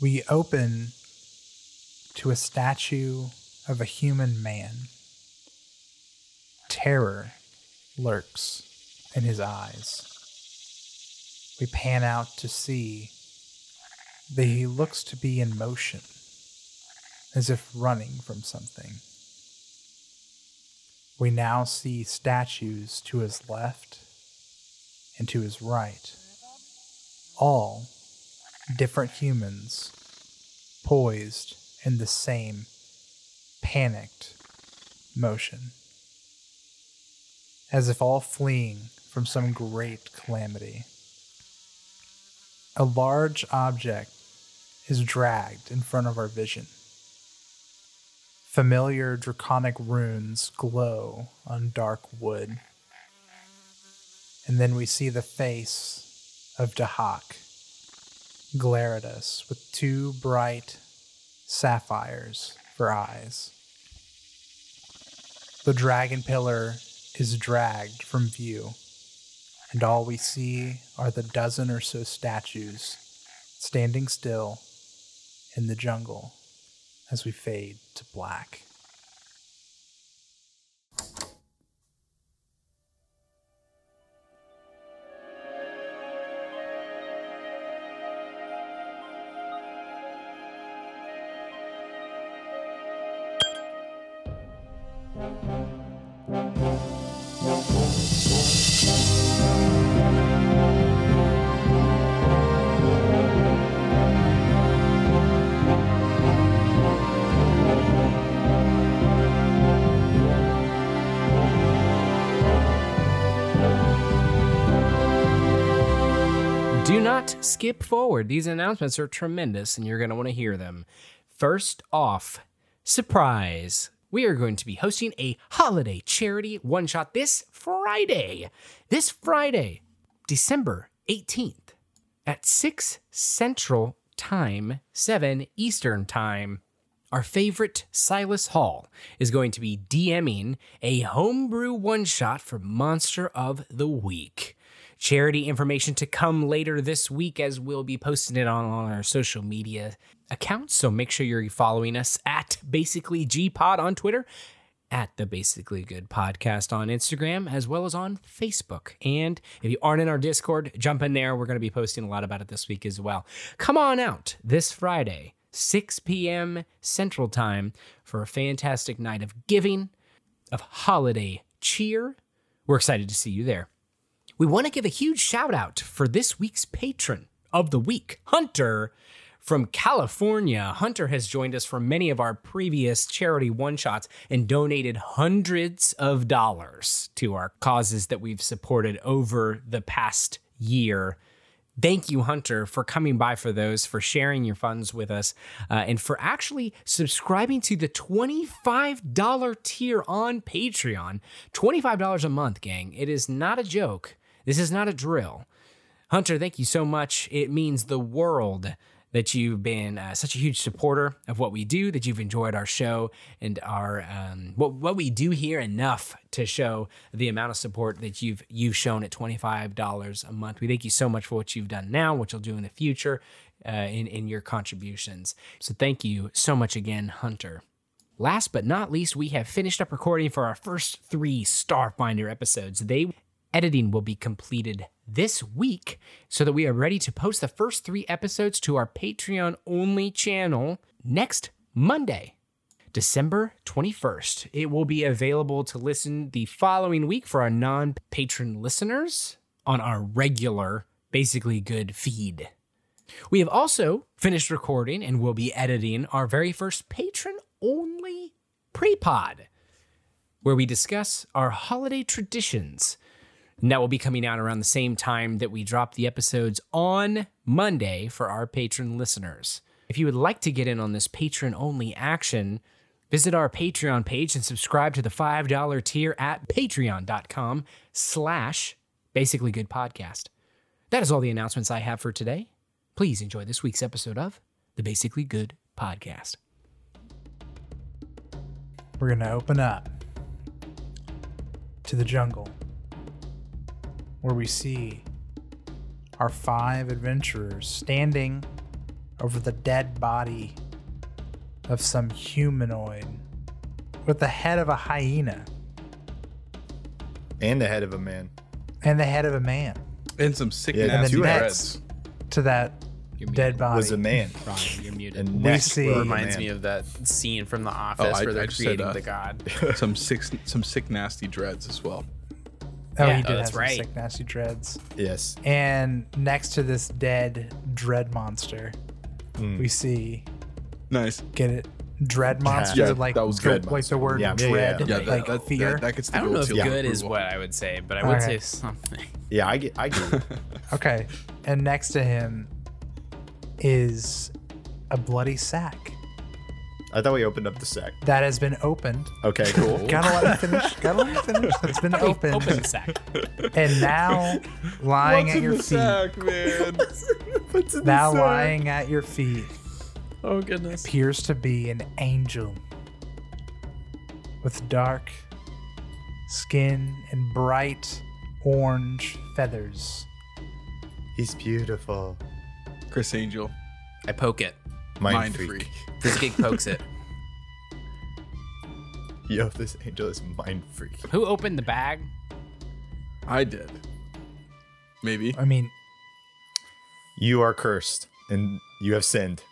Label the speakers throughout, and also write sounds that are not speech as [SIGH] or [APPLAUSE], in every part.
Speaker 1: we open to a statue of a human man. Terror lurks in his eyes. We pan out to see that he looks to be in motion, as if running from something. We now see statues to his left and to his right, all different humans poised in the same panicked motion, as if all fleeing from some great calamity. A large object is dragged in front of our vision. Familiar draconic runes glow on dark wood. And then we see the face of Dahak glare at us with two bright sapphires for eyes. The dragon pillar is dragged from view, and all we see are the dozen or so statues standing still in the jungle as we fade to black.
Speaker 2: Do not skip forward. These announcements are tremendous and you're going to want to hear them. First off, surprise. We are going to be hosting a holiday charity one shot this Friday. This Friday, December 18th at 6 Central Time, 7 Eastern Time. Our favorite Silas Hall is going to be DMing a homebrew one shot for Monster of the Week. Charity information to come later this week as we'll be posting it on, on our social media accounts. So make sure you're following us at basically GPod on Twitter, at the Basically Good Podcast on Instagram, as well as on Facebook. And if you aren't in our Discord, jump in there. We're going to be posting a lot about it this week as well. Come on out this Friday, 6 p.m. Central Time, for a fantastic night of giving, of holiday cheer. We're excited to see you there. We want to give a huge shout out for this week's patron of the week, Hunter from California. Hunter has joined us for many of our previous charity one shots and donated hundreds of dollars to our causes that we've supported over the past year. Thank you, Hunter, for coming by for those, for sharing your funds with us, uh, and for actually subscribing to the $25 tier on Patreon. $25 a month, gang. It is not a joke. This is not a drill. Hunter, thank you so much. It means the world that you've been uh, such a huge supporter of what we do, that you've enjoyed our show and our um, what what we do here enough to show the amount of support that you've you've shown at twenty five dollars a month. We thank you so much for what you've done now, what you'll do in the future, uh, in in your contributions. So thank you so much again, Hunter. Last but not least, we have finished up recording for our first three Starfinder episodes. They editing will be completed this week so that we are ready to post the first three episodes to our Patreon only channel next Monday, December 21st. It will be available to listen the following week for our non patron listeners on our regular, basically good feed. We have also finished recording and will be editing our very first patron only pre pod, where we discuss our holiday traditions. And that will be coming out around the same time that we drop the episodes on Monday for our patron listeners. If you would like to get in on this patron only action, visit our Patreon page and subscribe to the $5 tier at patreon.com slash basically good podcast. That is all the announcements I have for today. Please enjoy this week's episode of the Basically Good Podcast.
Speaker 1: We're going to open up to the jungle where we see our five adventurers standing over the dead body of some humanoid with the head of a hyena
Speaker 3: and the head of a man.
Speaker 1: and the head of a man
Speaker 4: And some sick
Speaker 3: Yeah,
Speaker 4: ass
Speaker 3: two
Speaker 4: threads.
Speaker 1: to that
Speaker 5: You're muted.
Speaker 1: dead body.
Speaker 3: Was a man.
Speaker 5: Ryan, you're muted.
Speaker 3: And
Speaker 1: We
Speaker 3: neck
Speaker 1: see-
Speaker 3: were a
Speaker 5: Reminds
Speaker 3: man.
Speaker 5: me of that scene from The Office
Speaker 4: Oh, I-
Speaker 5: where they're
Speaker 4: I just said
Speaker 5: creating
Speaker 4: that.
Speaker 5: the god.
Speaker 4: [LAUGHS] Some sick, some sick nasty dreads as well.
Speaker 1: oh,
Speaker 5: yeah,
Speaker 1: he did
Speaker 5: oh,
Speaker 1: have
Speaker 5: that's
Speaker 1: some
Speaker 5: right.
Speaker 1: sick, nasty dreads.
Speaker 3: Yes.
Speaker 1: And next to this dead dread monster, we see
Speaker 4: Nice.
Speaker 1: get it dread monster
Speaker 4: Yeah,
Speaker 1: like
Speaker 4: that was
Speaker 1: the-
Speaker 4: dread
Speaker 1: like the word
Speaker 3: Yeah, yeah,
Speaker 1: dread
Speaker 3: yeah.
Speaker 4: Yeah, that,
Speaker 1: like
Speaker 4: that, that-
Speaker 1: fear.
Speaker 4: That, gets the
Speaker 5: I don't know if
Speaker 4: go-to
Speaker 5: good is
Speaker 4: approval.
Speaker 5: what I would say, but I
Speaker 1: All
Speaker 5: would say
Speaker 1: right.
Speaker 5: something.
Speaker 3: Yeah, I get. I get. it.
Speaker 1: Okay. And next to him is a bloody sack
Speaker 3: I thought we opened up the sack.
Speaker 1: that has been opened.
Speaker 3: Okay, cool.
Speaker 1: Gotta let me finish. Gotta let me finish.
Speaker 4: [LAUGHS]
Speaker 1: That's been opened.
Speaker 5: Open the sack.
Speaker 1: And now lying at your feet.
Speaker 5: [LAUGHS]
Speaker 4: man?
Speaker 1: Now lying at your feet
Speaker 5: Oh goodness.
Speaker 1: appears to be an angel with dark skin and bright orange feathers.
Speaker 3: He's beautiful.
Speaker 4: Chris Angel,
Speaker 5: I poke it.
Speaker 3: Mind,
Speaker 4: mind
Speaker 3: freak.
Speaker 4: freak.
Speaker 5: This gig pokes it.
Speaker 3: Yo, this angel is mind freak.
Speaker 5: Who opened the bag?
Speaker 4: I did. Maybe.
Speaker 1: I mean,
Speaker 3: You are cursed and you have sinned.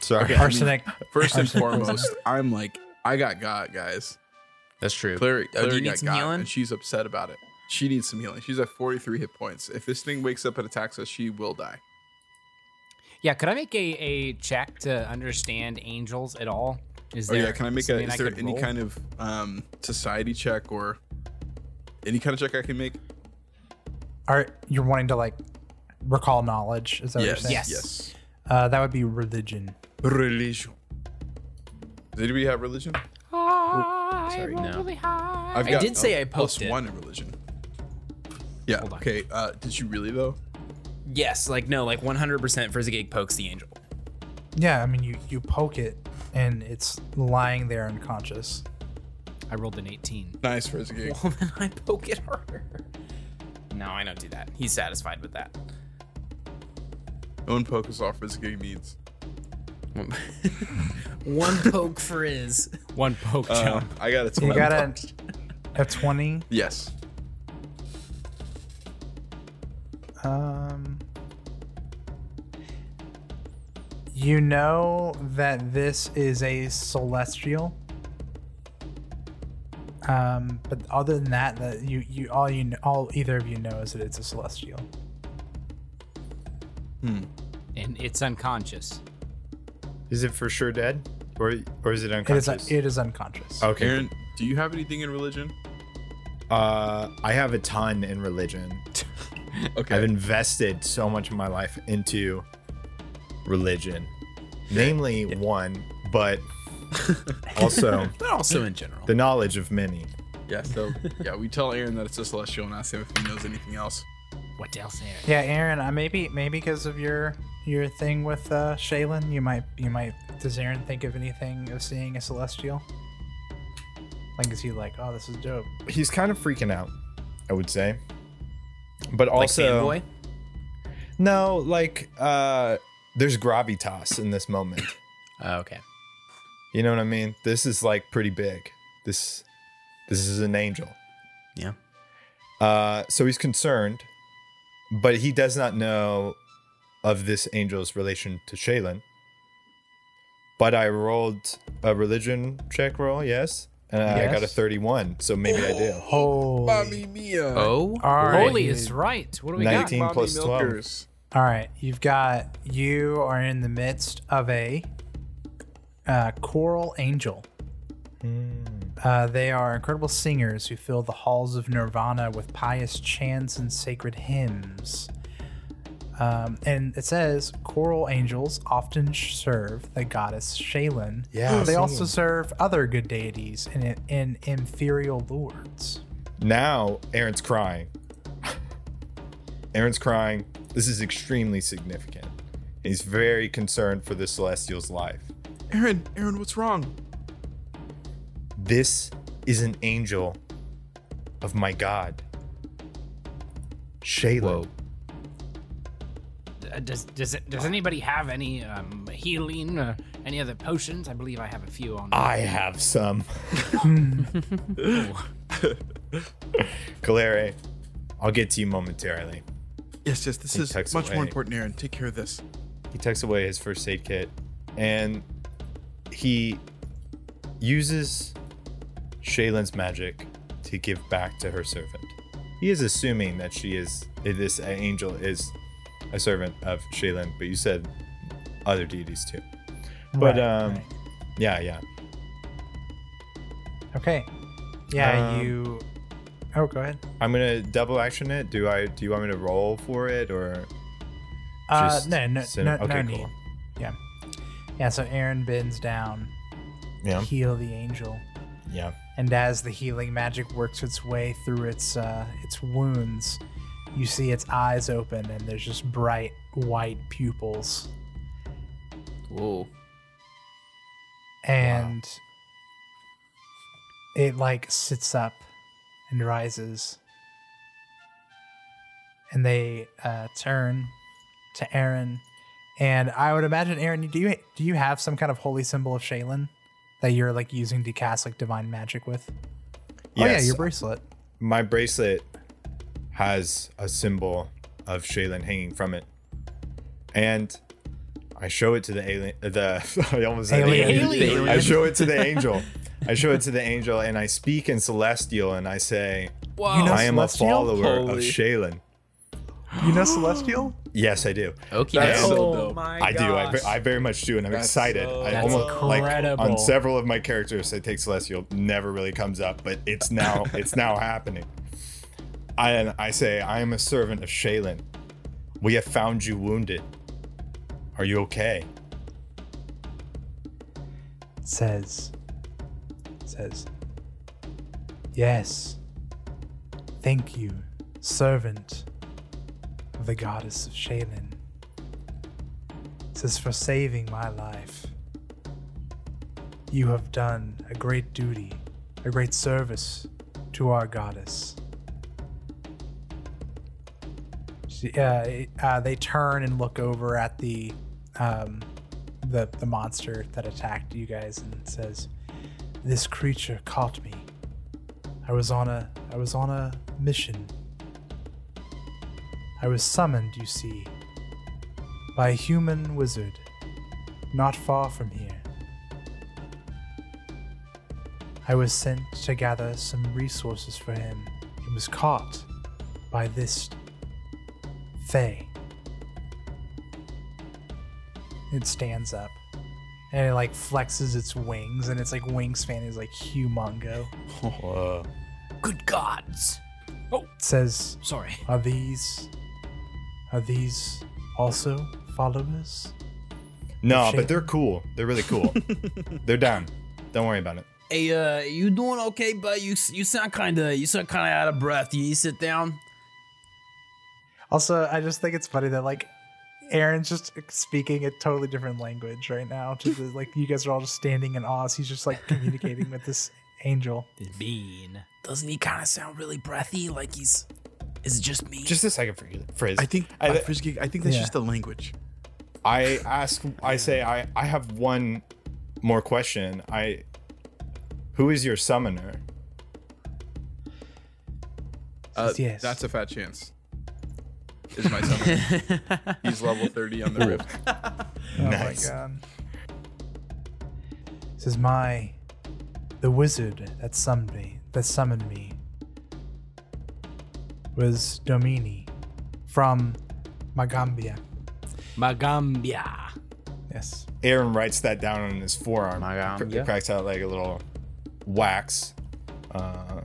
Speaker 3: Sorry.
Speaker 1: arsenic.
Speaker 4: First and foremost, I'm like, I got God, guys.
Speaker 5: That's true.
Speaker 4: Clary,
Speaker 5: Oh,
Speaker 4: Clary
Speaker 5: do you need
Speaker 4: got
Speaker 5: some
Speaker 4: God,
Speaker 5: healing?
Speaker 4: and she's upset about it. She needs some healing. She's at 43 hit points. If this thing wakes up and attacks us, she will die.
Speaker 2: Yeah, could I make a, a check to understand angels at all? Is
Speaker 4: Oh yeah, can I make a?
Speaker 2: something
Speaker 4: Is there
Speaker 2: could
Speaker 4: any
Speaker 2: roll?
Speaker 4: kind of um, society check or any kind of check I can make?
Speaker 1: Are you're wanting to like recall knowledge? Is that what you're saying?
Speaker 4: yes,
Speaker 2: Yes.
Speaker 4: yes.
Speaker 1: Uh, that would be religion.
Speaker 4: Religion. Does anybody have religion?
Speaker 2: Ah,
Speaker 5: Sorry, no.
Speaker 4: Oh, I've
Speaker 5: I did say I
Speaker 4: plus
Speaker 5: poked it.
Speaker 4: one in religion. Yeah.
Speaker 2: on.
Speaker 4: Okay. Uh, did you really though?
Speaker 5: Yes, like no, like 100% Frizzigig pokes the angel.
Speaker 1: Yeah, I mean, you you poke it and it's lying there unconscious.
Speaker 2: I rolled an 18.
Speaker 4: Nice for his
Speaker 2: [LAUGHS]
Speaker 4: gig.
Speaker 5: [LAUGHS] Well, then I poke it harder. No, I don't do that. He's satisfied with
Speaker 4: [LAUGHS]
Speaker 5: that.
Speaker 4: Own poke is all for his gig needs.
Speaker 5: One poke frizz.
Speaker 2: One poke
Speaker 4: Uh,
Speaker 2: jump.
Speaker 4: I got a
Speaker 1: You
Speaker 4: twenty.
Speaker 1: got a a twenty.
Speaker 4: Yes.
Speaker 1: Um, you know that this is a celestial. Um, but other than that, that you you all you know, all either of you know is that it's a celestial.
Speaker 4: Hmm.
Speaker 2: And it's unconscious.
Speaker 3: Is it for sure dead? Or or is it
Speaker 1: It is
Speaker 3: unconscious?
Speaker 1: it is unconscious.
Speaker 3: okay.
Speaker 4: Aaron, do you have anything in religion?
Speaker 3: Uh, I have a ton in religion. [LAUGHS]
Speaker 4: Okay.
Speaker 3: I've invested so much of my life into religion, namely one, but also
Speaker 5: But also in general.
Speaker 3: the knowledge of many.
Speaker 4: yeah. So yeah, we tell Aaron that it's a celestial and ask him if he knows anything else.
Speaker 2: What else there?
Speaker 1: Yeah, Aaron, I maybe maybe because of your your thing with uh Shaylin, you might you might does Aaron think of anything of seeing a celestial? Like is he like, oh this is dope.
Speaker 3: He's kind of freaking out, I would say. But
Speaker 5: like
Speaker 3: also,
Speaker 5: fanboy.
Speaker 3: no, like uh, there's gravitas in
Speaker 5: [LAUGHS]
Speaker 3: this moment.
Speaker 5: Oh, okay.
Speaker 3: You know what I mean? This is like pretty big. This this is an angel.
Speaker 5: Yeah.
Speaker 3: Uh, so he's concerned, but he does not know of this angel's relation to Shaylin. But I rolled a religion check roll, yes, and I got a
Speaker 1: Yes.
Speaker 3: 31, so maybe
Speaker 5: [LAUGHS]
Speaker 3: I do.
Speaker 1: Holy
Speaker 4: Mamma mia.
Speaker 5: Oh,
Speaker 1: All right.
Speaker 2: Holy is right. What do we got?
Speaker 3: 19
Speaker 4: Mommy
Speaker 3: plus 12.
Speaker 4: milkers.
Speaker 1: All right, you've got you are in the midst of a uh, choral angel.
Speaker 3: Hmm.
Speaker 1: Uh, they are incredible singers who fill the halls of Nirvana with pious chants and sacred hymns. Um, and it says choral angels often serve the goddess Shaylin.
Speaker 3: Yeah,
Speaker 1: they
Speaker 3: same.
Speaker 1: also serve other good deities and and inferior lords.
Speaker 3: Now Aaron's crying. Aaron's crying. This is extremely significant. He's very concerned for the celestial's life.
Speaker 4: Aaron, Aaron, what's wrong?
Speaker 3: This is an angel of my God. Shayla.
Speaker 5: Whoa.
Speaker 2: uh, does does it, does anybody have any um, healing or any other potions? I believe I have a few on.
Speaker 3: I have some. [LAUGHS] Galere, I'll get to you momentarily.
Speaker 4: Yes, yes, this is
Speaker 3: tucks
Speaker 4: much more
Speaker 3: away.
Speaker 4: important, Aaron. Take care of this.
Speaker 3: He takes away his first aid kit and he uses Shaylin's magic to give back to her servant. He is assuming that she is, this angel is a servant of Shaylin, but you said other deities too. But
Speaker 1: Right,
Speaker 3: um,
Speaker 1: right.
Speaker 3: yeah, yeah.
Speaker 1: Okay. Yeah,
Speaker 3: Um,
Speaker 1: you. Oh, go ahead.
Speaker 3: I'm gonna double action it. Do I? Do you want me to roll for it or?
Speaker 1: Uh,
Speaker 3: just
Speaker 1: no, no,
Speaker 3: send-
Speaker 1: no,
Speaker 3: okay,
Speaker 1: no
Speaker 3: cool.
Speaker 1: need. Yeah. Yeah, so Aaron bends down,
Speaker 3: Yeah,
Speaker 1: heal the angel.
Speaker 3: yeah.
Speaker 1: and as the healing magic works its way through its uh, its wounds, you see its eyes open and there's just bright white pupils,
Speaker 5: Whoa.
Speaker 1: and it like sits up and rises, and they uh, turn to Aaron, and I would imagine Aaron, do you do you have some kind of holy symbol of Shaylin that you're like using to cast like divine magic with? Oh yeah,
Speaker 3: Yes.
Speaker 1: your bracelet.
Speaker 3: My bracelet has a symbol of Shaylin hanging from it, and I show it to the alien. The [LAUGHS] I almost said
Speaker 1: Alien.
Speaker 3: alien.
Speaker 5: Alien.
Speaker 3: I show it to the angel. I show it to the angel, and I speak in celestial, and
Speaker 1: [GASPS]
Speaker 3: I say,
Speaker 5: Whoa.
Speaker 1: You know
Speaker 3: "I am a
Speaker 1: Celestial?
Speaker 3: follower of
Speaker 4: Holy.
Speaker 3: Shaylin."
Speaker 1: You know Celestial?
Speaker 3: Yes, I do.
Speaker 5: Okay.
Speaker 4: That's
Speaker 5: Oh,
Speaker 4: so dope.
Speaker 6: my
Speaker 3: I do. I,
Speaker 6: gosh.
Speaker 3: ve- I very much do, and I'm
Speaker 4: That's
Speaker 3: excited.
Speaker 4: so-
Speaker 3: I
Speaker 2: That's
Speaker 3: almost like
Speaker 2: incredible.
Speaker 3: on several of my characters, I take Celestial never really comes up, but it's now [LAUGHS] it's now happening. I and I say I am a servant of Shaylin. We have found you wounded. Are you okay?
Speaker 1: says says yes thank you servant of the goddess of Shaylin says for saving my life you have done a great duty a great service to our goddess she, uh, uh, they turn and look over at the um, the, the monster that attacked you guys and says, "This creature caught me. I was on a I was on a mission. I was summoned, you see, by a human wizard, not far from here. I was sent to gather some resources for him. He was caught by this Fey." it stands up and it like flexes its wings and its like wingspan is like humongo it
Speaker 3: Whoa.
Speaker 2: Good gods!
Speaker 1: says
Speaker 5: [LAUGHS]
Speaker 2: Sorry.
Speaker 1: are these are these also followers
Speaker 3: No,
Speaker 1: Shaylin.
Speaker 3: but they're cool. They're really cool. they're down. Don't worry about it.
Speaker 5: Hey, uh, you doing okay, bud? You you sound kind of you sound kind of out of breath. You, you sit down.
Speaker 1: also i just think it's funny that like aaron's just speaking a totally different language right now to the, like you guys are all just standing in awe so he's just like communicating with this angel
Speaker 2: Bean.
Speaker 5: Doesn't he kind of sound really breathy? Like he's is it just me?
Speaker 3: Just a second for you, Frizz.
Speaker 4: I think
Speaker 3: I-
Speaker 4: I, am frisking, I think that's
Speaker 1: Yeah.
Speaker 4: just the language.
Speaker 3: I ask, I say, I, I have one more question. I, who is your summoner?
Speaker 4: Uh,
Speaker 1: yes.
Speaker 4: That's a fat chance. Is my son.
Speaker 1: [LAUGHS]
Speaker 4: He's level 30 on the rift.
Speaker 1: Oh
Speaker 3: Nice.
Speaker 1: my god. This is my the wizard that summoned me that summoned me was Domini from Magambia.
Speaker 2: Magambia.
Speaker 1: Yes.
Speaker 3: Aaron writes that down on his forearm.
Speaker 5: My arm,
Speaker 3: Cr-
Speaker 5: yeah.
Speaker 3: cracks out like a little wax. Uh,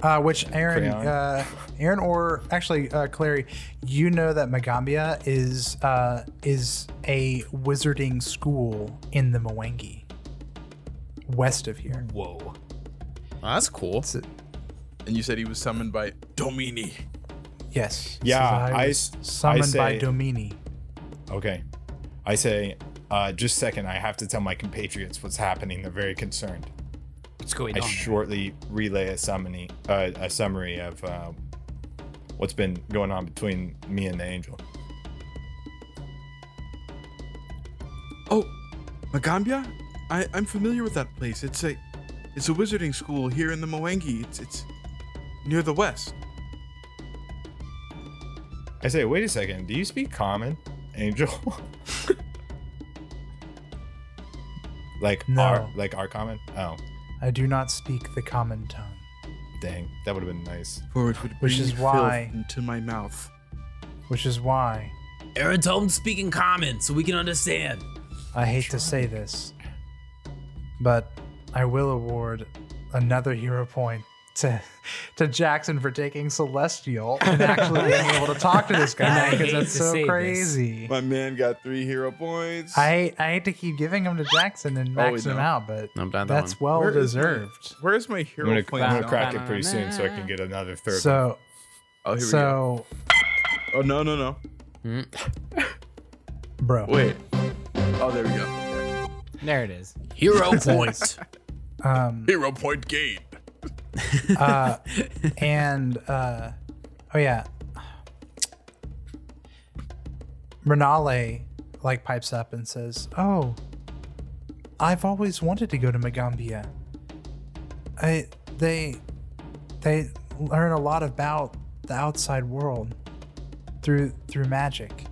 Speaker 1: Uh, which Aaron,
Speaker 3: Crayon.
Speaker 1: uh, Aaron, or actually uh, Clary, you know that Magambia is uh, is a wizarding school in the Mwangi, west of here.
Speaker 2: Whoa.
Speaker 5: Oh, that's cool.
Speaker 4: And you said he was summoned by Domini.
Speaker 1: Yes.
Speaker 3: Yeah,
Speaker 1: Says
Speaker 3: I
Speaker 1: was
Speaker 3: s- I
Speaker 1: summoned by
Speaker 3: say-
Speaker 1: Domini.
Speaker 3: okay. I say, uh, just a second. I have to tell my compatriots what's happening. They're very concerned.
Speaker 2: What's going
Speaker 3: I
Speaker 2: on?
Speaker 3: shortly relay a summary, uh, a summary of uh, what's been going on between me and the angel.
Speaker 4: Oh, Magambia? I, I'm familiar with that place. It's a it's a wizarding school here in the Moengi. It's it's near the west.
Speaker 3: I say, wait a second. Do you speak common, Angel? [LAUGHS] like
Speaker 1: No.
Speaker 3: our like our common? Oh,
Speaker 1: I do not speak the common tongue.
Speaker 3: dang, that would have been nice.
Speaker 4: For it would
Speaker 1: Which
Speaker 4: bring
Speaker 1: is
Speaker 4: filth
Speaker 1: why-
Speaker 4: into my mouth.
Speaker 1: Which is why
Speaker 5: Aaron, tell him to speak in common so we can understand.
Speaker 1: I hate to say this, but I will award another hero point to to Jackson for taking Celestial and actually
Speaker 2: [LAUGHS]
Speaker 1: being able to talk to this guy
Speaker 2: I
Speaker 1: because
Speaker 2: hate
Speaker 1: that's
Speaker 2: to
Speaker 1: so
Speaker 2: say this.
Speaker 1: crazy.
Speaker 4: My man got three hero points.
Speaker 1: I hate, I hate to keep giving him to Jackson and max
Speaker 4: Oh, we
Speaker 1: him
Speaker 4: know.
Speaker 1: out, but
Speaker 5: I'm down that
Speaker 1: that's well
Speaker 4: Where is my-
Speaker 1: deserved.
Speaker 4: Where's my
Speaker 3: I'm
Speaker 4: hero
Speaker 3: gonna, I'm
Speaker 4: point?
Speaker 3: gonna
Speaker 4: now?
Speaker 3: crack it pretty soon so I can get another third. one.
Speaker 1: So
Speaker 4: Oh, here
Speaker 1: so
Speaker 4: we go. Oh no no no.
Speaker 1: bro.
Speaker 4: Wait. Oh, there we go.
Speaker 2: There it is. [LAUGHS]
Speaker 5: Hero point.
Speaker 4: Hero point gain.
Speaker 1: and uh oh yeah renale like pipes up and says oh i've always wanted to go to magambia i they they learn a lot about the outside world through through magic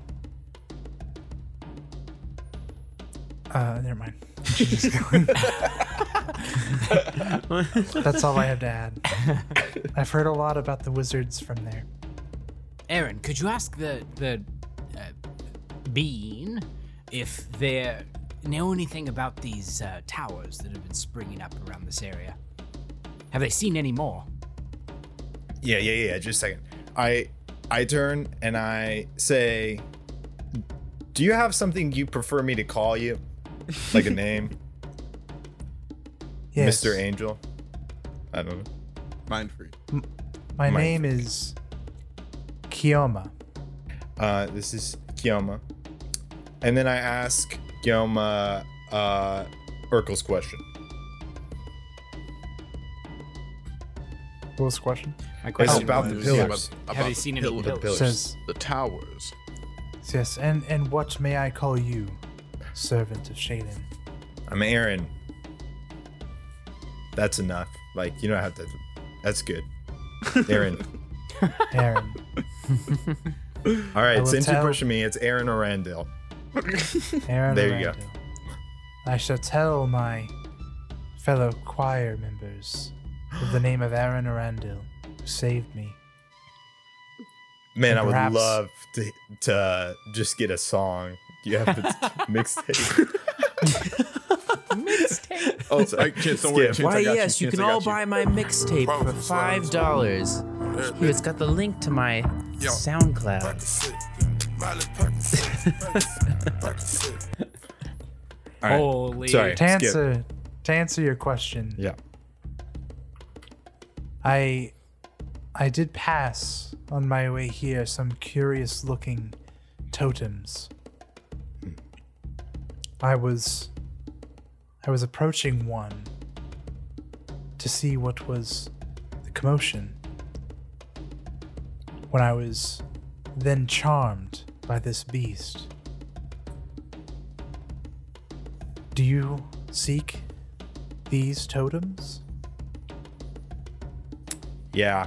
Speaker 1: uh never mind [LAUGHS] She's just going. that's all i have to add I've heard a lot about the wizards from there.
Speaker 2: Aaron, could you ask the the uh, bean if they know anything about these uh, towers that have been springing up around this area? Have they seen any more?
Speaker 3: Yeah, yeah, yeah. Just a second. I I turn and I say, "Do you have something you prefer me to call you,
Speaker 1: [LAUGHS]
Speaker 3: like a name,
Speaker 1: Yes,
Speaker 3: Mister Angel?" I don't know.
Speaker 4: Mind free.
Speaker 1: My
Speaker 3: Mike.
Speaker 1: name is Kioma.
Speaker 3: Uh, this is Kioma, and then I ask Kioma uh, Urkel's question.
Speaker 1: What was the question?
Speaker 2: My
Speaker 3: It's
Speaker 4: Oh,
Speaker 3: about the
Speaker 4: yeah,
Speaker 3: pillars.
Speaker 2: Have
Speaker 4: about- about
Speaker 2: you seen any
Speaker 4: pillars.
Speaker 2: pillars?
Speaker 3: pillars.
Speaker 1: Says
Speaker 4: The towers.
Speaker 1: yes, and and what may I call you, servant of Shaden?
Speaker 3: I'm Aaron. That's enough. Like you don't have to. That's [LAUGHS] good, Aaron. [LAUGHS]
Speaker 1: Aaron.
Speaker 3: All
Speaker 1: I
Speaker 3: right,
Speaker 1: will
Speaker 3: since you're
Speaker 1: tell-
Speaker 3: pushing me, it's Aaron Orandale.
Speaker 1: Aaron.
Speaker 3: There you go.
Speaker 1: Arando. I shall tell my fellow choir members of the name of Aaron Arandil, who saved me.
Speaker 3: Man, I would
Speaker 1: Perhaps.
Speaker 3: love to to just get a song. You
Speaker 5: [LAUGHS]
Speaker 3: have this mixtape.
Speaker 4: Oh, I can't. Don't worry.
Speaker 3: Skip.
Speaker 4: Chance, I
Speaker 5: Why,
Speaker 4: got
Speaker 5: yes, you
Speaker 4: Chance,
Speaker 5: can
Speaker 4: I
Speaker 5: all
Speaker 4: got
Speaker 5: buy
Speaker 4: you.
Speaker 5: my mixtape for five dollars. Here, it's got the link to my SoundCloud.
Speaker 3: All right.
Speaker 5: Oh.
Speaker 2: Holy.
Speaker 3: Sorry.
Speaker 1: To
Speaker 3: Skip.
Speaker 1: answer, to answer your question,
Speaker 3: Yeah.
Speaker 1: I I did pass on my way here some curious looking totems. I was I was approaching one to see what was the commotion when I was then charmed by this beast. Do you seek these totems?
Speaker 3: Yeah,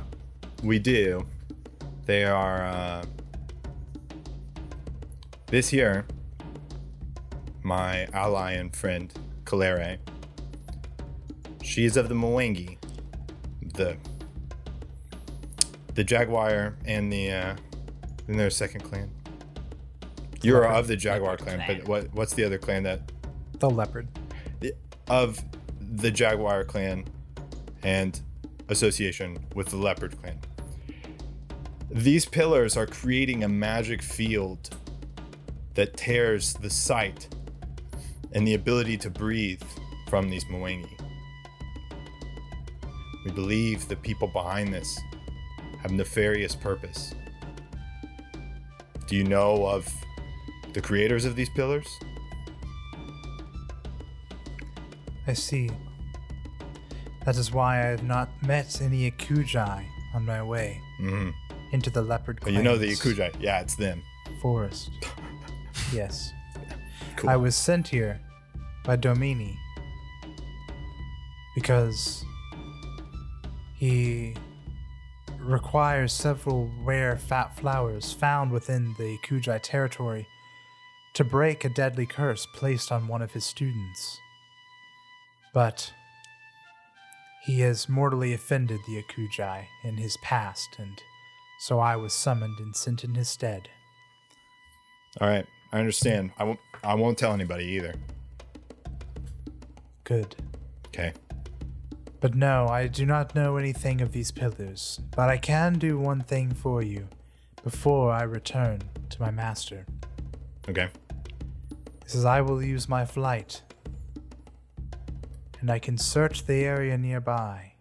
Speaker 3: we do. They are uh, this year. My ally and friend Calere. She is of the Mwangi, the the Jaguar and the uh, and their second clan. You are of the Jaguar clan, but what what's the other clan that
Speaker 1: The leopard.
Speaker 3: of the Jaguar clan and association with the Leopard clan. These pillars are creating a magic field that tears the sight and the ability to breathe from these Mwangi. We believe the people behind this have nefarious purpose. Do you know of the creators of these pillars?
Speaker 1: I see. That is why I have not met any Akujai on my way
Speaker 3: Mm-hmm.
Speaker 1: into the leopard
Speaker 3: But Oh, you know the
Speaker 1: Clans
Speaker 3: Yakuja. Yeah, [LAUGHS] it's them.
Speaker 1: forest. yes,
Speaker 3: Cool.
Speaker 1: I was sent here by Domini because he requires several rare fat flowers found within the Kujai territory to break a deadly curse placed on one of his students. But he has mortally offended the Akujai in his past, and so I was summoned and sent in his stead.
Speaker 3: All right, I understand. I won't. I won't tell anybody either.
Speaker 1: Good.
Speaker 3: Okay.
Speaker 1: But no, I do not know anything of these pillars, but I can do one thing for you before I return to my master.
Speaker 3: Okay.
Speaker 1: This is I will use my flight, and I can search the area nearby.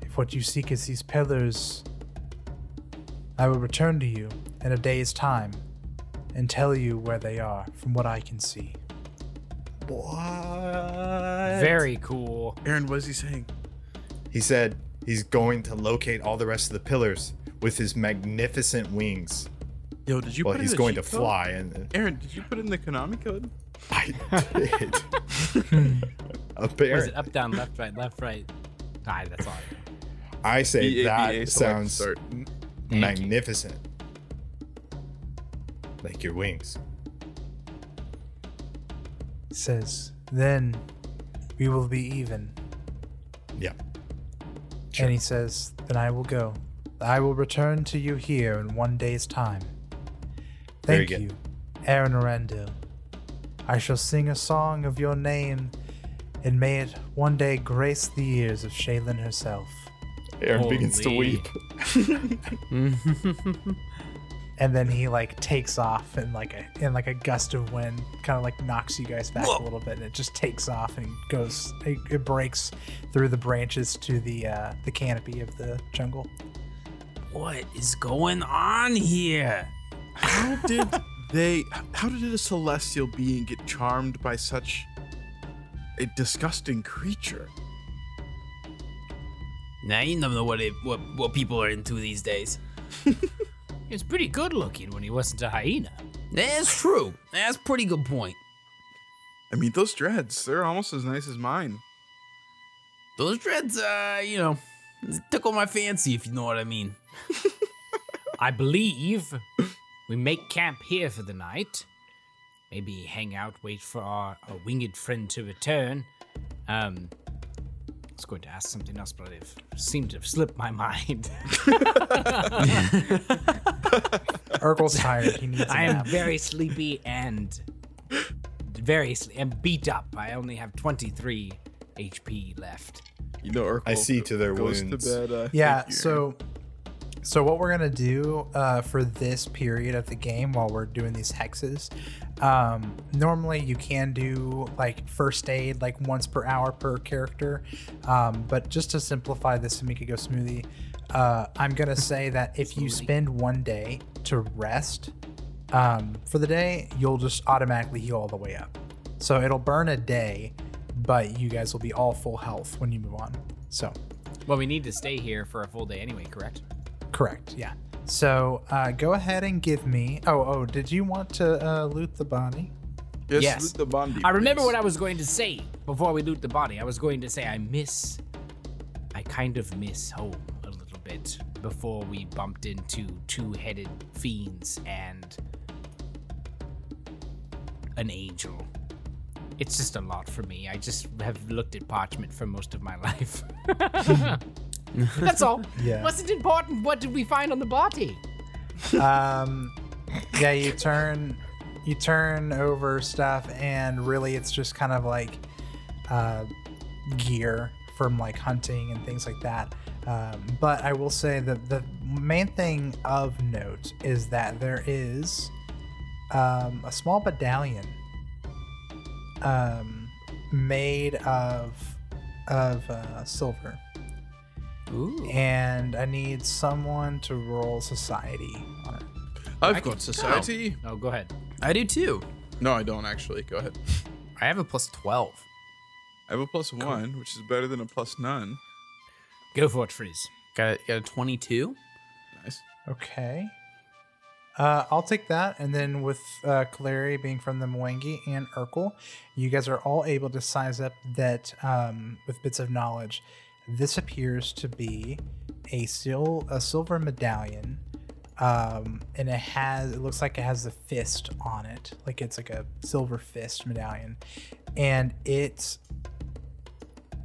Speaker 1: If what you seek is these pillars, I will return to you in a day's time and tell you where they are from what I can see.
Speaker 3: What?
Speaker 2: Very cool.
Speaker 4: Aaron, what is he saying?
Speaker 3: He said he's going to locate all the rest of the pillars with his magnificent wings.
Speaker 4: Yo, did you
Speaker 3: Well,
Speaker 4: put
Speaker 3: he's
Speaker 4: in the
Speaker 3: going to
Speaker 4: cheat code?
Speaker 3: fly, and
Speaker 4: Aaron, did you put in the Konami code?
Speaker 3: I did.
Speaker 2: Was
Speaker 3: [LAUGHS] Apparently,
Speaker 2: it up, down, left, right, left, right? Ah, that's all. I know.
Speaker 3: I say
Speaker 4: EABA
Speaker 3: that
Speaker 4: select
Speaker 3: sounds
Speaker 4: start.
Speaker 3: m- magnificent. Like your wings.
Speaker 1: Says, then we will be even.
Speaker 3: Yeah.
Speaker 1: And he says, Then I will go. I will return to you here in one day's time.
Speaker 3: Very
Speaker 1: Thank
Speaker 3: good.
Speaker 1: you, Aaron Arendil. I shall sing a song of your name, and may it one day grace the ears of Shaylin herself.
Speaker 3: Aaron begins to
Speaker 2: Holy.
Speaker 3: weep.
Speaker 1: And then he like takes off in like a in like a gust of wind, kind of like knocks you guys back a little bit, and it just takes off and goes. It, it breaks through the branches to the uh, the canopy of the
Speaker 3: [LAUGHS]
Speaker 1: jungle.
Speaker 5: [LAUGHS] What is going on here?
Speaker 4: How did they? How did a celestial being get charmed by such a disgusting creature?
Speaker 5: Now you never know what it, what what people are into these days.
Speaker 2: [LAUGHS] He was pretty good looking when he wasn't a hyena.
Speaker 5: That's true. That's a pretty good point.
Speaker 4: I mean, those dreads—they're almost as nice as mine.
Speaker 5: Those dreads, uh, you know, tickle my fancy if you know what I mean.
Speaker 2: [LAUGHS] I believe we make camp here for the night. Maybe hang out, wait for our, our winged friend to return. Um, I was going to ask something else, but it seemed to have slipped my [LAUGHS] mind.
Speaker 1: Urkel's tired. He needs. a
Speaker 2: I am
Speaker 1: nap.
Speaker 2: very sleepy and very sl- and beat up. I only have 23 HP left.
Speaker 4: You know, Urkel
Speaker 3: I see to their
Speaker 4: goes
Speaker 3: wounds.
Speaker 4: To bed, uh,
Speaker 1: yeah
Speaker 4: figure.
Speaker 1: so so what we're gonna do uh, for this period of the game while we're doing these hexes um, normally you can do like first aid like once per hour per character um, but just to simplify this and make it go smoothly uh, i'm gonna say that if you spend one day to rest um, for the day you'll just automatically heal all the way up so it'll burn a day but you guys will be all full health when you move on so
Speaker 2: Well, we need to stay here for a full day anyway, correct?
Speaker 1: Correct. Yeah. So uh, go ahead and give me. Oh, oh. Did you want to uh, loot the body?
Speaker 4: yes,
Speaker 2: yes.
Speaker 4: loot the Bondi,
Speaker 2: I remember
Speaker 4: please.
Speaker 2: what I was going to say before we loot the body. I was going to say I miss, I kind of miss home a little bit before we bumped into two-headed fiends and an angel. It's just a lot for me. I just have looked at parchment for most of
Speaker 5: [LAUGHS]
Speaker 2: my [LAUGHS] life. That's all.
Speaker 1: Yeah.
Speaker 2: Wasn't important. What did we find on the body?
Speaker 1: Um, yeah. You turn, you turn over stuff, and really, it's just kind of like uh, gear from like hunting and things like that. Um, but I will say that the main thing of note is that there is um, a small medallion um, made of of uh, silver.
Speaker 2: Ooh.
Speaker 1: And I need someone to roll society on it.
Speaker 4: I've
Speaker 5: I can-
Speaker 4: got society.
Speaker 2: Oh, go ahead.
Speaker 5: I do too.
Speaker 4: No, I don't actually. Go ahead.
Speaker 5: I have a plus twelve.
Speaker 4: I have a plus one, which is better than a plus none.
Speaker 2: Go for it, Frizz.
Speaker 5: Got a, got a twenty-two.
Speaker 4: Nice.
Speaker 1: Okay. Uh, I'll take that, and then with uh, Kaleri being from the Mwangi and Urkel, you guys are all able to size up that um, with bits of knowledge. This appears to be a sil- a silver medallion, um, and it has it looks like it has a fist on it, like it's like a silver fist medallion, and it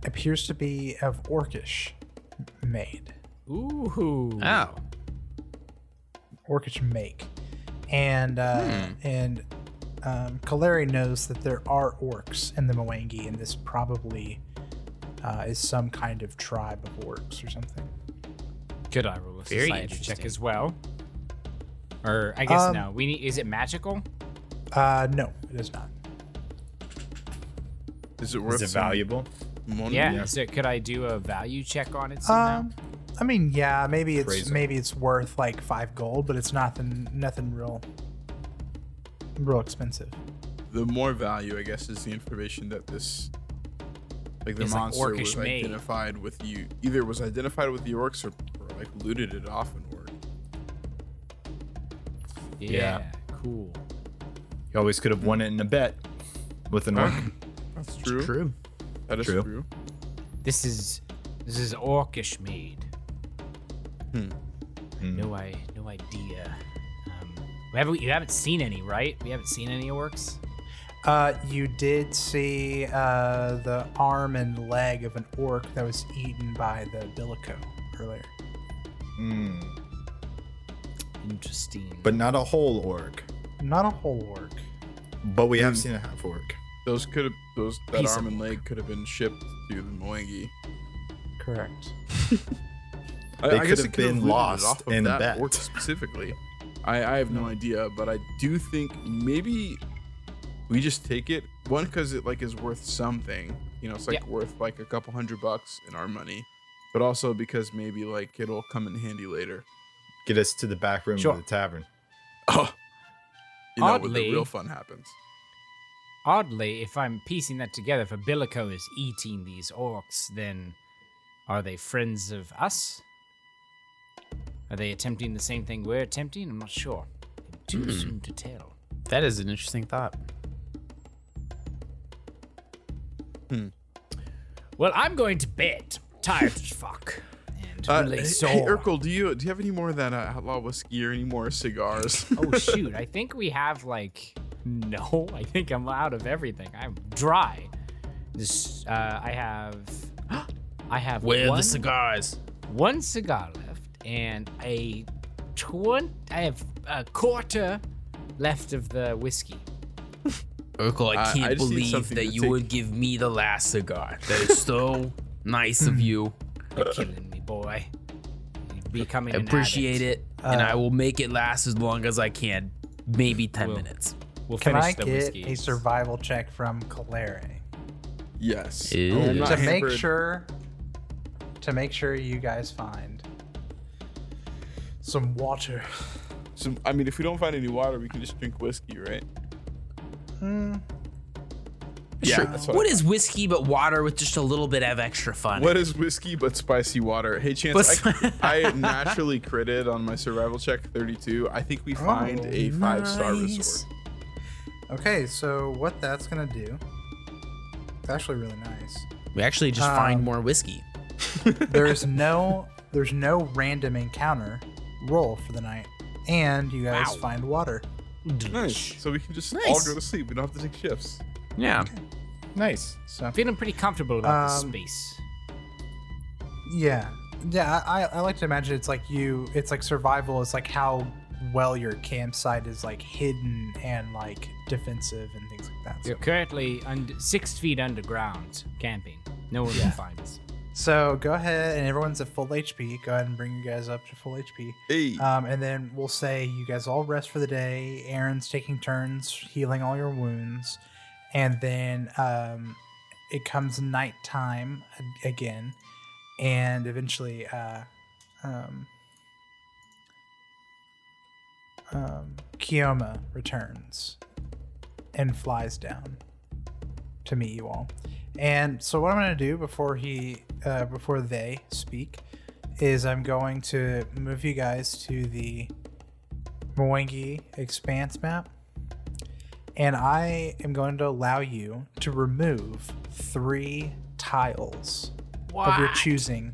Speaker 1: appears to be of orcish made
Speaker 2: Ooh.
Speaker 5: Oh.
Speaker 1: orcish make, and uh, and um, Kaleri knows that there are orcs in the Mwangi, and this probably uh, is some kind of tribe of orcs or something.
Speaker 2: Could I roll a
Speaker 5: Very
Speaker 2: society check
Speaker 5: interesting.
Speaker 2: as well? Or I guess
Speaker 1: Um,
Speaker 2: no. We need. Is it magical?
Speaker 1: Uh, no, it is not.
Speaker 4: Is it worth
Speaker 3: Is it
Speaker 4: some
Speaker 3: valuable?
Speaker 4: Money?
Speaker 2: Yeah. So could I do a value check on it somehow?
Speaker 1: Um, I mean, yeah, maybe it's
Speaker 3: Appraisal.
Speaker 1: maybe it's worth like five gold, but it's nothing nothing real real expensive.
Speaker 4: The more value, I guess, is the information that this, like the
Speaker 2: It's like
Speaker 4: monster
Speaker 2: orcish
Speaker 4: was
Speaker 2: made.
Speaker 4: identified with you. Either was identified with the orcs or, or like looted it off and were.
Speaker 2: yeah. Cool.
Speaker 3: You always could have won it in a bet with an orc.
Speaker 4: That's true.
Speaker 5: True.
Speaker 4: That is
Speaker 3: True.
Speaker 4: true.
Speaker 2: This is this is orcish made.
Speaker 4: Hmm.
Speaker 3: Hmm.
Speaker 2: No I no idea. Um, we haven't you haven't seen any, right? We haven't seen any orcs.
Speaker 1: Uh, you did see uh, the arm and leg of an orc that was eaten by the bilico earlier.
Speaker 3: Hmm.
Speaker 2: Interesting.
Speaker 3: But not a whole orc.
Speaker 1: Not a whole orc.
Speaker 3: But we have seen a half orc.
Speaker 4: Those could have those that
Speaker 2: Piece of
Speaker 4: arm and leg could have been shipped to the Moengi.
Speaker 1: Correct.
Speaker 4: I,
Speaker 3: They
Speaker 4: I
Speaker 3: could
Speaker 4: guess
Speaker 3: have
Speaker 4: it could
Speaker 3: been
Speaker 4: have looted it
Speaker 3: lost
Speaker 4: off of
Speaker 3: in
Speaker 4: that
Speaker 3: that.
Speaker 4: orc specifically. I, I have no idea, but I do think maybe we just take it one because it like is worth something. You know, it's like
Speaker 2: Yeah.
Speaker 4: worth like a couple hundred bucks in our money, but also because maybe like it'll come in handy later. [LAUGHS]
Speaker 3: Get us to the back room
Speaker 2: Sure.
Speaker 3: of the tavern.
Speaker 4: Oh, you know when
Speaker 2: Oddly-
Speaker 4: the real fun happens.
Speaker 2: Oddly, if I'm piecing that together, if Abilico is eating these orcs, then are they friends of us? Are they attempting the same thing we're attempting? I'm not sure. Too soon to tell.
Speaker 5: Hmm. That is an interesting thought.
Speaker 2: Hmm. Well, I'm going to bed. Tired as fuck. And
Speaker 4: Uh,
Speaker 2: really
Speaker 4: hey,
Speaker 2: sore.
Speaker 4: hey, Urkel, do you do you have any more of that uh, outlaw whiskey or any more
Speaker 2: [LAUGHS]
Speaker 4: cigars?
Speaker 2: oh shoot, I think we have like no, [LAUGHS] I think I'm out of everything. I'm dry. This uh I have [GASPS] I have
Speaker 5: Where
Speaker 2: one,
Speaker 5: the cigars?
Speaker 2: one cigar left and a twen- I have a quarter left of the whiskey.
Speaker 5: Urkel,
Speaker 4: I-
Speaker 5: I
Speaker 4: I
Speaker 5: can't
Speaker 4: just need
Speaker 5: believe
Speaker 4: something
Speaker 5: that
Speaker 4: to
Speaker 5: you
Speaker 4: take.
Speaker 5: would give me the last cigar. That is so nice of you.
Speaker 1: [CLEARS THROAT]
Speaker 2: You're killing me, boy. You're becoming
Speaker 5: I
Speaker 2: an
Speaker 5: appreciate
Speaker 2: addict.
Speaker 5: it, and I will make it last as long as I can. Maybe 10
Speaker 2: Well,
Speaker 5: minutes.
Speaker 2: We'll
Speaker 1: Can
Speaker 2: finish
Speaker 1: I
Speaker 2: the
Speaker 1: get
Speaker 2: whiskey.
Speaker 1: a survival check from Kaleri
Speaker 4: yes.
Speaker 5: Ew.
Speaker 4: I'm not
Speaker 1: to make
Speaker 4: hampered.
Speaker 1: sure to make sure you guys find some water?
Speaker 4: So, I mean, if we don't find any water, we can just drink whiskey, right?
Speaker 2: Hmm.
Speaker 4: Yeah. That's what,
Speaker 5: What is whiskey but water with just a little bit of extra fun?
Speaker 4: what is whiskey but spicy water? Hey, Chance, I,
Speaker 5: [LAUGHS]
Speaker 4: I naturally critted on my survival check 32. I think we find
Speaker 1: Oh,
Speaker 4: a five star
Speaker 5: nice.
Speaker 4: resort.
Speaker 1: Okay, so what that's gonna do? It's actually really nice. [LAUGHS]
Speaker 5: We actually just find more whiskey.
Speaker 1: There's no there's no random encounter roll for the night, and you guys find water.
Speaker 4: Nice. So we can just all
Speaker 5: Nice.
Speaker 4: go to sleep. We don't have to take shifts.
Speaker 5: Yeah.
Speaker 3: Nice.
Speaker 1: So
Speaker 2: Feeling pretty comfortable
Speaker 1: Um,
Speaker 2: about the space.
Speaker 1: yeah, yeah. I, I like to imagine it's like you. It's like survival. It's like how well your campsite is like hidden and like defensive and things like that. So,
Speaker 2: You're currently und- six feet underground camping. No one can find us.
Speaker 1: so go ahead and everyone's at full HP. Go ahead and bring you guys up to full HP.
Speaker 4: Hey.
Speaker 2: Uh,
Speaker 1: Um, and then we'll say you guys all rest for the day. Aaron's taking turns healing all your wounds, and then um, it comes nighttime a- again, and eventually, uh, um, um, Kioma returns and flies down to meet you all. And so, what I'm going to do before he, uh, before they speak, is I'm going to move you guys to the Moengi expanse map. And I am going to allow you to remove three tiles of your choosing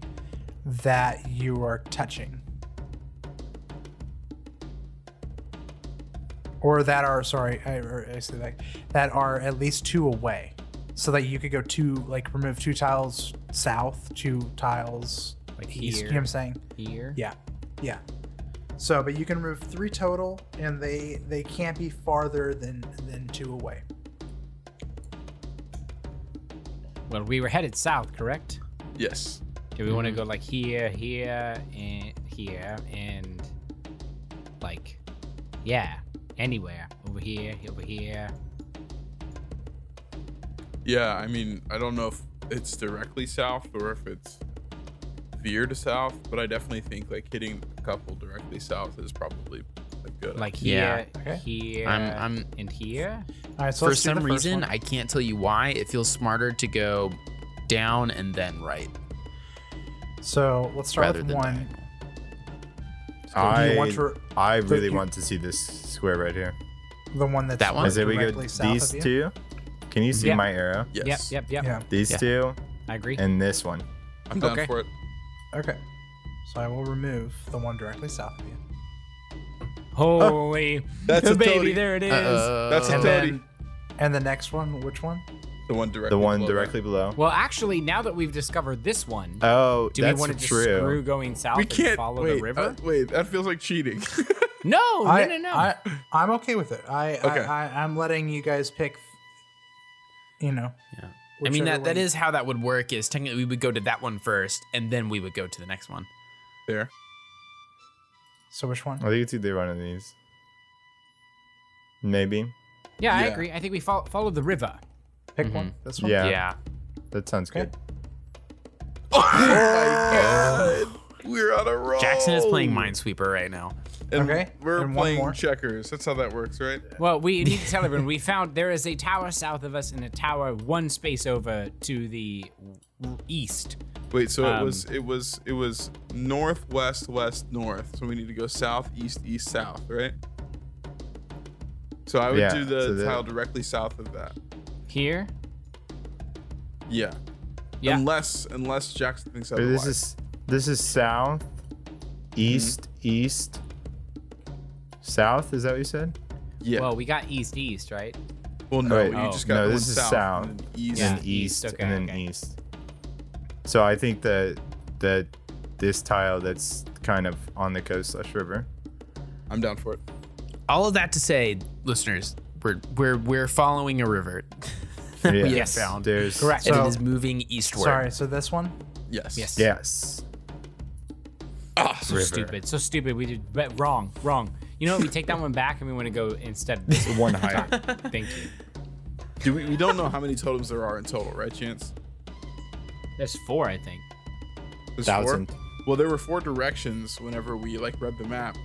Speaker 1: that you are touching. Or that are, sorry, I, or I say that, that are at least two away. So that you could go two, like remove two tiles south, two tiles
Speaker 2: Like
Speaker 1: east. You know
Speaker 2: here.
Speaker 1: what I'm saying?
Speaker 2: Here.
Speaker 1: Yeah, yeah. So, but you can remove three total, and they they can't be farther than than two away.
Speaker 2: Well, we were headed south, correct?
Speaker 4: Yes.
Speaker 2: Do we want to go like here, here, and here, and like, yeah, anywhere over here, over here?
Speaker 4: Yeah, I mean, I don't know if it's directly south or if it's veer to south, but I definitely think like hitting a couple directly south is probably a good.
Speaker 2: Like
Speaker 5: Yeah.
Speaker 2: here,
Speaker 1: Okay.
Speaker 2: here,
Speaker 6: I'm- I'm-
Speaker 2: and here.
Speaker 1: All right. So
Speaker 6: For
Speaker 1: let's do the
Speaker 6: some
Speaker 1: first
Speaker 6: reason,
Speaker 1: one.
Speaker 6: I can't tell you why. It feels smarter to go down and then right
Speaker 1: so let's start
Speaker 6: rather
Speaker 1: with
Speaker 6: than
Speaker 1: one.
Speaker 6: diagonal.
Speaker 1: Do
Speaker 3: I,
Speaker 1: you want to,
Speaker 3: I really
Speaker 1: you-
Speaker 3: want to see this square right here.
Speaker 1: the one that's
Speaker 6: That one?
Speaker 1: like,
Speaker 3: Is it we go
Speaker 1: directly south
Speaker 3: these
Speaker 1: of you?
Speaker 3: two? Can you see
Speaker 2: Yeah.
Speaker 3: my arrow?
Speaker 4: yes.
Speaker 2: Yep, yep, yep.
Speaker 1: Yeah.
Speaker 3: These
Speaker 6: Yeah.
Speaker 3: two
Speaker 2: I agree.
Speaker 3: and this one.
Speaker 4: I'm down
Speaker 2: Okay.
Speaker 4: for it.
Speaker 1: Okay. So I will remove the one directly south of you.
Speaker 2: Holy,
Speaker 4: That's a
Speaker 2: baby,
Speaker 4: toady.
Speaker 2: there it is.
Speaker 6: Uh-oh.
Speaker 4: That's a
Speaker 1: And
Speaker 4: toady.
Speaker 1: then, and the next one, which one?
Speaker 4: The one directly.
Speaker 3: The one
Speaker 4: below
Speaker 3: directly below.
Speaker 2: Well, actually, now that we've discovered this one,
Speaker 3: Oh,
Speaker 2: do we
Speaker 3: that's
Speaker 2: want to just screw
Speaker 3: true.
Speaker 2: going south
Speaker 4: that. We
Speaker 2: and
Speaker 4: can't
Speaker 2: follow
Speaker 4: wait,
Speaker 2: the river?
Speaker 4: uh, wait, that feels like cheating. [LAUGHS]
Speaker 2: Oh, no,
Speaker 1: I,
Speaker 2: no, no, no.
Speaker 1: I, I'm okay with it. I,
Speaker 4: Okay.
Speaker 1: I, I I'm letting you guys pick. You know.
Speaker 6: Yeah. I mean, that, that
Speaker 1: whichever one-
Speaker 6: is how that would work is technically we would go to that one first and then we would go to the next one.
Speaker 4: there.
Speaker 1: So which one?
Speaker 3: I think it's either one of these. Maybe.
Speaker 2: yeah, I
Speaker 4: yeah.
Speaker 2: agree. I think we follow, follow the river.
Speaker 1: Pick one.
Speaker 2: Mm-hmm.
Speaker 1: This one.
Speaker 4: Uh,
Speaker 3: Yeah.
Speaker 6: Yeah.
Speaker 3: That sounds
Speaker 1: Okay.
Speaker 3: good.
Speaker 4: Oh We're on a roll.
Speaker 6: Jackson is playing
Speaker 2: Oh.
Speaker 6: Minesweeper right now.
Speaker 4: And
Speaker 1: Okay,
Speaker 4: We're
Speaker 1: and one
Speaker 4: playing
Speaker 1: more.
Speaker 4: checkers. That's how that works, right?
Speaker 2: Well, we need to tell everyone we found there is a tower south of us and a tower one space over to the w- east.
Speaker 4: Wait, so
Speaker 2: Um,
Speaker 4: it was it was it was northwest west north. So we need to go south east east south, right? So I would
Speaker 3: Yeah,
Speaker 4: do the
Speaker 3: so that-
Speaker 4: tile directly south of that.
Speaker 2: Here?
Speaker 4: Yeah.
Speaker 2: Yeah.
Speaker 4: Unless unless Jackson thinks
Speaker 3: But
Speaker 4: otherwise.
Speaker 3: this is this is south, east, east, south. Is that what you said?
Speaker 4: yeah.
Speaker 2: Well,
Speaker 4: Well,
Speaker 2: we got east east, right?
Speaker 4: no,
Speaker 3: wait,
Speaker 4: you
Speaker 2: oh.
Speaker 4: just got
Speaker 3: no,
Speaker 4: the
Speaker 3: this
Speaker 4: one
Speaker 3: is
Speaker 4: south,
Speaker 3: south.
Speaker 4: and then east.
Speaker 2: Yeah.
Speaker 3: and then east,
Speaker 2: east,
Speaker 3: and
Speaker 2: okay,
Speaker 3: then
Speaker 2: okay.
Speaker 3: east. So I think that that this tile that's kind of on the coast slash
Speaker 2: [LAUGHS]
Speaker 3: river.
Speaker 4: I'm down for it.
Speaker 6: All of that to say, listeners, we're we're we're following
Speaker 2: [LAUGHS]
Speaker 6: a river.
Speaker 3: Yeah.
Speaker 6: Yes. found.
Speaker 3: There's
Speaker 2: Correct.
Speaker 6: and
Speaker 1: So-
Speaker 6: it is moving eastward.
Speaker 1: Sorry. So this one.
Speaker 4: Yes.
Speaker 2: Yes.
Speaker 3: Yes.
Speaker 2: So stupid. So stupid. We did but wrong. Wrong. You know what? We take that one back and we want to go instead. This
Speaker 3: [LAUGHS]
Speaker 2: one. [LAUGHS]
Speaker 3: One higher.
Speaker 2: Thank you.
Speaker 4: Do we, we don't know how many totems there are in total, right, Chance?
Speaker 2: There's four, I think.
Speaker 4: There's
Speaker 3: Thousand.
Speaker 4: Four? Well, there were four directions whenever we like read the map.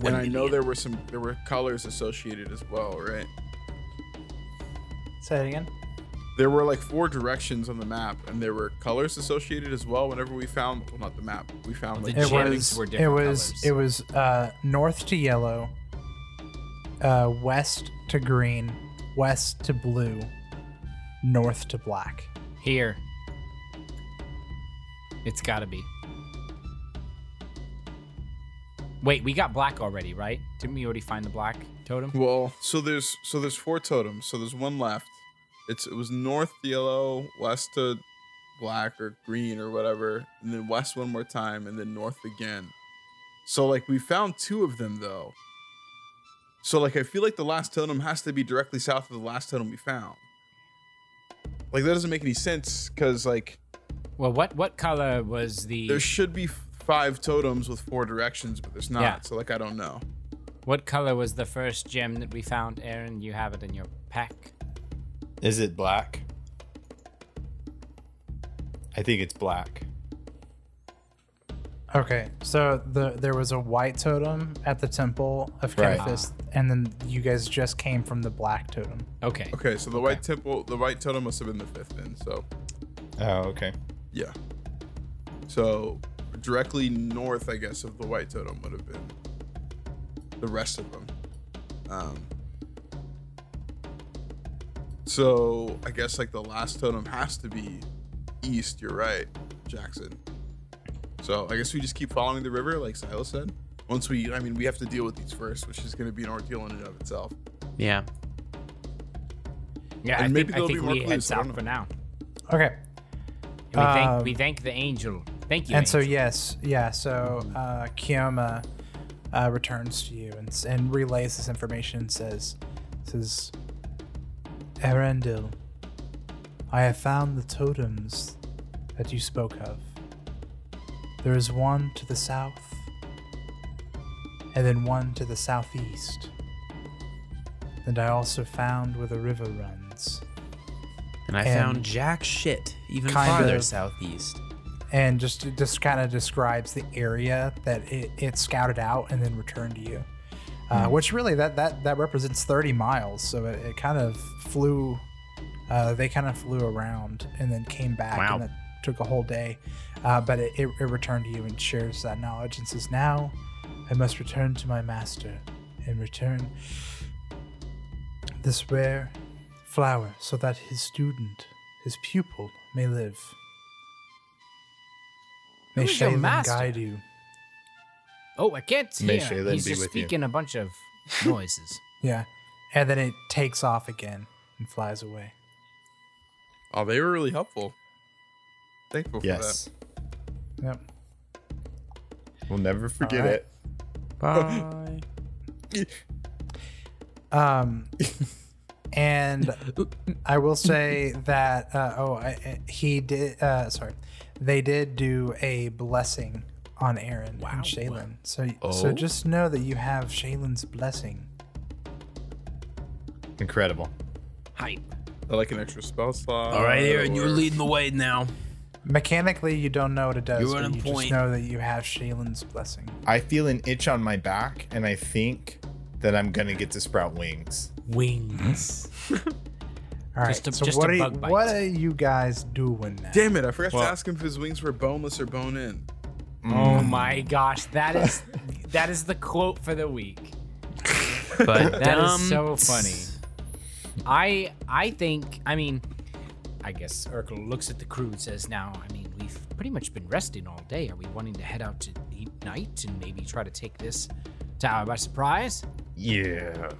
Speaker 6: One
Speaker 4: and I know
Speaker 6: million.
Speaker 4: there were some there were colors associated as well, right?
Speaker 1: Say it again.
Speaker 4: There were like four directions on the map, and there were colors associated as well. Whenever we found, well, not the map, we found like
Speaker 2: The
Speaker 1: It
Speaker 2: gems
Speaker 1: was.
Speaker 2: were
Speaker 1: It
Speaker 2: different
Speaker 1: was.
Speaker 2: colors.
Speaker 1: It was uh, north to yellow, uh, west to green, west to blue, north to black.
Speaker 2: Here. It's got to be. Wait, we got black already, right? Didn't we already find the black totem?
Speaker 4: well, so there's so there's four totems. So there's one left. It's it was north to yellow, west to black or green or whatever, and then west one more time, and then north again. So like we found two of them though. So like I feel like the last totem has to be directly south of the last totem we found. Like that doesn't make any sense because like
Speaker 2: Well, what what color was the
Speaker 4: there should be f- five totems with four directions, but there's not.
Speaker 2: Yeah.
Speaker 4: So like I don't know.
Speaker 2: what color was the first gem that we found, Aaron? You have it in your pack.
Speaker 3: Is it black? I think it's black.
Speaker 1: Okay, so the there was a white totem at the temple of
Speaker 3: Right.
Speaker 1: Kenfist, and then you guys just came from the black totem.
Speaker 2: Okay.
Speaker 4: Okay, so the white temple, the white totem must have been the fifth then. So
Speaker 3: Oh, okay.
Speaker 4: yeah. So directly north, I guess, of the white totem would have been the rest of them. Um, so I guess like the last totem has to be east. You're right, Jackson. So I guess we just keep following the river, like Silas said. Once we, I mean, we have to deal with these first, which is going to be an ordeal in and of itself.
Speaker 6: Yeah.
Speaker 2: Yeah,
Speaker 4: And
Speaker 2: I
Speaker 4: maybe
Speaker 2: think, I
Speaker 4: there'll
Speaker 2: think
Speaker 4: be more
Speaker 2: we head
Speaker 4: clues, I don't
Speaker 2: south
Speaker 4: know.
Speaker 2: for now.
Speaker 1: Okay.
Speaker 2: And we thank
Speaker 1: Um,
Speaker 2: we thank the angel. Thank you.
Speaker 1: And so
Speaker 2: angel.
Speaker 1: yes, yeah. So uh, Kioma uh, returns to you and s- and relays this information. And says says Erendil, I have found the totems that you spoke of. There is one to the south, and then one to the southeast. And I also found where the river runs.
Speaker 6: And I
Speaker 1: And-
Speaker 6: found jack shit even
Speaker 1: Kind
Speaker 6: farther
Speaker 1: of.
Speaker 6: southeast.
Speaker 1: and just just kind of describes the area that it, it scouted out and then returned to you uh, which really that that that represents 30 miles so it, it kind of flew uh, they kind of flew around and then came back
Speaker 6: Wow.
Speaker 1: and it took a whole day uh, but it, it, it returned to you and shares that knowledge and says now i must return to my master and return this rare flower so that his student his pupil may live may
Speaker 2: Who's your
Speaker 1: Shaylin
Speaker 2: master?
Speaker 1: guide you
Speaker 2: Oh, I can't hear.
Speaker 3: May Shaylin
Speaker 2: He's
Speaker 3: be
Speaker 2: just
Speaker 3: with you.
Speaker 2: speaking a bunch
Speaker 4: [LAUGHS]
Speaker 2: of noises.
Speaker 1: yeah and then it takes off again and flies away
Speaker 4: Oh, they were really helpful. Thankful for that.
Speaker 3: Yes.
Speaker 1: yep
Speaker 3: We'll never forget
Speaker 1: Alright.
Speaker 3: it.
Speaker 6: Bye.
Speaker 1: Um, and I will say that uh, oh, I, I- he did. Uh, sorry, they did do a blessing on Aaron and Shaylin. So so just know that you have Shaylin's blessing.
Speaker 3: Incredible.
Speaker 2: Hype.
Speaker 4: I like an extra spell slot.
Speaker 5: All right, Aaron, you're
Speaker 4: or-
Speaker 5: leading the way now.
Speaker 1: Mechanically, you don't know what it does,
Speaker 5: You're
Speaker 1: but
Speaker 5: on
Speaker 1: you just
Speaker 5: point.
Speaker 1: know that you have Shaylin's blessing.
Speaker 3: I feel an itch on my back, and I think that I'm gonna get to sprout wings.
Speaker 6: Wings.
Speaker 1: All right.
Speaker 2: Just a-
Speaker 1: so
Speaker 2: just
Speaker 1: what
Speaker 2: a
Speaker 1: are you,
Speaker 2: bug bite.
Speaker 1: what are you guys doing now?
Speaker 4: Damn it! I forgot
Speaker 3: Well-
Speaker 4: to ask him if his wings were boneless or bone in.
Speaker 2: Oh my gosh, that is that is the quote for the week.
Speaker 6: [LAUGHS] but um,
Speaker 2: That is
Speaker 6: dumb.
Speaker 2: so funny. I I think I mean I guess Urkel looks at the crew and says, "Now, I mean, we've pretty much been resting all day. Are we wanting to head out to eat night and maybe try to take this tower by surprise?"
Speaker 3: Yeah.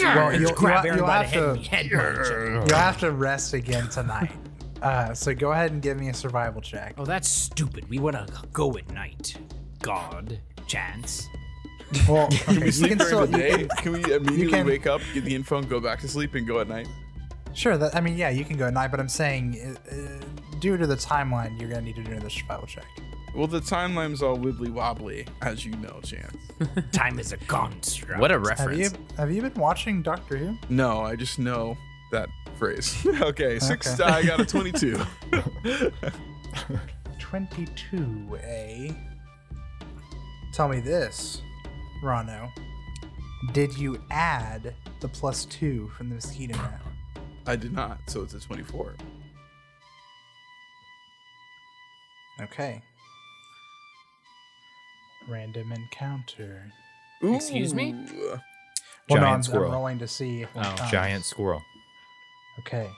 Speaker 1: Well, you'll,
Speaker 2: Grab
Speaker 1: you'll-
Speaker 2: Aaron
Speaker 1: you'll
Speaker 2: by the
Speaker 1: have
Speaker 2: head and
Speaker 1: to-
Speaker 2: head punch him.
Speaker 1: you'll have to rest again tonight. Uh, so go ahead and give me a survival check.
Speaker 2: Oh, that's stupid. We want to go at night. God, chance.
Speaker 1: Well,
Speaker 4: Can
Speaker 1: okay,
Speaker 4: we
Speaker 1: you
Speaker 4: sleep
Speaker 1: can
Speaker 4: during
Speaker 1: still
Speaker 4: the
Speaker 1: you
Speaker 4: day?
Speaker 1: can,
Speaker 4: Can, we immediately
Speaker 1: can-
Speaker 4: wake up, get the info, and go back to sleep and go at night?
Speaker 1: Sure. That, I mean, yeah, you can go at night, but I'm saying, uh, uh, due to the timeline, you're gonna need to do another survival check.
Speaker 4: Well, the timeline's all wibbly wobbly, as you know, Chance.
Speaker 2: Time is a construct.
Speaker 6: What a
Speaker 1: Have
Speaker 6: reference.
Speaker 1: you have you been watching Doctor Who?
Speaker 4: No, I just know that phrase. [LAUGHS] okay, six.
Speaker 1: Okay.
Speaker 4: I got a
Speaker 1: [LAUGHS]
Speaker 4: twenty-two.
Speaker 1: Twenty two A. Tell me this, Rano. Did you add the plus two from the mosquito net?
Speaker 4: I did not, so it's a twenty-four.
Speaker 1: Okay. Random encounter.
Speaker 2: Excuse me?
Speaker 4: Ooh.
Speaker 1: Well, no,
Speaker 3: Giant
Speaker 1: I'm, I'm
Speaker 3: squirrel.
Speaker 1: rolling to see. If uh,
Speaker 2: Oh.
Speaker 3: Giant squirrel.
Speaker 1: Okay.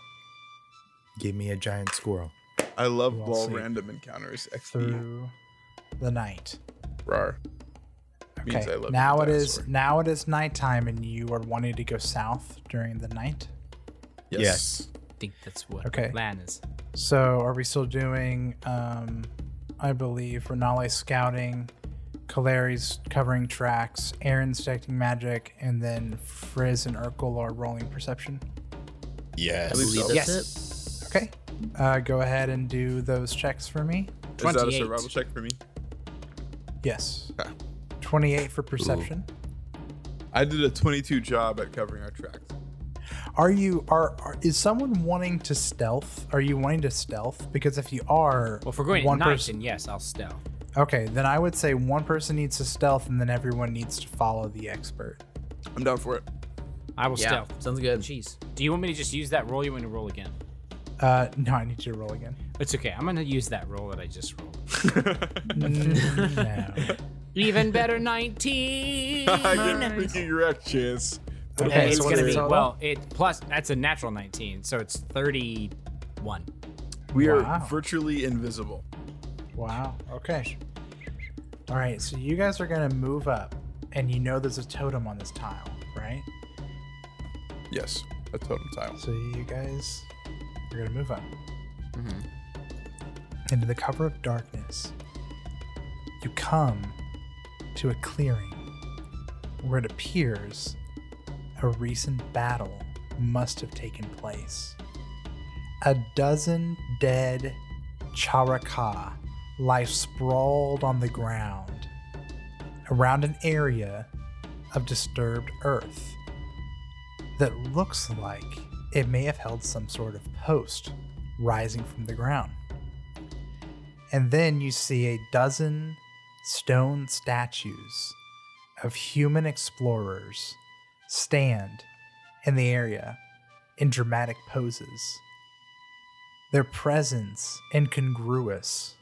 Speaker 3: Give me a giant squirrel.
Speaker 4: I love all
Speaker 1: see.
Speaker 4: random encounters. XP.
Speaker 1: Through the night.
Speaker 4: Rar. Means I
Speaker 1: Okay.
Speaker 4: love
Speaker 1: Now
Speaker 4: the
Speaker 1: it is
Speaker 4: dinosaur.
Speaker 1: now it is nighttime, and you are wanting to go south during the night.
Speaker 3: Yes.
Speaker 2: I think that's what
Speaker 1: Okay.
Speaker 2: plan is.
Speaker 1: So are we still doing? Um, I believe Renale scouting, Kalari's covering tracks, Aaron detecting magic, and then Frizz and Urkel are rolling perception.
Speaker 3: Yes.
Speaker 4: believe
Speaker 2: Yes.
Speaker 1: Okay. Uh, go ahead and do those checks for me.
Speaker 4: Is that a
Speaker 2: 28.
Speaker 4: survival check for me?
Speaker 1: Yes.
Speaker 4: Okay.
Speaker 1: Twenty-eight for perception.
Speaker 4: I did a 22 job at covering our tracks.
Speaker 1: Are you are, are is someone wanting to stealth? Are you wanting to stealth? Because if you are,
Speaker 2: Well, if we're going
Speaker 1: one
Speaker 2: at night,
Speaker 1: person.
Speaker 2: then yes, I'll stealth.
Speaker 1: Okay, then I would say one person needs to stealth, and then everyone needs to follow the expert.
Speaker 4: I'm down for it.
Speaker 2: I will
Speaker 6: Yeah,
Speaker 2: stealth.
Speaker 6: sounds good.
Speaker 2: Jeez. Do you want me to just use that roll? You want me to roll again?
Speaker 1: Uh, no, I need you to roll again.
Speaker 2: It's okay. I'm gonna use that roll that I just rolled.
Speaker 1: no.
Speaker 7: [LAUGHS] Even better, 19.
Speaker 4: [LAUGHS] I didn't think you were at chance.
Speaker 1: Okay,
Speaker 2: it's
Speaker 1: so
Speaker 2: gonna
Speaker 1: what's
Speaker 2: be
Speaker 1: the total?
Speaker 2: well. It plus that's a natural 19, so it's 31.
Speaker 4: We are
Speaker 1: Wow.
Speaker 4: virtually invisible.
Speaker 1: Wow. Okay. All right. So you guys are gonna move up, and you know there's a totem on this tile, right?
Speaker 4: Yes, a totem tile.
Speaker 1: So you guys are gonna move up into the cover of darkness. You come to a clearing where it appears a recent battle must have taken place. A dozen dead Charaka lie sprawled on the ground around an area of disturbed earth that looks like it may have held some sort of post rising from the ground. And then you see a dozen stone statues of human explorers stand in the area in dramatic poses. Their presence incongruous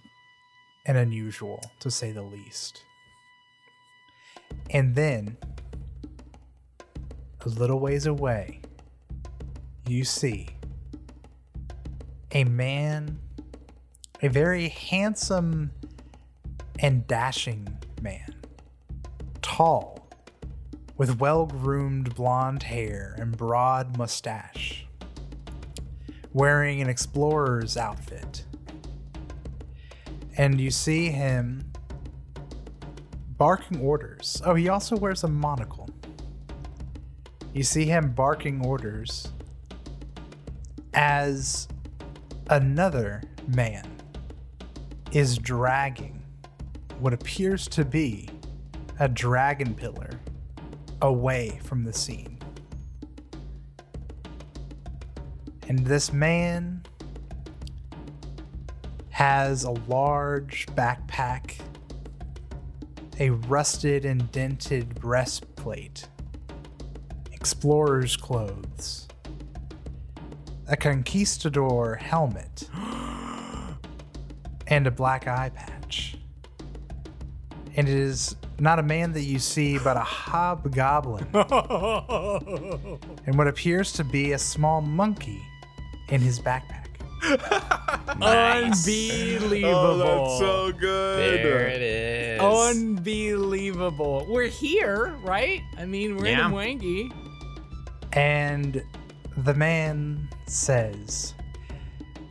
Speaker 1: and unusual, to say the least. And then a little ways away, you see a man, a very handsome and dashing man, tall, with well groomed blonde hair and broad mustache, wearing an explorer's outfit. And you see him barking orders. Oh, he also wears a monocle. You see him barking orders as another man is dragging what appears to be a dragon pillar away from the scene. And this man has a large backpack, a rusted and dented breastplate, explorer's clothes, a conquistador helmet, [GASPS] and a black eye patch. And it is not a man that you see, but a hobgoblin. and what appears to be a small monkey in his backpack.
Speaker 2: Unbelievable.
Speaker 4: Oh, so good.
Speaker 6: There it is.
Speaker 2: Unbelievable. We're here, right? I mean, we're
Speaker 6: Yeah.
Speaker 2: in Wangi.
Speaker 1: And the man says,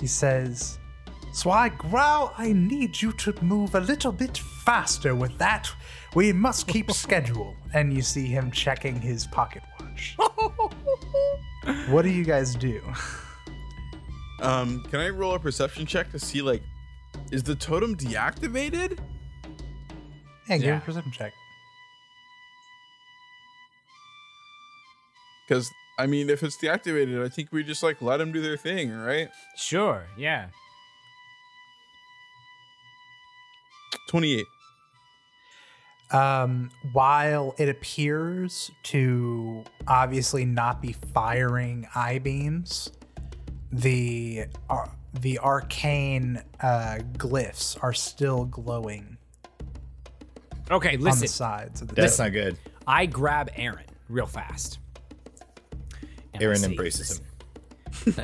Speaker 1: he says, Swag Grau, I need you to move a little bit faster with that. We must keep schedule. And you see him checking his pocket watch. [LAUGHS] what do you guys do?
Speaker 4: Um, can I roll a perception check to see like, is the totem deactivated?
Speaker 1: Yeah, give me
Speaker 2: Yeah.
Speaker 1: a perception check.
Speaker 4: Because I mean, if it's deactivated, I think we just like let them do their thing, right?
Speaker 2: Sure, yeah.
Speaker 4: Twenty-eight.
Speaker 1: Um, while it appears to obviously not be firing I beams, the ar- the arcane uh, glyphs are still glowing
Speaker 2: Okay,
Speaker 1: on
Speaker 2: listen.
Speaker 1: the sides of the
Speaker 3: That's
Speaker 1: dome.
Speaker 3: not good.
Speaker 2: I grab Aaron real fast. And I
Speaker 3: Aaron
Speaker 2: say,
Speaker 3: embraces him.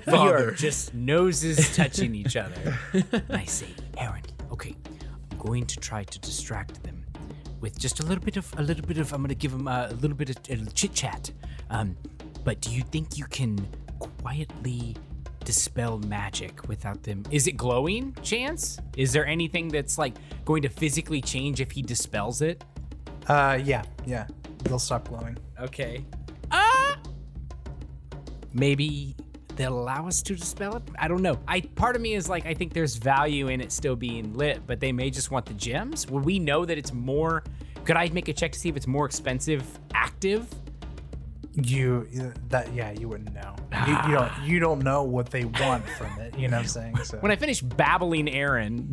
Speaker 2: [LAUGHS] We are just noses touching each other. And I say, Aaron, okay, I'm going to try to distract them with just a little bit of a little bit of. I'm going to give them a, little bit of chit chat. Um, but do you think you can quietly dispel magic without them? Is it glowing? Chance? Is there anything that's like going to physically change if he dispels it?
Speaker 1: Uh, yeah, yeah, they'll stop glowing.
Speaker 2: Okay. Ah. Maybe they'll allow us to dispel it. I don't know. I part of me is like I think there's value in it still being lit, but they may just want the gems. Would we know that it's more? Could I make a check to see if it's more expensive active?
Speaker 1: You that yeah, you wouldn't know. You, you don't you don't know what they want from it. You know what I'm saying? So
Speaker 2: When I finish babbling Aaron,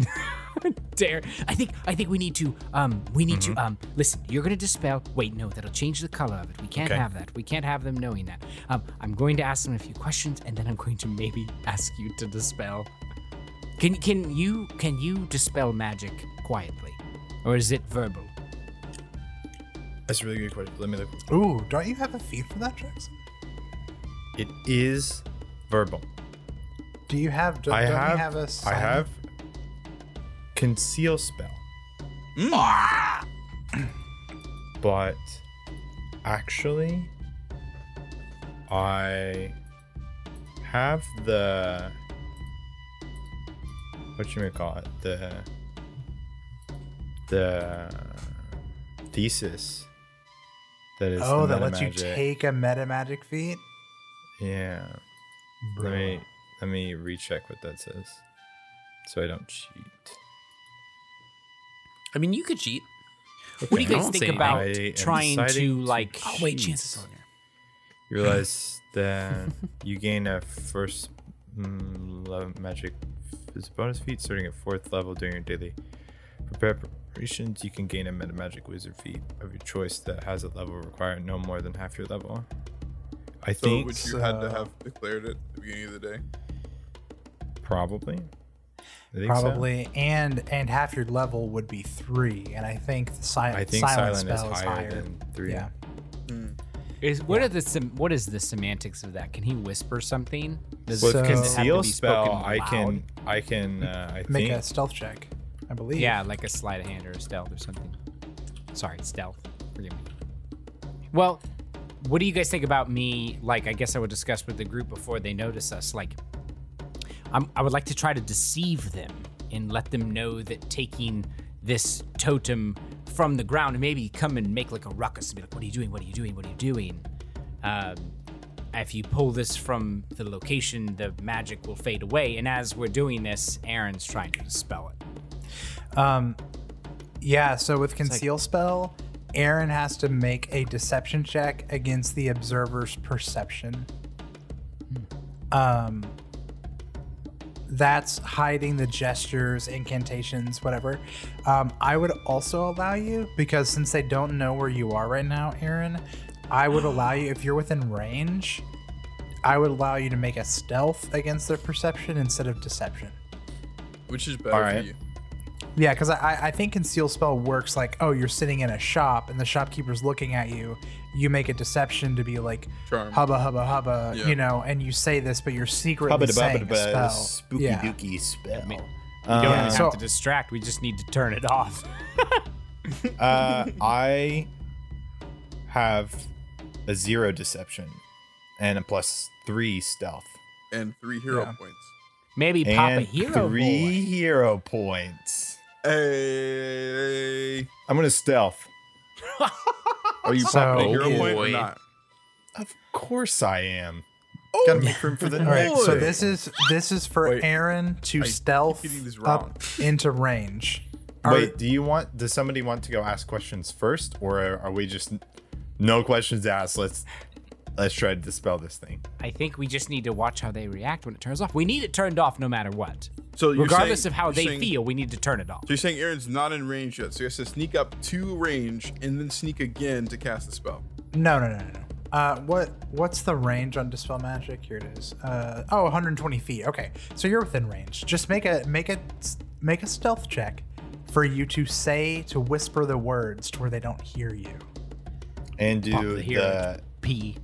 Speaker 2: [LAUGHS] dare I think I think we need to um we need
Speaker 3: Mm-hmm.
Speaker 2: to um listen. You're gonna dispel. Wait, no, that'll change the color of it. We can't
Speaker 3: Okay.
Speaker 2: have that. We can't have them knowing that. Um, I'm going to ask them a few questions, and then I'm going to maybe [LAUGHS] ask you to dispel. Can can you can you dispel magic quietly? or is it verbal?
Speaker 3: That's a really good question. Let me look.
Speaker 1: Ooh, don't you have a feed for that, Jackson?
Speaker 3: It is verbal.
Speaker 1: Do you have? Do,
Speaker 3: I
Speaker 1: don't
Speaker 3: have,
Speaker 1: you have a
Speaker 3: I
Speaker 1: silent-
Speaker 3: have conceal spell. [CLEARS THROAT] But actually, I have the what you may call it the the thesis that is
Speaker 1: Oh,
Speaker 3: the
Speaker 1: that lets you
Speaker 3: metamagic.
Speaker 1: take a meta magic feat.
Speaker 3: yeah let me let me recheck what that says so i don't cheat
Speaker 6: I mean, you could cheat.
Speaker 2: What do you
Speaker 6: Okay. I
Speaker 2: guys
Speaker 6: won't
Speaker 2: think
Speaker 6: say
Speaker 2: about
Speaker 3: anything. I am
Speaker 2: trying to
Speaker 3: deciding to
Speaker 2: like?
Speaker 6: Oh wait, chances on there.
Speaker 3: You realize that you gain a first mm, level magic is bonus feat starting at fourth level during your daily preparations. You can gain a meta magic wizard feat of your choice that has a level required no more than half your level. I
Speaker 4: So
Speaker 3: think
Speaker 4: would you
Speaker 3: so,
Speaker 4: had to have declared it at the beginning of the day?
Speaker 3: probably. I think so.
Speaker 1: Probably, and and half your level would be three, and I think the silent,
Speaker 3: I think silent,
Speaker 1: spell
Speaker 3: is higher, than three.
Speaker 1: Yeah,
Speaker 2: Is what are the sem- what is the semantics of that? Can he whisper something? Does
Speaker 1: Well,
Speaker 2: it-
Speaker 1: So- does it have
Speaker 3: With
Speaker 1: to
Speaker 3: conceal
Speaker 2: be
Speaker 3: spell,
Speaker 2: spoken
Speaker 3: I can
Speaker 2: loud?
Speaker 3: I can uh, I
Speaker 1: make
Speaker 3: think
Speaker 1: a stealth check, I believe.
Speaker 2: yeah, like a sleight of hand or a stealth or something. Sorry, stealth. Forgive me. Well, what do you guys think about me? Like, I guess I would discuss with the group before they notice us. Like, I'm, I would like to try to deceive them and let them know that taking this totem from the ground and maybe come and make like a ruckus and be like, "What are you doing? What are you doing? What are you doing?" Um, if you pull this from the location, the magic will fade away. And as we're doing this, Aaron's trying to dispel it.
Speaker 1: Um, yeah. So with conceal spell, Aaron has to make a deception check against the observer's perception. Um, that's hiding the gestures, incantations, whatever. Um, I would also allow you because since they don't know where you are right now, Aaron, I would allow you if you're within range. I would allow you to make a stealth against their perception instead of deception.
Speaker 4: Which is better
Speaker 3: Alright.
Speaker 4: for you?
Speaker 1: Yeah, because I, I- I think conceal spell works like, oh, you're sitting in a shop and the shopkeeper's looking at you. You make a deception to be like,
Speaker 4: Charm.
Speaker 1: hubba, hubba, hubba,
Speaker 4: Yeah.
Speaker 1: you know, and you say this, but you're secretly
Speaker 3: Hubba da bubba
Speaker 1: saying
Speaker 3: da
Speaker 1: a
Speaker 3: bubba,
Speaker 1: spell.
Speaker 3: spooky
Speaker 1: yeah.
Speaker 3: dooky spell.
Speaker 2: We don't
Speaker 3: Um,
Speaker 2: even
Speaker 1: So-
Speaker 2: have to distract. We just need to turn it off.
Speaker 3: Uh, I have a zero deception and a plus three stealth.
Speaker 4: And three hero
Speaker 1: Yeah.
Speaker 4: points.
Speaker 2: Maybe pop a
Speaker 3: and
Speaker 2: hero
Speaker 3: three
Speaker 2: boy.
Speaker 3: hero points.
Speaker 4: Hey,
Speaker 3: I'm gonna stealth.
Speaker 4: are you
Speaker 1: So-
Speaker 4: popping a hero
Speaker 6: Oh,
Speaker 4: point or
Speaker 6: boy.
Speaker 4: not?
Speaker 3: Of course I am. Gotta make room for the
Speaker 1: Oh, [LAUGHS] All right, so
Speaker 3: boy.
Speaker 1: this is this is for
Speaker 4: Wait,
Speaker 1: Aaron to
Speaker 4: I
Speaker 1: stealth
Speaker 4: keep getting this wrong.
Speaker 1: up into range.
Speaker 3: Wait, do you want? Does somebody want to go ask questions first, or are we just no questions asked? Let's let's try to dispel this thing.
Speaker 2: I think we just need to watch how they react when it turns off. We need it turned off no matter what.
Speaker 4: So you're
Speaker 2: Regardless
Speaker 4: saying-
Speaker 2: of how
Speaker 4: you're
Speaker 2: they
Speaker 4: saying-
Speaker 2: feel, we need to turn it off.
Speaker 4: So you're saying Aaron's not in range yet, so he has to sneak up to range and then sneak again to cast the spell.
Speaker 1: No, no, no, no. no. Uh, what what's the range on dispel magic? Here it is. Uh, oh, 120 feet. Okay, so you're within range. Just make a make a make a stealth check for you to say to whisper the words to where they don't hear you,
Speaker 3: And do
Speaker 2: Pop
Speaker 3: the,
Speaker 2: the hero P.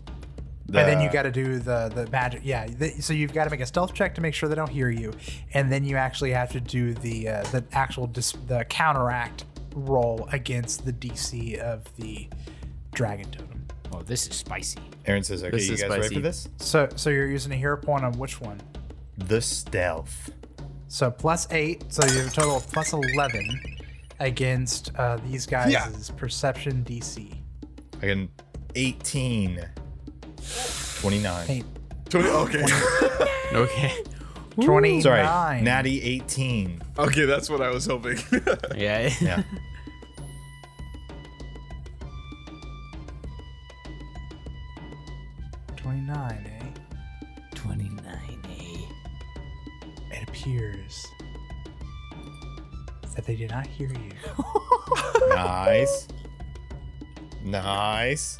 Speaker 3: the-
Speaker 1: and then you got to do the the magic. Yeah, the, so you've got to make a stealth check to make sure they don't hear you, and then you actually have to do the uh, the actual dis- the counteract roll against the DC of the dragon totem.
Speaker 2: Oh, this is spicy.
Speaker 3: Aaron says, "Okay,
Speaker 6: This
Speaker 3: you
Speaker 6: is
Speaker 3: guys ready
Speaker 6: spicy.
Speaker 3: for this?"
Speaker 1: So so you're using a hero point on which one?
Speaker 3: The stealth.
Speaker 1: So plus eight, so you have a total of plus eleven against uh, these guys' perception DC.
Speaker 3: I can 18. 29.
Speaker 1: Eight,
Speaker 4: So- okay.
Speaker 6: Okay. [LAUGHS]
Speaker 1: Twenty-nine.
Speaker 3: Sorry, natty 18.
Speaker 4: okay, that's what I was hoping. [LAUGHS]
Speaker 6: Yeah.
Speaker 3: Yeah.
Speaker 1: Twenty-nine, eh?
Speaker 6: 29A.
Speaker 1: It appears that they did not hear you.
Speaker 3: nice. Nice.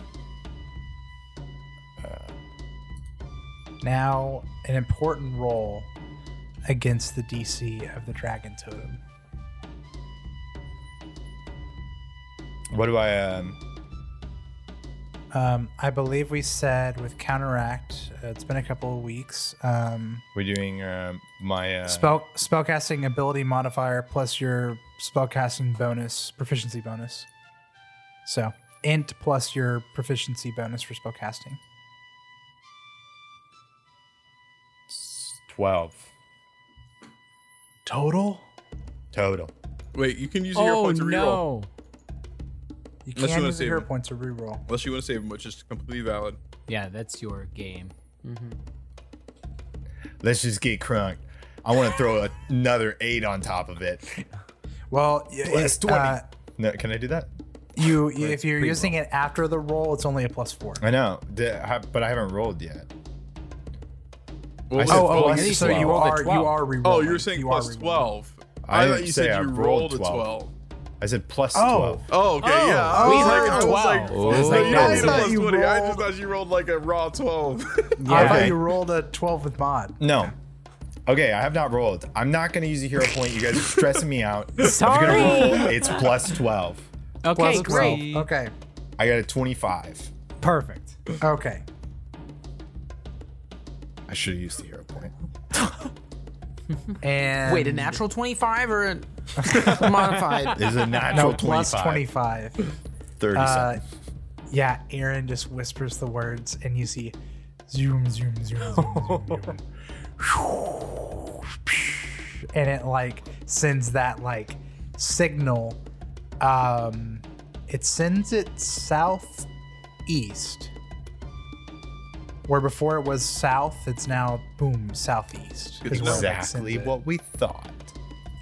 Speaker 1: Now an important roll against the DC of the dragon totem.
Speaker 3: What do I? Um,
Speaker 1: Um, I believe we said with counteract. Uh, it's been a couple of weeks. Um,
Speaker 3: we're doing um my uh,
Speaker 1: spell spellcasting ability modifier plus your spellcasting bonus proficiency bonus. So int plus your proficiency bonus for spellcasting.
Speaker 3: twelve
Speaker 1: Total.
Speaker 3: total.
Speaker 4: Wait, you can use your
Speaker 2: Oh
Speaker 4: points to reroll.
Speaker 2: no!
Speaker 1: You
Speaker 4: Unless you
Speaker 1: can
Speaker 4: wanna
Speaker 1: use
Speaker 4: save
Speaker 1: hero
Speaker 4: it.
Speaker 1: points to reroll.
Speaker 4: Unless you want to save them, which is completely valid.
Speaker 2: Yeah, that's your game.
Speaker 3: Let's just get crunk. I want to throw another eight on top of it.
Speaker 1: Well, y-
Speaker 3: Plus
Speaker 1: it,
Speaker 3: 20.
Speaker 1: uh,
Speaker 3: No, can I do that?
Speaker 1: you you- if you're using it after the roll, it's only a plus four.
Speaker 3: I know, the- I- but I haven't rolled yet. I said
Speaker 1: Oh, oh, I
Speaker 3: plus
Speaker 1: see. so
Speaker 3: 12.
Speaker 1: you are you
Speaker 2: 12.
Speaker 1: are rerolling.
Speaker 4: Oh, you were saying
Speaker 1: are
Speaker 4: plus
Speaker 1: rerolling.
Speaker 4: 12.
Speaker 3: I
Speaker 4: I,
Speaker 3: didn't
Speaker 4: thought you
Speaker 3: say
Speaker 4: said
Speaker 3: I
Speaker 4: you
Speaker 3: rolled
Speaker 4: rolled a
Speaker 3: 12.
Speaker 4: 12.
Speaker 3: I said plus
Speaker 1: Oh.
Speaker 3: twelve.
Speaker 4: Oh, okay, yeah. I
Speaker 1: we
Speaker 4: was
Speaker 1: heard
Speaker 4: like, I was like,
Speaker 3: 12.
Speaker 4: I thought you
Speaker 3: No, I
Speaker 4: made a
Speaker 1: thought
Speaker 4: plus
Speaker 1: you
Speaker 4: 20. I just
Speaker 1: rolled-
Speaker 4: thought you rolled like a raw 12.
Speaker 1: I thought
Speaker 3: Okay.
Speaker 1: you rolled a twelve with mod.
Speaker 3: No. Okay, I have not rolled. I'm not gonna use a hero point. You guys are stressing me out. If
Speaker 2: Sorry.
Speaker 3: you're gonna roll, it's plus twelve.
Speaker 2: Okay,
Speaker 1: Plus
Speaker 2: great.
Speaker 1: 12. Okay.
Speaker 3: I got a twenty-five.
Speaker 2: Perfect.
Speaker 1: Okay.
Speaker 3: I should have used the hero point.
Speaker 1: And
Speaker 5: Wait, a natural 25 or
Speaker 6: [LAUGHS]
Speaker 5: a modified?
Speaker 3: It's a natural
Speaker 1: no, plus
Speaker 3: 25.
Speaker 1: 25.
Speaker 3: 30
Speaker 1: Uh, yeah, Aaron just whispers the words, and you see zoom, zoom, zoom, zoom, zoom, zoom. And it like sends that like signal. Um, it sends it southeast, where before it was south. It's now boom southeast. is where it, like, sends
Speaker 3: Exactly
Speaker 1: it.
Speaker 3: what we thought.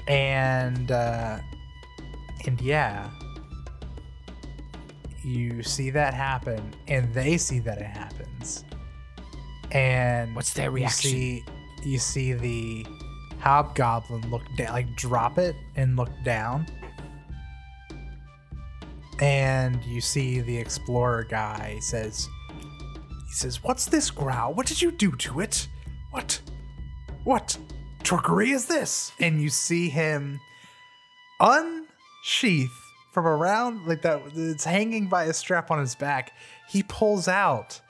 Speaker 1: and uh, and yeah you see that happen and they see that it happens and
Speaker 8: What's their
Speaker 1: you see you see the hobgoblin look down like drop it and look down and you see the explorer guy says he says what's this growl what did you do to it what what trickery is this? And you see him unsheath from around like that it's hanging by a strap on his back. He pulls out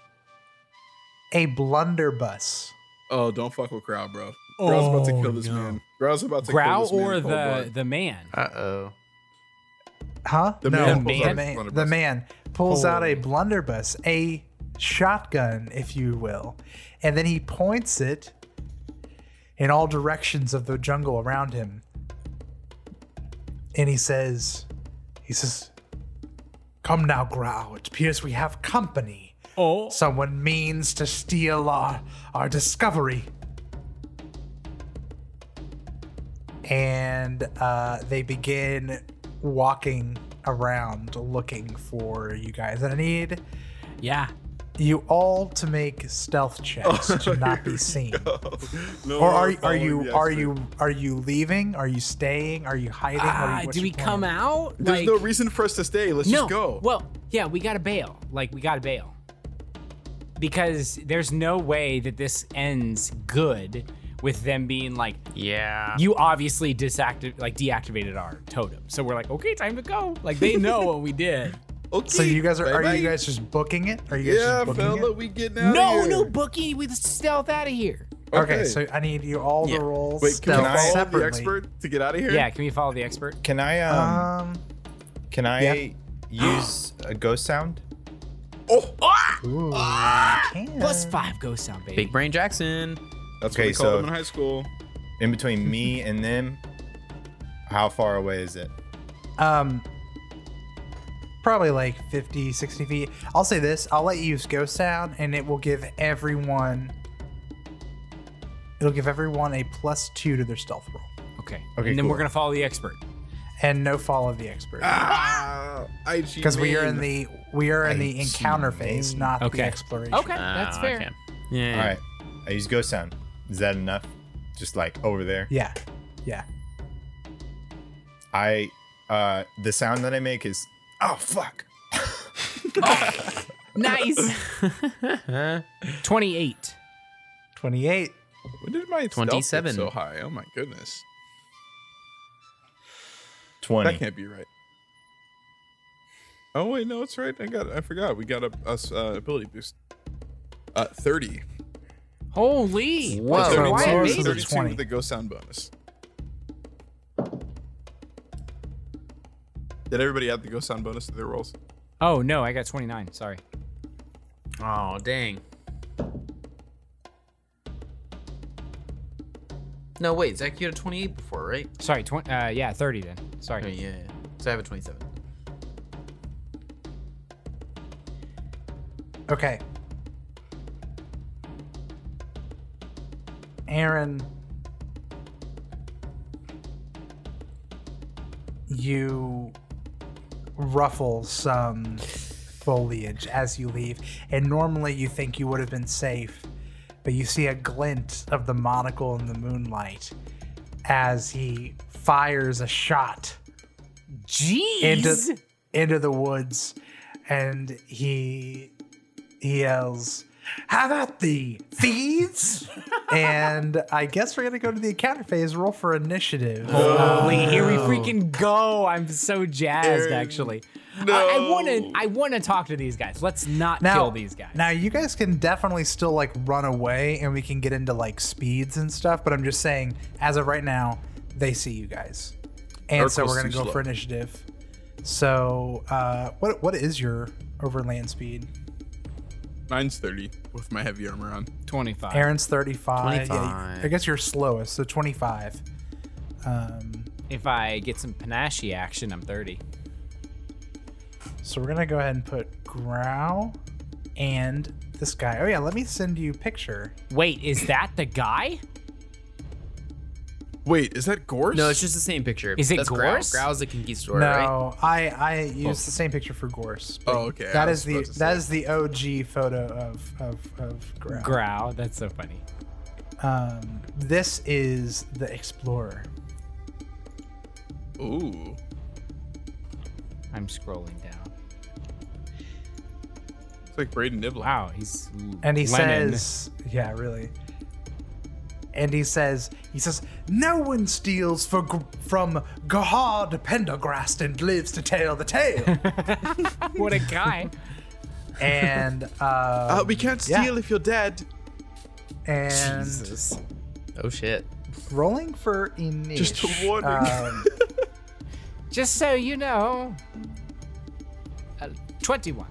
Speaker 1: a blunderbuss.
Speaker 4: [LAUGHS] oh, don't fuck with Growl, bro. Growl's about to kill this man. Growl's about to
Speaker 2: Growl
Speaker 4: kill this man.
Speaker 2: or
Speaker 4: in cold
Speaker 2: the
Speaker 4: blood.
Speaker 2: the man?
Speaker 6: Uh oh.
Speaker 1: Huh?
Speaker 4: The
Speaker 1: no,
Speaker 4: man
Speaker 1: the
Speaker 4: pulls out a
Speaker 1: man, the
Speaker 4: blunderbuss.
Speaker 1: man pulls out a blunderbuss, a shotgun, if you will, and then he points it in all directions of the jungle around him. And he says, he says, "Come now, Growl. It appears we have company.
Speaker 2: Oh,
Speaker 1: Someone means to steal our our discovery." and uh, they begin walking around looking for you guys. And I need
Speaker 8: Yeah.
Speaker 1: you all to make stealth checks
Speaker 4: [LAUGHS]
Speaker 1: to not be seen.
Speaker 4: Oh, No,
Speaker 1: Or are
Speaker 4: I'm
Speaker 1: are
Speaker 4: following
Speaker 1: you
Speaker 4: the
Speaker 1: are
Speaker 4: expert.
Speaker 1: you are you leaving? Are you staying? Are you hiding? Are
Speaker 8: Ah,
Speaker 1: you, what's
Speaker 8: do we
Speaker 1: your
Speaker 8: come
Speaker 1: plan?
Speaker 8: out?
Speaker 4: There's
Speaker 8: like,
Speaker 4: no reason for us to stay. Let's
Speaker 8: no.
Speaker 4: just go.
Speaker 8: Well, yeah, we gotta bail. Like, we gotta bail.
Speaker 2: because there's no way that this ends good with them being like,
Speaker 4: Ah.
Speaker 6: Yeah.
Speaker 2: you obviously disactiv- like deactivated our totem. So we're like, okay, time to go. Like they know what we
Speaker 4: [LAUGHS]
Speaker 2: did.
Speaker 4: Okay.
Speaker 1: So you guys are are you
Speaker 4: bye-bye.
Speaker 1: guys just booking it? Are you guys just
Speaker 4: Yeah,
Speaker 1: booking
Speaker 4: fella,
Speaker 1: it?
Speaker 4: we getting out
Speaker 2: no,
Speaker 4: of here.
Speaker 2: no, Bookie, we stealth out of here.
Speaker 1: Okay. so I need you all to roll
Speaker 4: Wait, can
Speaker 1: stealth
Speaker 4: we follow
Speaker 1: separately.
Speaker 4: the expert to get out of here?
Speaker 2: Yeah, can we follow the expert?
Speaker 3: Can I um
Speaker 1: Um,
Speaker 3: can I use a ghost sound?
Speaker 4: Oh,
Speaker 1: ooh,
Speaker 4: Ah!
Speaker 1: can.
Speaker 2: Plus five ghost sound, baby.
Speaker 6: Big Brain Jackson.
Speaker 4: that's
Speaker 3: Okay,
Speaker 4: what we called
Speaker 3: so-
Speaker 4: them in high school.
Speaker 3: In between me and them, how far away is it?
Speaker 1: um probably like 50 60 feet i'll say this i'll let you use ghost sound and it will give everyone it'll give everyone a plus two to their stealth roll
Speaker 2: Okay.
Speaker 3: Okay,
Speaker 2: And then
Speaker 3: cool.
Speaker 2: we're gonna follow the expert.
Speaker 1: and no follow the expert
Speaker 4: Ah,
Speaker 1: because we are in the we are in the
Speaker 3: I see
Speaker 1: encounter
Speaker 3: man.
Speaker 1: phase not
Speaker 2: Okay.
Speaker 1: the exploration
Speaker 2: Okay,
Speaker 6: Ah,
Speaker 2: that's fair.
Speaker 6: Yeah.
Speaker 3: All right. I use ghost sound. Is that enough? Just like over there.
Speaker 1: yeah yeah
Speaker 3: I uh the sound that I make is oh fuck.
Speaker 2: Nice. Twenty-eight.
Speaker 1: 28
Speaker 4: When did my stealth get
Speaker 6: 27.
Speaker 4: so high? Oh my goodness,
Speaker 3: 20.
Speaker 4: that can't be right. Oh wait, no, it's right. I got. I forgot. We got a, a s- uh, ability boost. Uh, thirty.
Speaker 9: Holy!
Speaker 4: Plus
Speaker 1: So
Speaker 4: 32
Speaker 1: why
Speaker 4: plus
Speaker 1: did-
Speaker 4: 32
Speaker 1: 20.
Speaker 4: with the ghost sound bonus. Did everybody add the ghost sound bonus to their rolls?
Speaker 2: Oh no, I got 29. Sorry.
Speaker 6: Oh dang. No wait, Zach, you had a 28 before, right?
Speaker 2: Sorry, 20 uh yeah, 30 then. Sorry.
Speaker 6: Oh, yeah. yeah. So I have a 27.
Speaker 1: Okay. Aaron, you ruffle some foliage as you leave, and normally you think you would have been safe, but you see a glint of the monocle in the moonlight as he fires a shot
Speaker 2: Jeez.
Speaker 1: into into the woods, and he he yells, "How about the thieves?" and I guess we're gonna go to the encounter phase. Roll for initiative.
Speaker 2: Holy, here we freaking go. I'm so jazzed actually. I- I want to I want to talk to these guys. Let's not kill these guys.
Speaker 1: Now you guys can definitely still like run away, and we can get into like speeds and stuff. But I'm just saying, as of right now, they see you guys, and so
Speaker 4: Urkel's
Speaker 1: we're gonna
Speaker 4: too
Speaker 1: go
Speaker 4: slow.
Speaker 1: for initiative. So, uh, what what is your overland speed?
Speaker 4: Mine's thirty with my heavy armor on.
Speaker 2: 25.
Speaker 1: Aaron's 35. Yeah,
Speaker 6: 25.
Speaker 1: I guess you're slowest, so 25. Um,
Speaker 2: If I get some panache action, I'm 30.
Speaker 1: so we're going to go ahead and put Growl and this guy. Oh, yeah, let me send you picture.
Speaker 2: Wait, is that the guy?
Speaker 4: Wait, is that Gorse?
Speaker 6: No, it's just the same picture.
Speaker 2: Is it
Speaker 6: That's Growl.
Speaker 2: Gorse?
Speaker 6: Growl's the conquistador, right?
Speaker 1: no, I, I used the same picture for Gorse. but
Speaker 4: Oh, okay,
Speaker 1: That
Speaker 4: I
Speaker 1: is the
Speaker 4: was
Speaker 1: that is the OG photo of of, of Growl.
Speaker 2: Growl. That's so funny.
Speaker 1: um, this is the Explorer.
Speaker 4: Ooh.
Speaker 2: I'm scrolling down.
Speaker 4: It's like Braden Nibble.
Speaker 2: Wow, he's
Speaker 1: And he
Speaker 2: Lenin.
Speaker 1: says, "Yeah, really." And he says, "He says no one steals for gr- from Gahard Pendergrast and lives to tell the tale."
Speaker 2: [LAUGHS] what a guy.
Speaker 1: and uh,
Speaker 4: we can't
Speaker 1: yeah.
Speaker 4: steal if you're dead.
Speaker 1: and
Speaker 6: Oh shit.
Speaker 1: rolling for Inish.
Speaker 4: Just a warning.
Speaker 1: Um,
Speaker 2: Just so you know, uh, 21.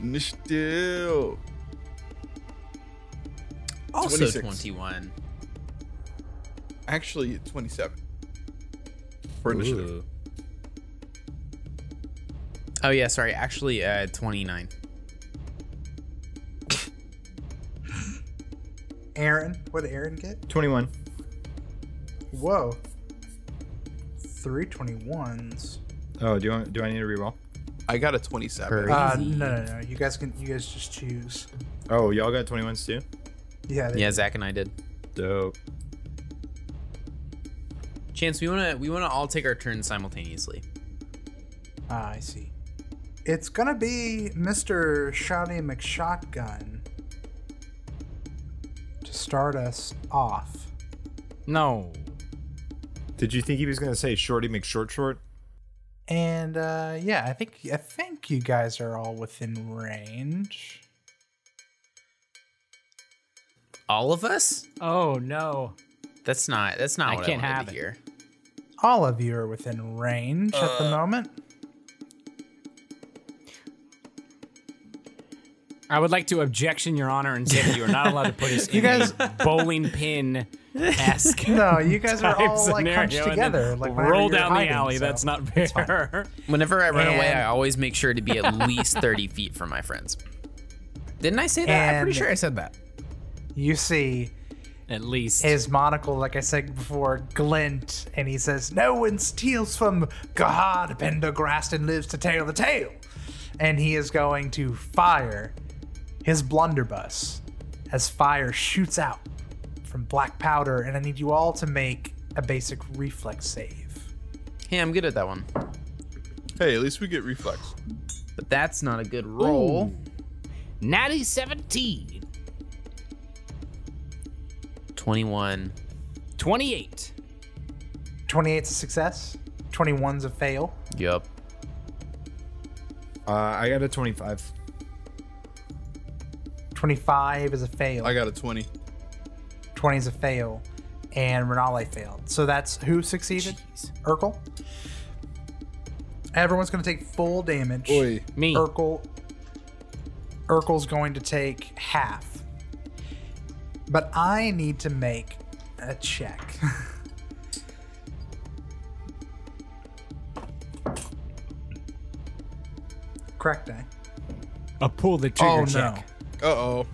Speaker 4: Initiative.
Speaker 6: Also
Speaker 4: 26.
Speaker 6: 21.
Speaker 4: Actually, 27. For initiative.
Speaker 6: Ooh. Oh yeah, sorry. Actually, uh, 29.
Speaker 1: Aaron, what did Aaron get?
Speaker 3: 21.
Speaker 1: Whoa, three twenty ones.
Speaker 3: Oh, do you want, do I need to reroll?
Speaker 4: I got a 27.
Speaker 1: Uh, no, no, no. You guys can. You guys just choose.
Speaker 3: Oh, y'all got 21s too?
Speaker 1: Yeah. they-
Speaker 6: yeah, Zach and I did.
Speaker 3: Dope.
Speaker 6: Chance, we wanna we wanna all take our turns simultaneously.
Speaker 1: Ah, I see. It's gonna be Mr. Shotty McShotgun to start us off.
Speaker 2: No.
Speaker 3: Did you think he was going to say Shorty McShort Short?
Speaker 1: And uh, yeah, I think I think you guys are all within range.
Speaker 6: All of us?
Speaker 2: Oh, no.
Speaker 6: That's not that's not
Speaker 2: I
Speaker 6: what
Speaker 2: can't
Speaker 6: I wanted
Speaker 2: have
Speaker 6: to
Speaker 2: it.
Speaker 6: hear.
Speaker 1: All of you are within range at
Speaker 2: Uh,
Speaker 1: the moment.
Speaker 2: I would like to objection, Your Honor, and say that you are not allowed to put
Speaker 1: [LAUGHS]
Speaker 2: us you in
Speaker 1: guys-
Speaker 2: a bowling pin
Speaker 1: [LAUGHS]
Speaker 2: esque.
Speaker 1: No, you guys are all like hunched together. Like whenever
Speaker 2: roll
Speaker 1: you're
Speaker 2: down
Speaker 1: hiding,
Speaker 2: the alley.
Speaker 1: so-
Speaker 2: That's not fair. [LAUGHS]
Speaker 6: Whenever I run away,
Speaker 1: And-
Speaker 6: I always make sure to be at least 30 feet from my friends. Didn't I say that? I'm
Speaker 1: And-
Speaker 6: pretty sure I said that.
Speaker 1: You see
Speaker 2: At least.
Speaker 1: his monocle, like I said before, glint, and he says, "No one steals from God Pendergrast and lives to tell the tale." And he is going to fire his blunderbuss as fire shoots out from black powder, and I need you all to make a basic reflex save.
Speaker 6: Hey, I'm good at that one.
Speaker 4: Hey, at least we get reflex.
Speaker 6: But that's not a good roll.
Speaker 2: Natty 17.
Speaker 6: 21.
Speaker 2: 28.
Speaker 1: Twenty-eight's a success. 21's a fail.
Speaker 6: Yep.
Speaker 3: Uh, I got a 25.
Speaker 1: 25 is a fail.
Speaker 4: I got a 20.
Speaker 1: 20 is a fail. And Renale failed. So that's who succeeded? Urkel? Everyone's going to take full damage.
Speaker 4: Oi.
Speaker 6: Me.
Speaker 1: Urkel. Urkel's going to take half. But I need to make a check. [LAUGHS] Correct day.
Speaker 2: A pull the trigger
Speaker 1: Oh
Speaker 2: check.
Speaker 1: no.
Speaker 4: Uh oh.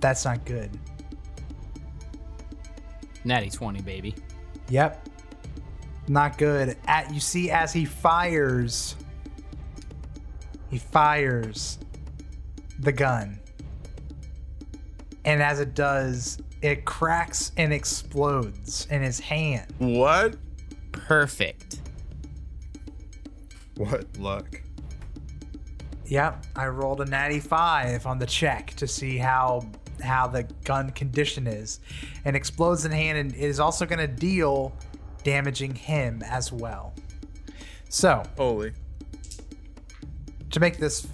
Speaker 1: That's not good.
Speaker 8: Natty 20, baby.
Speaker 1: Yep. Not good. At you see as he fires he fires the gun. And as it does, it cracks and explodes in his hand.
Speaker 4: What?
Speaker 6: Perfect.
Speaker 3: [LAUGHS] What luck.
Speaker 1: Yep, I rolled a natty 5 on the check to see how how the gun condition is. And explodes in hand and it is also going to deal damaging him as well. So,
Speaker 4: Holy.
Speaker 1: to make this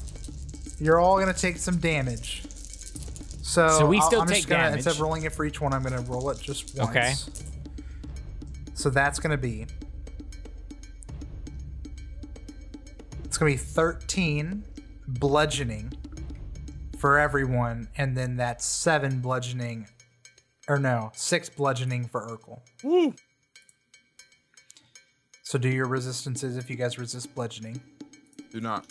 Speaker 1: you're all gonna take some damage so,
Speaker 2: So we
Speaker 1: I'll-
Speaker 2: still
Speaker 1: I'm
Speaker 2: take
Speaker 1: just gonna,
Speaker 2: damage.
Speaker 1: instead of rolling it for each one i'm gonna roll it just once
Speaker 2: Okay.
Speaker 1: so that's gonna be it's gonna be 13 bludgeoning for everyone and then that's seven bludgeoning or no six bludgeoning for urkel Woo. so do your resistances if you guys resist bludgeoning
Speaker 4: Do not.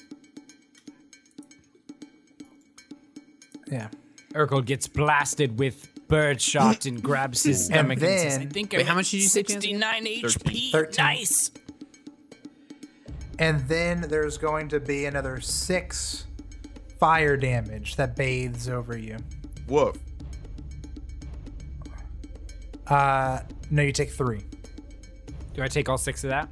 Speaker 1: yeah
Speaker 2: Urkel gets blasted with birdshot and grabs his
Speaker 1: [LAUGHS] And
Speaker 2: stomach and says, I
Speaker 1: then-
Speaker 2: think
Speaker 6: Wait, how much did you say? Chancellor?
Speaker 8: 69 HP.
Speaker 1: 13.
Speaker 8: Nice.
Speaker 1: And then there's going to be another six fire damage that bathes over you.
Speaker 4: Woof.
Speaker 1: Uh, no, you take three.
Speaker 2: Do I take all six of that?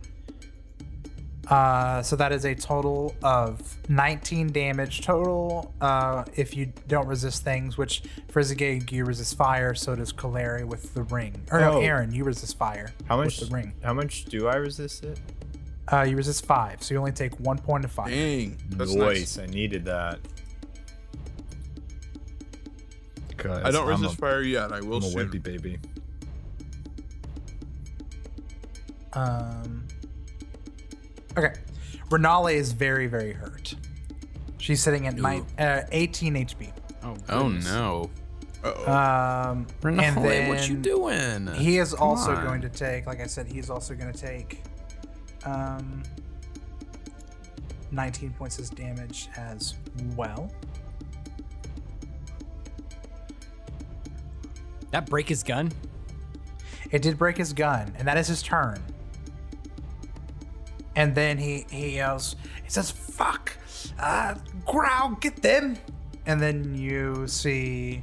Speaker 1: Uh, so that is a total of 19 damage total. Uh, if you don't resist things, which Frizzigig, you resist fire, so does Kaleri with the ring. Or no,
Speaker 3: Oh.
Speaker 1: Aaron, you resist fire.
Speaker 3: How much?
Speaker 1: With the ring.
Speaker 3: How much do I resist it?
Speaker 1: Uh, you resist five, so you only take one point of fire.
Speaker 4: Dang. That's nice.
Speaker 3: Nice. I needed that.
Speaker 4: I don't resist fire yet. I will
Speaker 3: I'm a
Speaker 4: soon.
Speaker 3: wimpy baby.
Speaker 1: Um, okay. Renale is very, very hurt. She's sitting at nine, uh, 18 HP.
Speaker 6: Oh no.
Speaker 1: Um, and
Speaker 5: Renale,
Speaker 1: then
Speaker 5: what you doing?
Speaker 1: He is also
Speaker 6: on.
Speaker 1: going to take, like I said, he's also going to take um, 19 points as damage as well.
Speaker 2: That break his gun?
Speaker 1: It did break his gun, and that is his turn. And then he he yells, he says, "Fuck, uh, growl, get them!" And then you see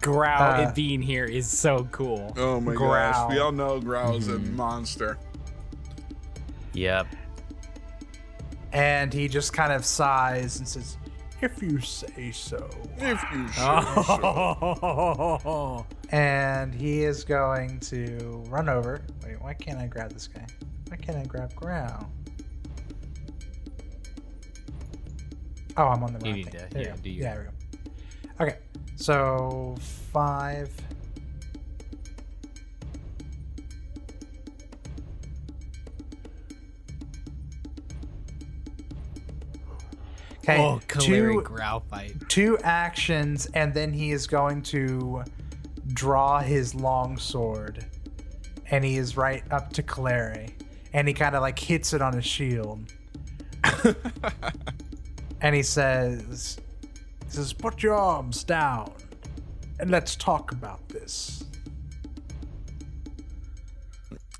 Speaker 2: Growl
Speaker 1: Uh,
Speaker 2: it being here is so cool.
Speaker 4: Oh my
Speaker 1: Growl.
Speaker 4: gosh. We all know Growl's a monster.
Speaker 6: Yep.
Speaker 1: and he just kind of sighs and says, "If you say so."
Speaker 4: If
Speaker 1: [LAUGHS]
Speaker 4: you should.
Speaker 1: Oh. And he is going to run over. Wait, why can't I grab this guy? Why can't I grab Growl? Oh, I'm on the wrong
Speaker 8: need
Speaker 1: thing.
Speaker 8: to-
Speaker 1: There
Speaker 8: yeah,
Speaker 1: we go.
Speaker 8: do you.
Speaker 1: Yeah, there we go. Okay, so five. Okay,
Speaker 2: [LAUGHS]
Speaker 8: Oh, Kaleri
Speaker 1: two
Speaker 8: growl fight.
Speaker 1: two actions, and then he is going to draw his long sword, and he is right up to Clary, and he kind of like hits it on his shield, and he says, he "says Put your arms down, and let's talk about this."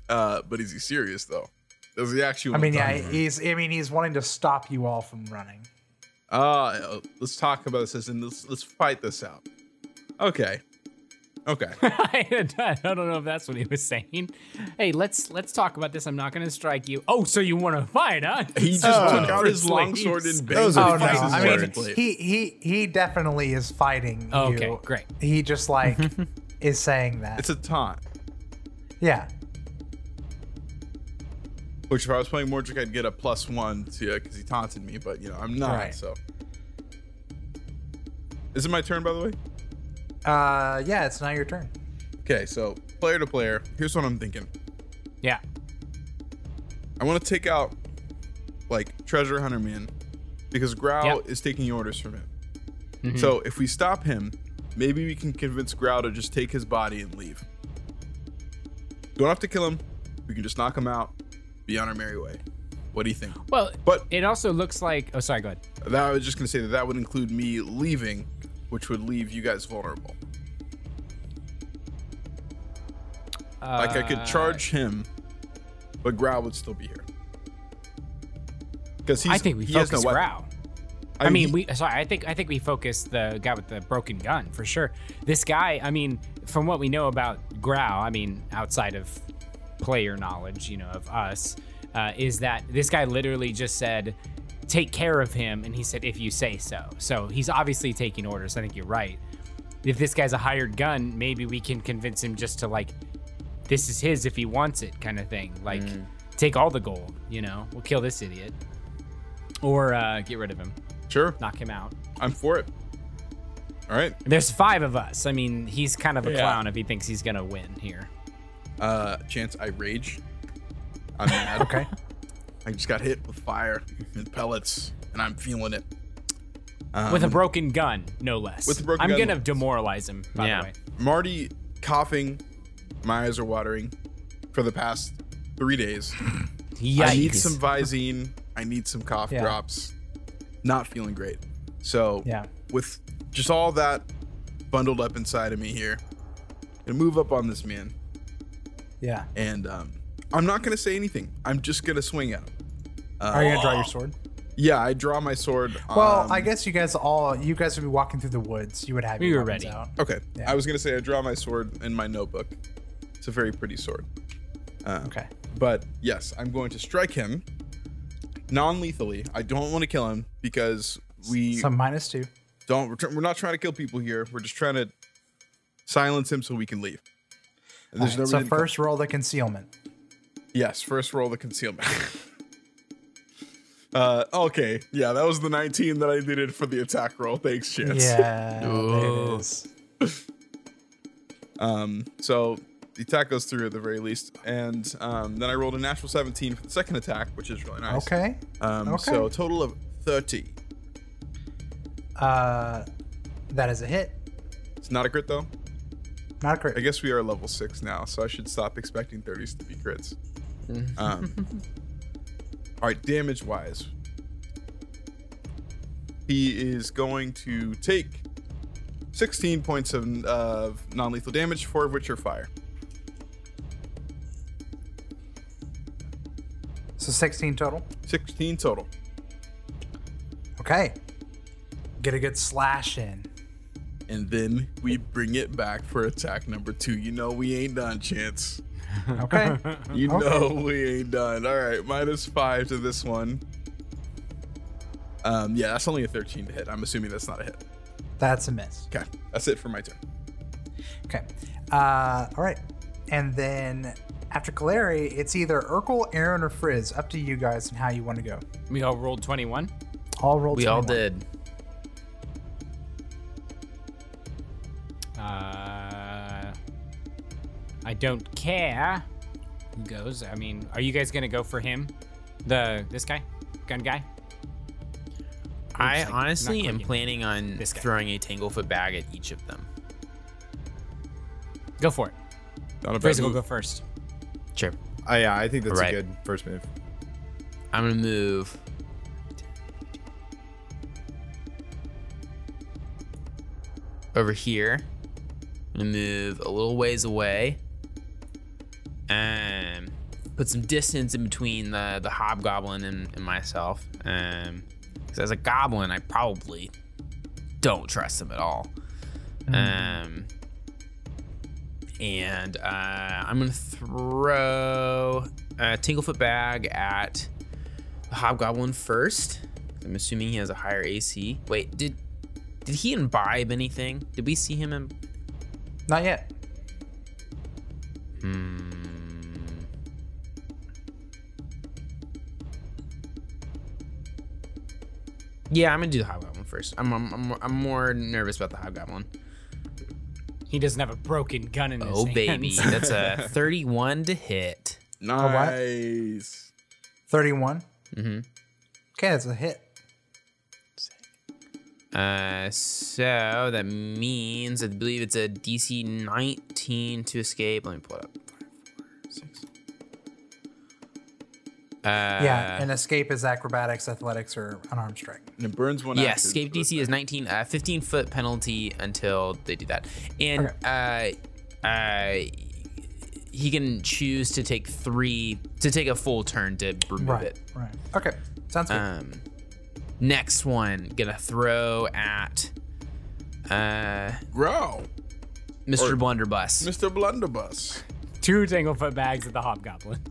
Speaker 4: Uh, but is he serious though? Does he
Speaker 1: I
Speaker 4: actually? wanna
Speaker 1: mean, yeah,
Speaker 4: talk?
Speaker 1: he's. I mean, he's wanting to stop you all from running.
Speaker 4: Uh, let's talk about this and let's let's fight this out. Okay.
Speaker 1: [LAUGHS]
Speaker 4: Okay.
Speaker 2: I don't know if that's what he was saying. Hey, let's let's talk about this. I'm not gonna strike you. Oh, so you want to fight,
Speaker 4: [LAUGHS]
Speaker 2: huh?
Speaker 4: He just took out his longsword and banged
Speaker 3: Those
Speaker 4: it
Speaker 3: are
Speaker 1: Oh no!
Speaker 4: against
Speaker 3: Fights
Speaker 4: his
Speaker 1: I mean,
Speaker 4: breastplate.
Speaker 1: he he he definitely is fighting
Speaker 2: Oh,
Speaker 1: you.
Speaker 2: okay, great.
Speaker 1: He just like is saying that.
Speaker 4: it's a taunt.
Speaker 1: yeah.
Speaker 4: Which, if I was playing Mordrick, I'd get a plus one to because he taunted me. But you know, I'm not.
Speaker 1: Right.
Speaker 4: So, is it my turn? By the way.
Speaker 1: Uh, yeah, it's now your turn.
Speaker 4: Okay, so player to player. Here's what I'm thinking.
Speaker 2: Yeah.
Speaker 4: I want to take out like Treasure Hunter Man because Growl
Speaker 2: Yep.
Speaker 4: is taking orders from him. So if we stop him, maybe we can convince Growl to just take his body and leave. Don't have to kill him. We can just knock him out. Be on our merry way. What do you think?
Speaker 2: Well,
Speaker 4: But
Speaker 2: it also looks like. Oh, sorry. Go ahead.
Speaker 4: that I was just gonna say that that would include me leaving, which would leave you guys vulnerable. Like I
Speaker 2: Uh,
Speaker 4: could charge him, but Growl would still be here. Because he's
Speaker 2: I think we
Speaker 4: he
Speaker 2: focus
Speaker 4: has no weapon.
Speaker 2: Growl. I mean,
Speaker 4: he-
Speaker 2: we sorry. I think I think we focused the guy with the broken gun for sure. This guy, I mean, from what we know about Growl, I mean, outside of player knowledge, you know, of us, uh, is that this guy literally just said, "Take care of him," and he said, "If you say so." So he's obviously taking orders. I think you're right. If this guy's a hired gun, maybe we can convince him just to like, this is his if he wants it, kind of thing. Like, take all the gold. You know, we'll kill this idiot, or uh, get rid of him
Speaker 4: sure.
Speaker 2: knock him out.
Speaker 4: I'm for it. All right.
Speaker 2: There's five of us. I mean, he's kind of a clown if he thinks he's gonna win here.
Speaker 4: Uh, chance I rage.
Speaker 2: [LAUGHS]
Speaker 4: I'm mad.
Speaker 1: Okay. [LAUGHS]
Speaker 4: I just got hit with fire and pellets, and I'm feeling it.
Speaker 2: with a broken gun, no less.
Speaker 4: Um, with a broken
Speaker 2: I'm
Speaker 4: gun,
Speaker 2: gonna
Speaker 4: no less.
Speaker 2: demoralize him, by
Speaker 6: Yeah.
Speaker 2: the way.
Speaker 4: I'm already coughing. My eyes are watering for the past three days.
Speaker 2: Yikes.
Speaker 4: I need some Visine. I need some cough
Speaker 1: Yeah.
Speaker 4: drops. Not feeling great. So
Speaker 1: Yeah.
Speaker 4: with just all that bundled up inside of me here, gonna move up on this man,
Speaker 1: Yeah.
Speaker 4: and um, I'm not gonna say anything. I'm just gonna swing at him.
Speaker 1: Are you gonna draw your sword?
Speaker 4: Yeah, I draw my sword.
Speaker 1: Well,
Speaker 4: Uh, um,
Speaker 1: I guess you guys all you guys would be walking through the woods. You would have
Speaker 2: We
Speaker 1: your
Speaker 2: were
Speaker 1: weapons
Speaker 2: ready.
Speaker 1: out.
Speaker 4: Okay,
Speaker 1: Yeah.
Speaker 4: I was gonna say I draw my sword in my notebook. It's a very pretty sword.
Speaker 1: Okay.
Speaker 4: But yes, I'm going to strike him non-lethally. I don't want to kill him because we
Speaker 1: So minus two.
Speaker 4: don't we're, tr- we're not trying to kill people here. We're just trying to silence him so we can leave. And there's
Speaker 1: All right,
Speaker 4: no
Speaker 1: so
Speaker 4: reason to kill-
Speaker 1: first roll the concealment.
Speaker 4: yes, first roll the concealment. [LAUGHS] uh, okay, yeah, that was the 19 that I needed for the attack roll. Thanks, chance.
Speaker 1: [LAUGHS] Yeah.
Speaker 4: Oh.
Speaker 1: there
Speaker 6: Ooh.
Speaker 1: it is.
Speaker 4: Um, so the attack goes through at the very least, and um, then I rolled a natural 17 for the second attack, which is really nice.
Speaker 1: Okay.
Speaker 4: Um,
Speaker 1: Okay.
Speaker 4: So a total of 30.
Speaker 1: Uh, that is a hit.
Speaker 4: It's not a crit though.
Speaker 1: Not a
Speaker 4: I
Speaker 1: crit.
Speaker 4: guess we are level six now, so I should stop expecting 30s to be crits. Um, all right, damage wise, he is going to take 16 points of, of non lethal damage, four of which are fire.
Speaker 1: So 16 total.
Speaker 4: 16 total.
Speaker 1: Okay. Get a good slash in.
Speaker 4: And then we bring it back for attack number two. You know we ain't done, Chance.
Speaker 1: [LAUGHS] Okay.
Speaker 4: You
Speaker 1: Okay.
Speaker 4: know we ain't done. All right, minus five to this one. Um, yeah, that's only a 13 to hit. I'm assuming that's not a hit.
Speaker 1: That's a miss.
Speaker 4: Okay, that's it for my turn.
Speaker 1: Okay. Uh, all right. And then after Kaleri, it's either Urkel, Aaron, or Frizz. Up to you guys and how you want to go.
Speaker 2: We all rolled 21.
Speaker 1: All rolled.
Speaker 6: We all
Speaker 1: 21.
Speaker 6: did.
Speaker 2: Uh, I don't care. Who goes? I mean, are you guys gonna go for him? The this guy, gun guy.
Speaker 6: I
Speaker 2: like,
Speaker 6: honestly
Speaker 2: not
Speaker 6: am
Speaker 2: clicking.
Speaker 6: planning on
Speaker 2: This guy.
Speaker 6: throwing a tanglefoot bag at each of them.
Speaker 2: Go for it.
Speaker 4: Not a
Speaker 2: Fraser will go first.
Speaker 6: Sure.
Speaker 3: Uh, yeah, I think that's
Speaker 6: Right.
Speaker 3: a good first move.
Speaker 6: I'm gonna move. Over here. I'm gonna move a little ways away. Um put some distance in between the, the hobgoblin and, and myself. Um 'cause as a goblin I probably don't trust him at all. Um and uh, I'm gonna throw a Tinglefoot bag at the Hobgoblin first. I'm assuming he has a higher AC. Wait, did did he imbibe anything? Did we see him? In,
Speaker 1: Not yet.
Speaker 6: hmm. Yeah, I'm gonna do the hobgoblin first. I'm I'm, I'm, I'm more nervous about the hobgoblin.
Speaker 2: He doesn't have a broken gun in his
Speaker 6: Oh
Speaker 2: hands. [LAUGHS]
Speaker 6: baby, that's a 31 to hit.
Speaker 4: Nice.
Speaker 1: 31.
Speaker 6: Mhm.
Speaker 1: Okay, that's a hit.
Speaker 6: Uh, so that means I believe it's a DC 19 to escape. Let me pull it up. Uh,
Speaker 1: yeah, and escape is acrobatics, athletics, or an arm strike.
Speaker 4: And it burns one.
Speaker 6: Yes,
Speaker 4: acid,
Speaker 6: escape
Speaker 4: so it's
Speaker 6: DC is 19, uh, 15 foot penalty until they do that. And uh, uh, he can choose to take three, to take a full turn to remove
Speaker 1: Right.
Speaker 6: it.
Speaker 1: Right. Okay. Sounds good.
Speaker 6: Um, next one, gonna throw at uh,
Speaker 4: bro,
Speaker 6: Mr.
Speaker 4: Or-
Speaker 6: Blunderbuss.
Speaker 4: Mr. Blunderbuss.
Speaker 2: Two tanglefoot bags at the hobgoblin.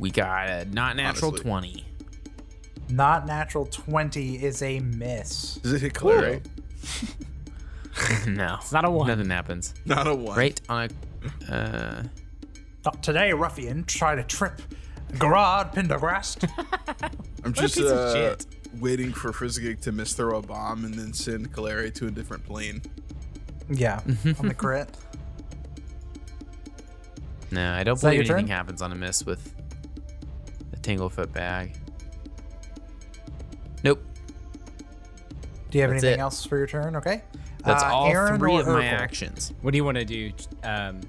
Speaker 6: We got a not natural
Speaker 4: Honestly.
Speaker 6: 20.
Speaker 1: Not natural 20 is a miss.
Speaker 4: Does it hit Claire?
Speaker 6: no.
Speaker 2: It's not a one.
Speaker 6: Nothing happens.
Speaker 4: Not a one.
Speaker 6: Right? On a. Uh,
Speaker 1: Not today, ruffian. Try to trip Gerard Pendergrast.
Speaker 4: I'm just
Speaker 6: piece of
Speaker 4: uh,
Speaker 6: shit.
Speaker 4: waiting for Frizzgig to misthrow a bomb and then send Kaleri to a different plane.
Speaker 1: [LAUGHS] yeah, on the crit.
Speaker 6: no, I don't
Speaker 1: that
Speaker 6: believe
Speaker 1: your
Speaker 6: anything
Speaker 1: turn?
Speaker 6: happens on a miss with the Tanglefoot bag. Nope.
Speaker 1: Do you have
Speaker 6: That's
Speaker 1: anything
Speaker 6: it.
Speaker 1: else for your turn? Okay.
Speaker 6: That's
Speaker 1: Uh,
Speaker 6: all
Speaker 1: Aaron
Speaker 6: three
Speaker 1: or
Speaker 6: of my
Speaker 1: Urkel?
Speaker 6: actions.
Speaker 2: What do you want to do, um,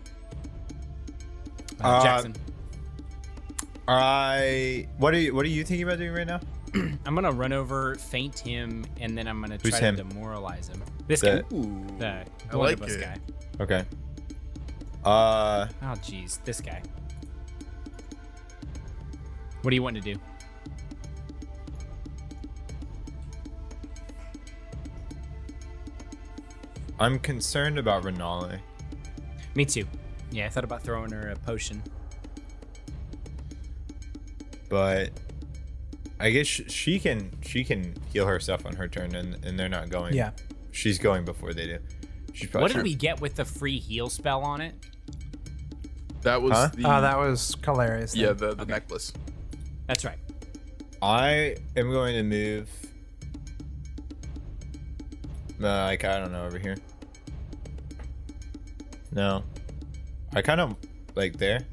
Speaker 2: uh,
Speaker 3: Uh,
Speaker 2: Jackson?
Speaker 3: I. What are you? What are you thinking about doing right now?
Speaker 2: I'm gonna run over, faint him, and then I'm gonna
Speaker 3: Who's
Speaker 2: try
Speaker 3: him?
Speaker 2: to demoralize him. This
Speaker 3: That-
Speaker 2: guy,
Speaker 4: Ooh.
Speaker 2: the
Speaker 4: I
Speaker 2: one
Speaker 4: like
Speaker 2: of us
Speaker 4: it.
Speaker 2: guy.
Speaker 3: Okay. Uh,
Speaker 2: Oh, jeez, this guy. What do you want to do?
Speaker 3: I'm concerned about Renali.
Speaker 2: Me too. Yeah, I thought about throwing her a potion.
Speaker 3: but I guess sh- she can she can heal herself on her turn, and, and they're not going.
Speaker 1: Yeah.
Speaker 3: she's going before they do. She's probably
Speaker 2: What did we get with the free heal spell on it?
Speaker 4: That was
Speaker 3: Huh?
Speaker 4: the
Speaker 1: Oh, that was hilarious.
Speaker 4: yeah the, the necklace.
Speaker 2: That's right.
Speaker 3: I am going to move. Uh, like I don't know over here. No, I kind of like there.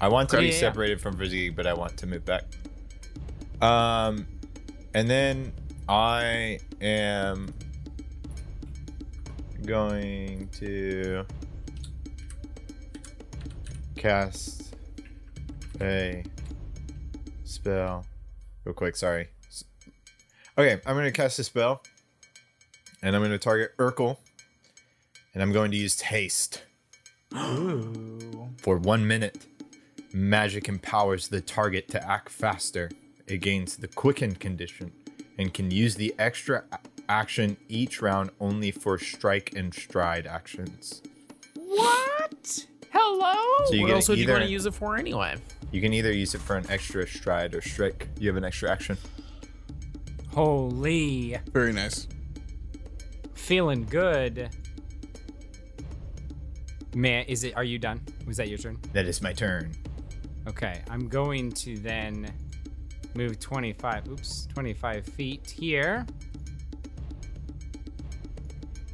Speaker 3: I want to
Speaker 2: Okay.
Speaker 3: be
Speaker 2: Yeah, yeah, yeah.
Speaker 3: separated from Frizzy, but I want to move back. Um, and then I am going to cast a spell real quick. Sorry. S- Okay, I'm going to cast a spell, and I'm going to target Urkel, and I'm going to use haste
Speaker 1: Ooh.
Speaker 3: for one minute. Magic empowers the target to act faster. It gains the quickened condition and can use the extra a- action each round only for strike and stride actions.
Speaker 6: What? Hello?
Speaker 3: So you
Speaker 6: what
Speaker 3: get
Speaker 6: else would you
Speaker 3: either-
Speaker 6: want to use it for anyway?
Speaker 3: You can either use it for an extra stride or strike. You have an extra action.
Speaker 2: Holy,
Speaker 4: Very nice.
Speaker 2: feeling good. Man, is it? Are you done? Was that your turn?
Speaker 3: That is my turn.
Speaker 2: Okay, I'm going to then move 25, oops, 25 feet here.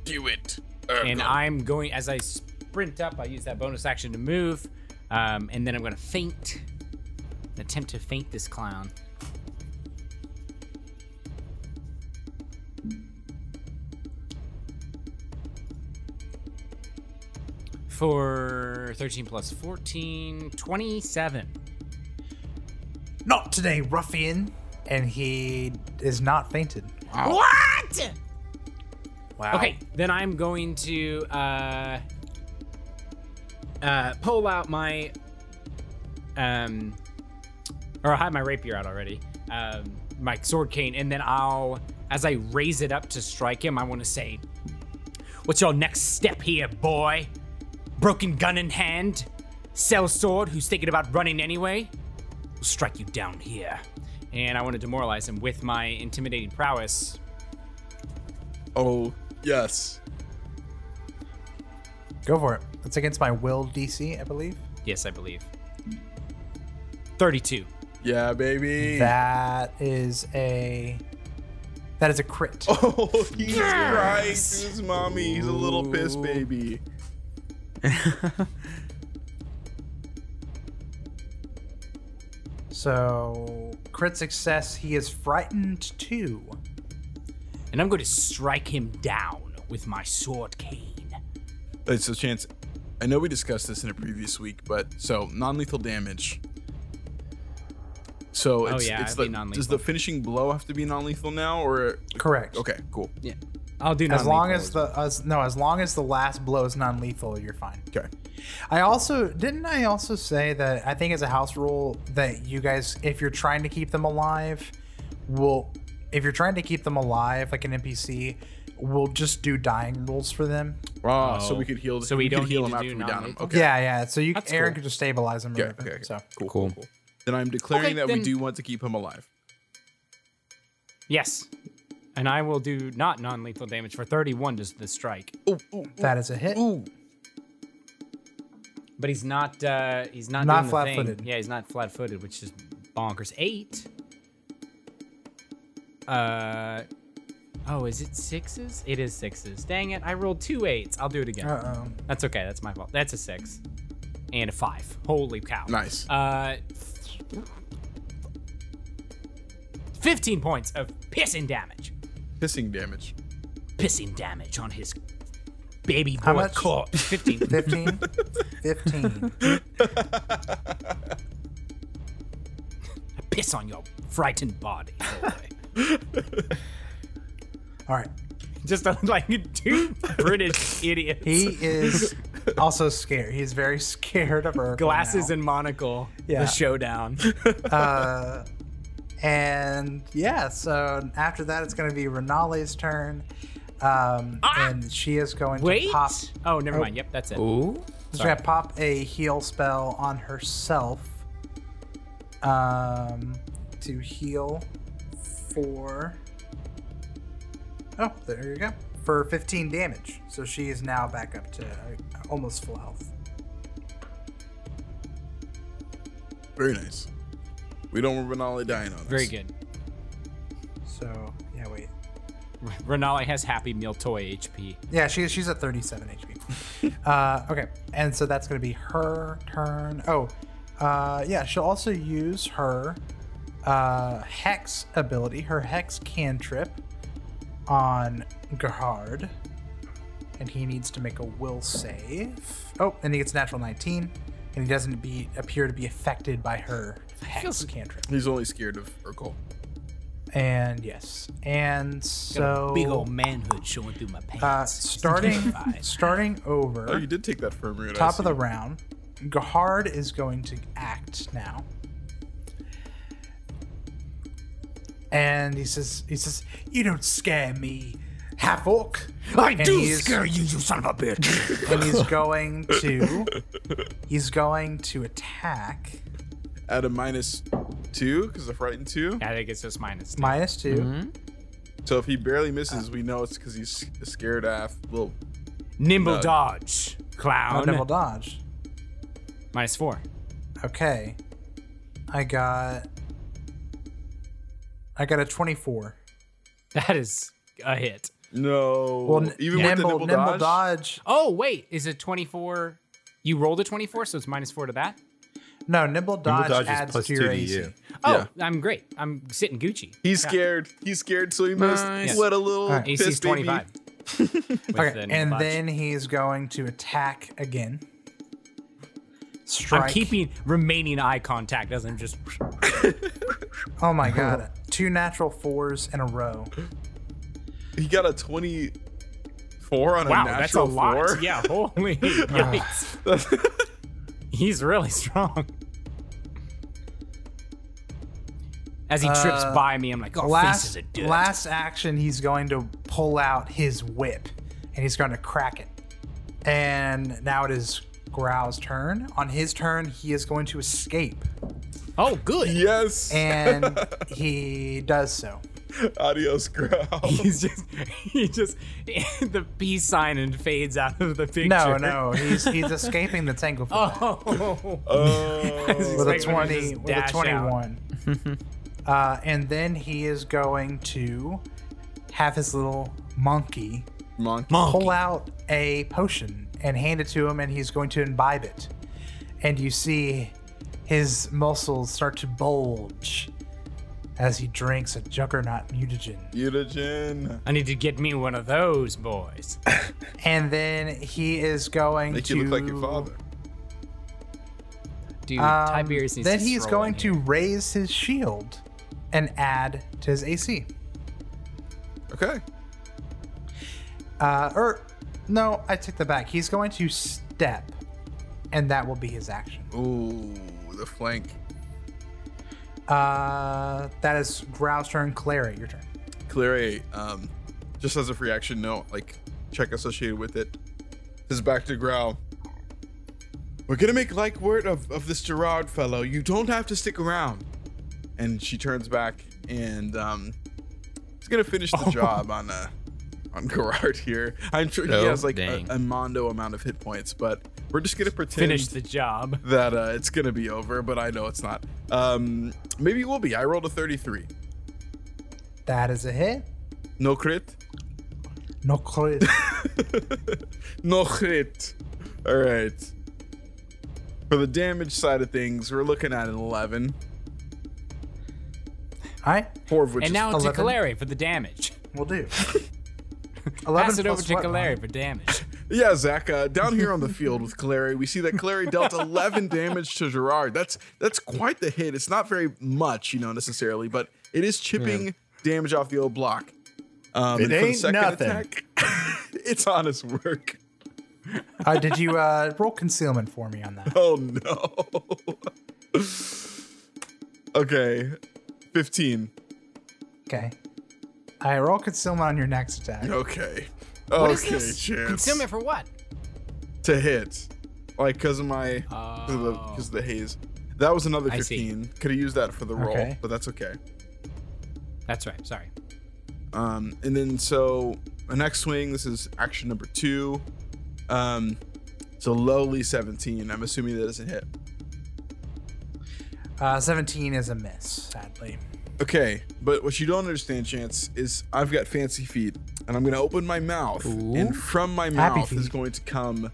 Speaker 4: Do it.
Speaker 2: And I'm going, as I sprint up, I use that bonus action to move. Um, and then I'm going to faint, attempt to faint this clown. For 13 plus 14, 27.
Speaker 1: Not today, ruffian. And he is not fainted.
Speaker 2: What?
Speaker 6: Wow.
Speaker 2: Okay, then I'm going to uh, uh, pull out my um, or I have my rapier out already, um, my sword cane, and then I'll, as I raise it up to strike him, I want to say, "What's your next step here, boy? Broken gun in hand, sell sword. Who's thinking about running anyway? We'll strike you down here." And I want to demoralize him with my intimidating prowess.
Speaker 4: Oh yes.
Speaker 1: Go for it. That's against my will DC, I believe.
Speaker 2: Yes, I believe. 32.
Speaker 4: Yeah, baby.
Speaker 1: That is a that is a crit.
Speaker 4: [LAUGHS] Oh, he's crying to his mommy. He's a little piss baby.
Speaker 1: So crit success. He is frightened too.
Speaker 2: And I'm going to strike him down with my sword cane.
Speaker 4: Hey, so chance. I know we discussed this in a previous week, but so non-lethal damage. So it's,
Speaker 2: Oh, yeah,
Speaker 4: it's
Speaker 2: it'd be
Speaker 4: the, does the finishing blow have to be non-lethal now, or
Speaker 1: Correct.
Speaker 4: okay, cool,
Speaker 2: I'll do
Speaker 1: As long
Speaker 2: non-lethal
Speaker 1: as the as, no, as long as the last blow is non-lethal, you're fine.
Speaker 4: okay,
Speaker 1: I also didn't I also say that I think as a house rule that you guys if you're trying to keep them alive will if you're trying to keep them alive like an NPC will just do dying rules for them.
Speaker 4: ah, so we could heal.
Speaker 2: Oh. So we
Speaker 4: could
Speaker 2: don't
Speaker 4: heal
Speaker 2: need
Speaker 4: him
Speaker 2: to
Speaker 4: after
Speaker 2: do
Speaker 4: we down him.
Speaker 2: non-lethal?
Speaker 4: Okay,
Speaker 1: Yeah, yeah. So you
Speaker 2: That's
Speaker 1: Aaron
Speaker 2: cool.
Speaker 1: could just stabilize them.
Speaker 4: Okay,
Speaker 1: or whatever.
Speaker 4: okay, okay.
Speaker 1: So
Speaker 4: cool, cool, cool. Then I'm declaring
Speaker 2: Okay,
Speaker 4: that we
Speaker 2: then-
Speaker 4: do want to keep him alive.
Speaker 2: Yes. And I will do not non lethal damage for 31 does the strike.
Speaker 4: Ooh, ooh,
Speaker 1: that is a hit.
Speaker 4: ooh.
Speaker 2: But he's not uh he's not
Speaker 1: Not
Speaker 2: doing the
Speaker 1: flat-footed.
Speaker 2: thing. Yeah, he's not flat footed, which is bonkers. Eight. Uh oh, is it sixes? It is sixes. Dang it, I rolled two eights. I'll do it again.
Speaker 1: Uh oh.
Speaker 2: That's okay, that's my fault. That's a six. And a five. Holy cow.
Speaker 4: Nice.
Speaker 2: Uh 15 points of pissing damage.
Speaker 4: Pissing damage.
Speaker 2: pissing damage on his baby boy
Speaker 1: How much?
Speaker 2: corpse. 15.
Speaker 1: 15? 15.
Speaker 2: [LAUGHS] Piss on your frightened body.
Speaker 1: All right.
Speaker 2: Just uh, [LAUGHS] like two British idiots.
Speaker 1: He is also scared. He's very scared of her.
Speaker 2: Glasses and monocle.
Speaker 1: Yeah.
Speaker 2: The showdown.
Speaker 1: Uh, and yeah, so after that, it's going to be Renale's turn. Um, And she is going
Speaker 2: [LAUGHS] Wait.
Speaker 1: to pop.
Speaker 2: Oh, never mind. Yep, that's it.
Speaker 6: Ooh.
Speaker 1: She's going to pop a heal spell on herself um, to heal for. Oh, there you go. For 15 damage. So she is now back up to uh, almost full health.
Speaker 4: Very nice. We don't want Renali dying on us.
Speaker 2: Very good.
Speaker 1: So, yeah, wait.
Speaker 2: Renali has Happy Meal toy HP.
Speaker 1: Yeah, she, she's at 37 HP. uh, okay, and so that's going to be her turn. Oh, uh, yeah, she'll also use her uh, Hex ability, her Hex cantrip on Gerhard. And he needs to make a will save. Oh, and he gets natural 19. And he doesn't be appear to be affected by her Hex cantrip.
Speaker 4: He's only scared of Urkel.
Speaker 1: And yes. And so.
Speaker 2: Big old manhood showing through my pants.
Speaker 1: uh, starting, starting over.
Speaker 4: Oh, you did take that firm root. I
Speaker 1: top of the
Speaker 4: see.
Speaker 1: round. Gahard is going to act now. And he says he says, You don't scare me, half orc. I do scare you, you son of a bitch. [LAUGHS] and he's going [LAUGHS] to he's going to attack
Speaker 4: at a minus two because of frightened two.
Speaker 2: I think it's just minus.
Speaker 1: minus 2
Speaker 4: So if he barely misses, we know it's because he's a scared ass little.
Speaker 2: Nimble
Speaker 4: No.
Speaker 2: dodge, clown.
Speaker 1: on double dodge.
Speaker 2: Minus four. [LAUGHS]
Speaker 1: Okay. I got I got a twenty-four.
Speaker 2: That is a hit.
Speaker 4: No.
Speaker 1: Well, n-
Speaker 4: even with the
Speaker 1: nimble,
Speaker 4: nimble,
Speaker 1: nimble
Speaker 4: dodge.
Speaker 1: dodge
Speaker 2: Oh, wait. Is it 24? You rolled a 24, so it's minus four to that?
Speaker 1: No, nimble dodge,
Speaker 3: dodge is
Speaker 1: adds
Speaker 3: plus
Speaker 1: to
Speaker 3: two
Speaker 1: your
Speaker 3: to
Speaker 1: AC.
Speaker 3: you.
Speaker 2: Oh,
Speaker 4: Yeah.
Speaker 2: I'm great. I'm sitting Gucci.
Speaker 4: He's scared. He's scared, so he missed.
Speaker 6: Nice.
Speaker 4: What a little
Speaker 1: Alright.
Speaker 4: piss
Speaker 2: AC's
Speaker 4: baby.
Speaker 2: 25. With
Speaker 1: Okay,
Speaker 2: the new
Speaker 1: and
Speaker 2: botch.
Speaker 1: then he's going to attack again. Strike.
Speaker 2: I'm keeping remaining eye contact as I'm just.
Speaker 1: Oh my
Speaker 2: [LAUGHS]
Speaker 1: god, two natural fours in a row.
Speaker 4: He got a twenty-four on
Speaker 2: Wow,
Speaker 4: a natural
Speaker 2: that's a lot.
Speaker 8: [LAUGHS]
Speaker 4: four.
Speaker 2: Yeah,
Speaker 1: [LAUGHS]
Speaker 2: holy yikes. [LAUGHS] He's really strong. As he trips
Speaker 1: Uh,
Speaker 2: by me, I'm like, oh, face is
Speaker 1: Last
Speaker 2: a dirt.
Speaker 1: last action, he's going to pull out his whip, and he's going to crack it. And now it is Growl's turn. On his turn, he is going to escape,
Speaker 2: oh, good.
Speaker 4: [LAUGHS] Yes.
Speaker 2: [LAUGHS]
Speaker 1: and he does so.
Speaker 4: Adios, growl.
Speaker 8: [LAUGHS] He's just, he just, [LAUGHS] the peace sign and fades out of the picture.
Speaker 1: No, no, he's he's escaping the tangle
Speaker 8: Oh,
Speaker 4: Oh,
Speaker 1: with a
Speaker 8: It's like when they
Speaker 1: twenty,
Speaker 8: just
Speaker 1: with a
Speaker 8: dash out.
Speaker 1: twenty-one. uh, and then he is going to have his little monkey
Speaker 4: monkey.
Speaker 1: pull out a potion and hand it to him, and he's going to imbibe it. And you see his muscles start to bulge as he drinks a juggernaut mutagen.
Speaker 4: Mutagen.
Speaker 8: [LAUGHS] I need to get me one of those boys.
Speaker 1: And then he is going
Speaker 4: Make
Speaker 1: to
Speaker 4: you look like your father.
Speaker 2: Dude,
Speaker 1: Um,
Speaker 2: Tiberius needs
Speaker 1: then
Speaker 2: to
Speaker 1: he's
Speaker 2: stroll
Speaker 1: going
Speaker 2: in
Speaker 1: to
Speaker 2: here.
Speaker 1: raise his shield and add to his AC.
Speaker 4: Okay.
Speaker 1: Uh, or no, I take that back. He's going to step, and that will be his action.
Speaker 4: Ooh, the flank.
Speaker 1: Uh, that is Grow's turn. Clara, your turn.
Speaker 4: Clary, um, just as a free action note, like check associated with it. His back to growl. We're gonna make like word of, of this Gerard fellow. You don't have to stick around. And she turns back and um he's gonna finish
Speaker 6: [LAUGHS]
Speaker 4: the job on uh on Gerard here. I'm sure he
Speaker 6: Oh,
Speaker 4: has like a,
Speaker 6: dang.
Speaker 4: a mondo amount of hit points, but we're just gonna pretend
Speaker 8: Finish the job.
Speaker 4: that uh, it's gonna be over, but I know it's not. Um maybe it will be. I rolled a 33.
Speaker 1: That is a hit.
Speaker 4: No crit.
Speaker 1: No
Speaker 4: [LAUGHS]
Speaker 1: crit.
Speaker 4: no crit. All right. For the damage side of things, we're looking at an 11.
Speaker 1: All right,
Speaker 4: Four of which
Speaker 8: And
Speaker 4: is
Speaker 8: now to
Speaker 1: 11.
Speaker 8: Kaleri for the damage.
Speaker 1: we'll
Speaker 8: [LAUGHS]
Speaker 1: do.
Speaker 8: Pass it over
Speaker 1: plus
Speaker 8: to
Speaker 1: what,
Speaker 8: Kaleri
Speaker 1: Ron?
Speaker 8: for
Speaker 1: [LAUGHS]
Speaker 8: damage.
Speaker 4: yeah, Zach. Uh, down here on the field with Clary, we see that Clary dealt 11 damage to Gerard. That's that's quite the hit. It's not very much, you know, necessarily, but it is chipping damage off the old block. Um,
Speaker 3: It
Speaker 4: and for the
Speaker 3: ain't
Speaker 4: second
Speaker 3: nothing.
Speaker 4: attack- [LAUGHS] it's honest work.
Speaker 1: Uh,
Speaker 8: [LAUGHS]
Speaker 1: did you uh, roll concealment for me on
Speaker 4: [LAUGHS]
Speaker 1: that?
Speaker 4: Oh no. okay, 15.
Speaker 1: Okay. I roll concealment on your next attack.
Speaker 4: Okay.
Speaker 8: is
Speaker 4: okay,
Speaker 8: this?
Speaker 4: Chance.
Speaker 8: Concealment for what?
Speaker 4: to hit, like because of my because of, the- 'cause of the haze. That was another
Speaker 8: Oh. I see.
Speaker 4: fifteen. Could have used that for the roll,
Speaker 1: Okay.
Speaker 4: but that's okay.
Speaker 8: That's right. Sorry.
Speaker 4: Um, and then so the next swing. This is action number two. Um, so lowly seventeen. I'm assuming that doesn't hit.
Speaker 1: Uh, 17 is a miss, sadly.
Speaker 4: Okay, but what you don't understand, Chance, is I've got fancy feet, and I'm gonna open my mouth, and from my
Speaker 1: Happy
Speaker 4: mouth is
Speaker 1: feet.
Speaker 4: going to come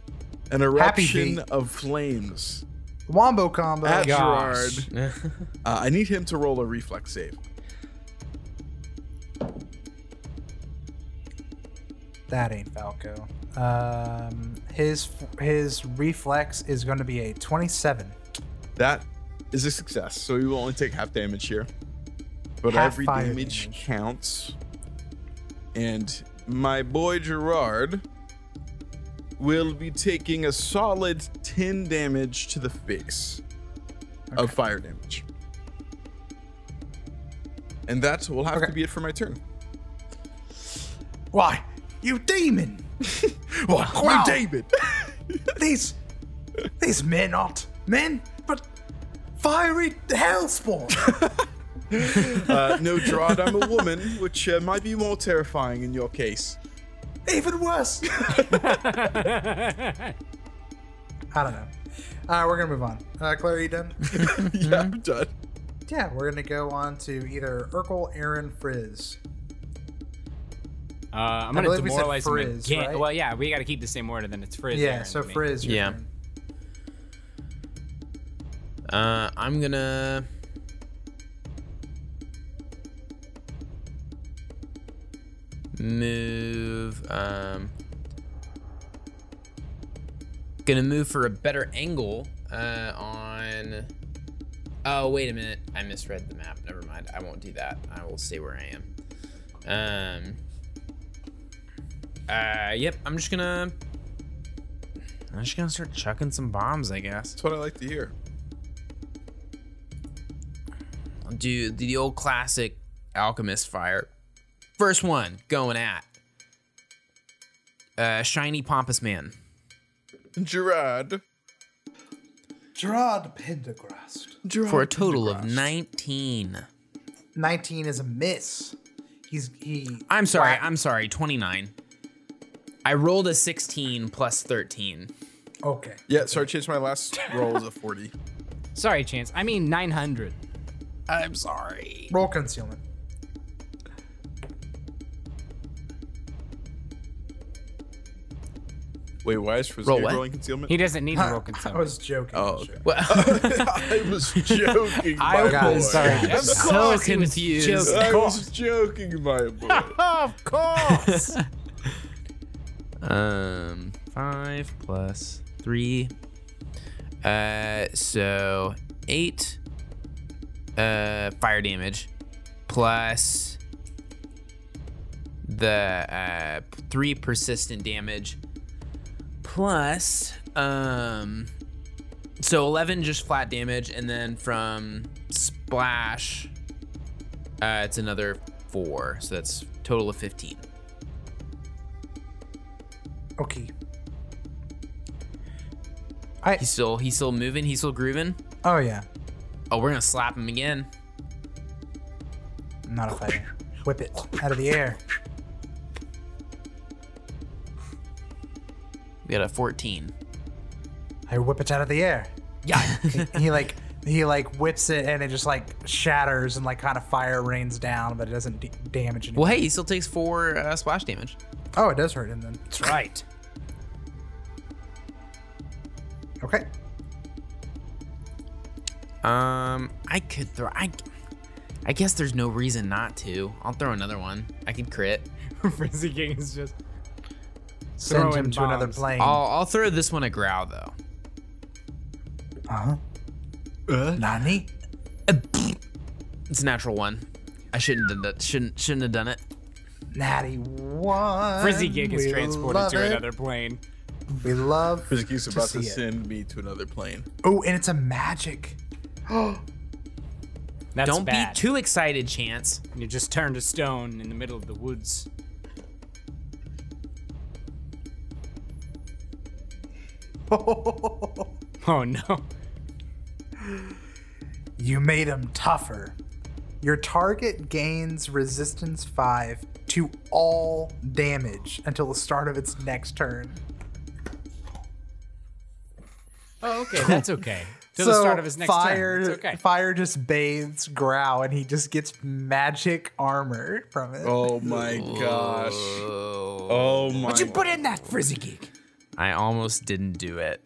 Speaker 4: an
Speaker 1: Happy
Speaker 4: eruption
Speaker 1: feet. Oh
Speaker 4: of flames
Speaker 1: Wombo combo.
Speaker 4: at
Speaker 8: gosh.
Speaker 4: Gerard.
Speaker 8: [LAUGHS]
Speaker 4: Uh, I need him to roll a reflex save.
Speaker 1: That ain't Falco. Um, his his reflex is going to be a 27.
Speaker 4: That is a success. So you will only take half damage here. But
Speaker 1: Half
Speaker 4: every
Speaker 1: fire
Speaker 4: damage,
Speaker 1: damage.
Speaker 4: counts. And my boy Gerard will be taking a solid 10 damage to the face of fire damage. And that will have to be it for my turn.
Speaker 1: Why, you [LAUGHS] demon!
Speaker 4: What?
Speaker 1: [LAUGHS] Wow.
Speaker 4: David!
Speaker 1: These these men aren't men, but fiery [LAUGHS] hellspawn.
Speaker 4: uh, no, Gerard, I'm a woman, which uh, might be more terrifying in your case. [LAUGHS]
Speaker 1: Even [LAUGHS] worse. I don't know. Uh, we're gonna move on. Uh, Claire, you done?
Speaker 4: yeah,
Speaker 1: Mm-hmm.
Speaker 4: I'm done.
Speaker 1: [LAUGHS] yeah, we're gonna go on to either Urkel, Aaron, Frizz.
Speaker 8: Uh, I'm gonna
Speaker 1: I believe we said
Speaker 8: demoralize him
Speaker 1: frizz,
Speaker 8: again.
Speaker 1: right?
Speaker 8: Well, yeah, we got to keep the same order. Then it's frizz.
Speaker 1: yeah,
Speaker 8: Aaron,
Speaker 1: so
Speaker 8: me.
Speaker 1: Frizz. Your
Speaker 6: Yeah.
Speaker 1: Turn.
Speaker 6: Uh, I'm gonna. Move. Um, gonna move for a better angle uh, on. Oh, wait a minute. I misread the map. Never mind. I won't do that. I will stay where I am. Um. Uh, yep. I'm just gonna. I'm just gonna start chucking some bombs, I guess.
Speaker 4: That's what I like to hear.
Speaker 6: I'll do the old classic alchemist fire. First one going at uh, shiny pompous man.
Speaker 4: Gerard.
Speaker 1: Gerard Pendergrast.
Speaker 6: for a total of 19.
Speaker 1: 19 is a miss. He's he.
Speaker 6: I'm sorry. I'm sorry. 29. I rolled a 16 plus 13.
Speaker 1: Okay.
Speaker 4: Yeah, so I changed my last roll as a 40.
Speaker 2: Sorry, Chance. I mean 900.
Speaker 6: I'm sorry.
Speaker 1: Roll concealment.
Speaker 4: [LAUGHS] Wait, why is Frizzly
Speaker 6: Roll what?
Speaker 4: rolling concealment?
Speaker 1: [LAUGHS]
Speaker 2: He doesn't need to roll
Speaker 1: I [LAUGHS]
Speaker 2: concealment.
Speaker 1: was joking.
Speaker 4: Oh,
Speaker 1: Sure.
Speaker 6: Well,
Speaker 4: [LAUGHS] I
Speaker 1: [LAUGHS]
Speaker 4: was joking, my
Speaker 1: God,
Speaker 4: boy.
Speaker 1: sorry.
Speaker 2: [LAUGHS]
Speaker 6: I'm so
Speaker 4: [LAUGHS]
Speaker 6: confused.
Speaker 4: I was joking,
Speaker 1: [LAUGHS]
Speaker 4: my boy.
Speaker 2: of course.
Speaker 6: Um, five plus three. Uh, so eight. Uh, fire damage, plus the uh three persistent damage, plus um, so eleven just flat damage, and then from splash, uh, it's another four. So that's total of fifteen.
Speaker 1: Okay. I.
Speaker 6: He's still he's still moving. He's still grooving.
Speaker 1: Oh yeah.
Speaker 6: Oh, we're gonna slap him again.
Speaker 1: Not a fighter. Whip it out of the air.
Speaker 6: We got a 14.
Speaker 1: I whip it out of the air.
Speaker 2: yeah.
Speaker 1: He- he like he like whips it and it just like shatters and like kind of fire rains down, but it doesn't d- damage anything.
Speaker 6: [LAUGHS] Well, hey, he still takes four uh, splash damage.
Speaker 1: Oh, it does hurt him then.
Speaker 2: That's right.
Speaker 1: Okay.
Speaker 6: Um, I could throw. I, I guess there's no reason not to. I'll throw another one. I could crit.
Speaker 2: [LAUGHS] Frizzy King is just.
Speaker 1: Send
Speaker 2: Throwing
Speaker 1: him to another
Speaker 2: bombs.
Speaker 1: plane.
Speaker 6: I'll I'll throw this one a growl though.
Speaker 1: Uh-huh. Nani?
Speaker 6: [LAUGHS] It's a natural one. I shouldn't have done, shouldn't shouldn't have done it.
Speaker 1: Natty one.
Speaker 2: Frizzy Gig is
Speaker 1: We
Speaker 2: transported
Speaker 1: love
Speaker 2: to
Speaker 1: it.
Speaker 2: another plane.
Speaker 1: We love.
Speaker 4: Frizzly's
Speaker 1: to
Speaker 4: about to
Speaker 1: see it.
Speaker 4: send me to another plane.
Speaker 1: Oh, and it's a magic. [LAUGHS]
Speaker 2: That's
Speaker 6: Don't
Speaker 2: bad.
Speaker 6: be too excited, Chance.
Speaker 2: You just turned to stone in the middle of the woods. [LAUGHS]
Speaker 1: [LAUGHS]
Speaker 2: Oh no.
Speaker 1: you made him tougher. Your target gains resistance five to all damage until the start of its next turn.
Speaker 2: Oh, okay. That's okay. Till the
Speaker 1: So
Speaker 2: start of his next
Speaker 1: fire,
Speaker 2: turn. It's okay.
Speaker 1: Fire just bathes Grow, and he just gets magic armor from it.
Speaker 4: Oh my gosh. Oh my.
Speaker 1: What'd you put in that frizzy geek?
Speaker 6: I almost didn't do it.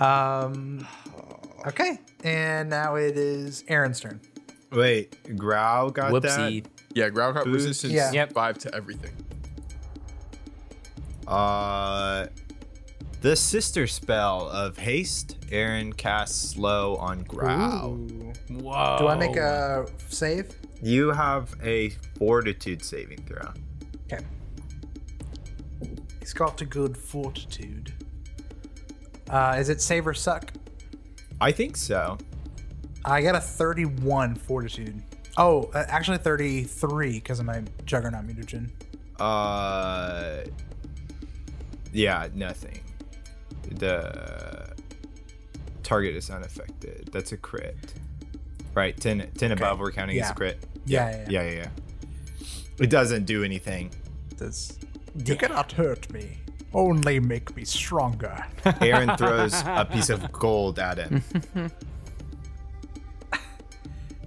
Speaker 1: Um. Okay, and now it is Aaron's turn.
Speaker 3: Wait, Growl got
Speaker 6: Whoopsie.
Speaker 4: Yeah, ground got
Speaker 3: Boost.
Speaker 4: resistance
Speaker 1: Yeah.
Speaker 2: Yep.
Speaker 4: five to everything.
Speaker 3: that. Uh, the sister spell of haste. Aaron casts slow on Growl.
Speaker 1: Ooh.
Speaker 2: Whoa.
Speaker 1: Do I make a save?
Speaker 3: You have a fortitude saving throw.
Speaker 1: Okay. He's got a good fortitude. Uh, is it save or suck?
Speaker 3: I think so.
Speaker 1: I got a 31 fortitude. Oh, uh, actually 33 because of my juggernaut mutagen.
Speaker 3: Uh, yeah, nothing. The target is unaffected. That's a crit. Right, 10, 10 above, we're counting as
Speaker 1: Yeah.
Speaker 3: a crit.
Speaker 1: Yeah, yeah,
Speaker 3: Yeah, yeah, yeah. It doesn't do anything.
Speaker 1: This- You cannot hurt me. Only make me stronger.
Speaker 3: Aaron throws a piece of gold at him.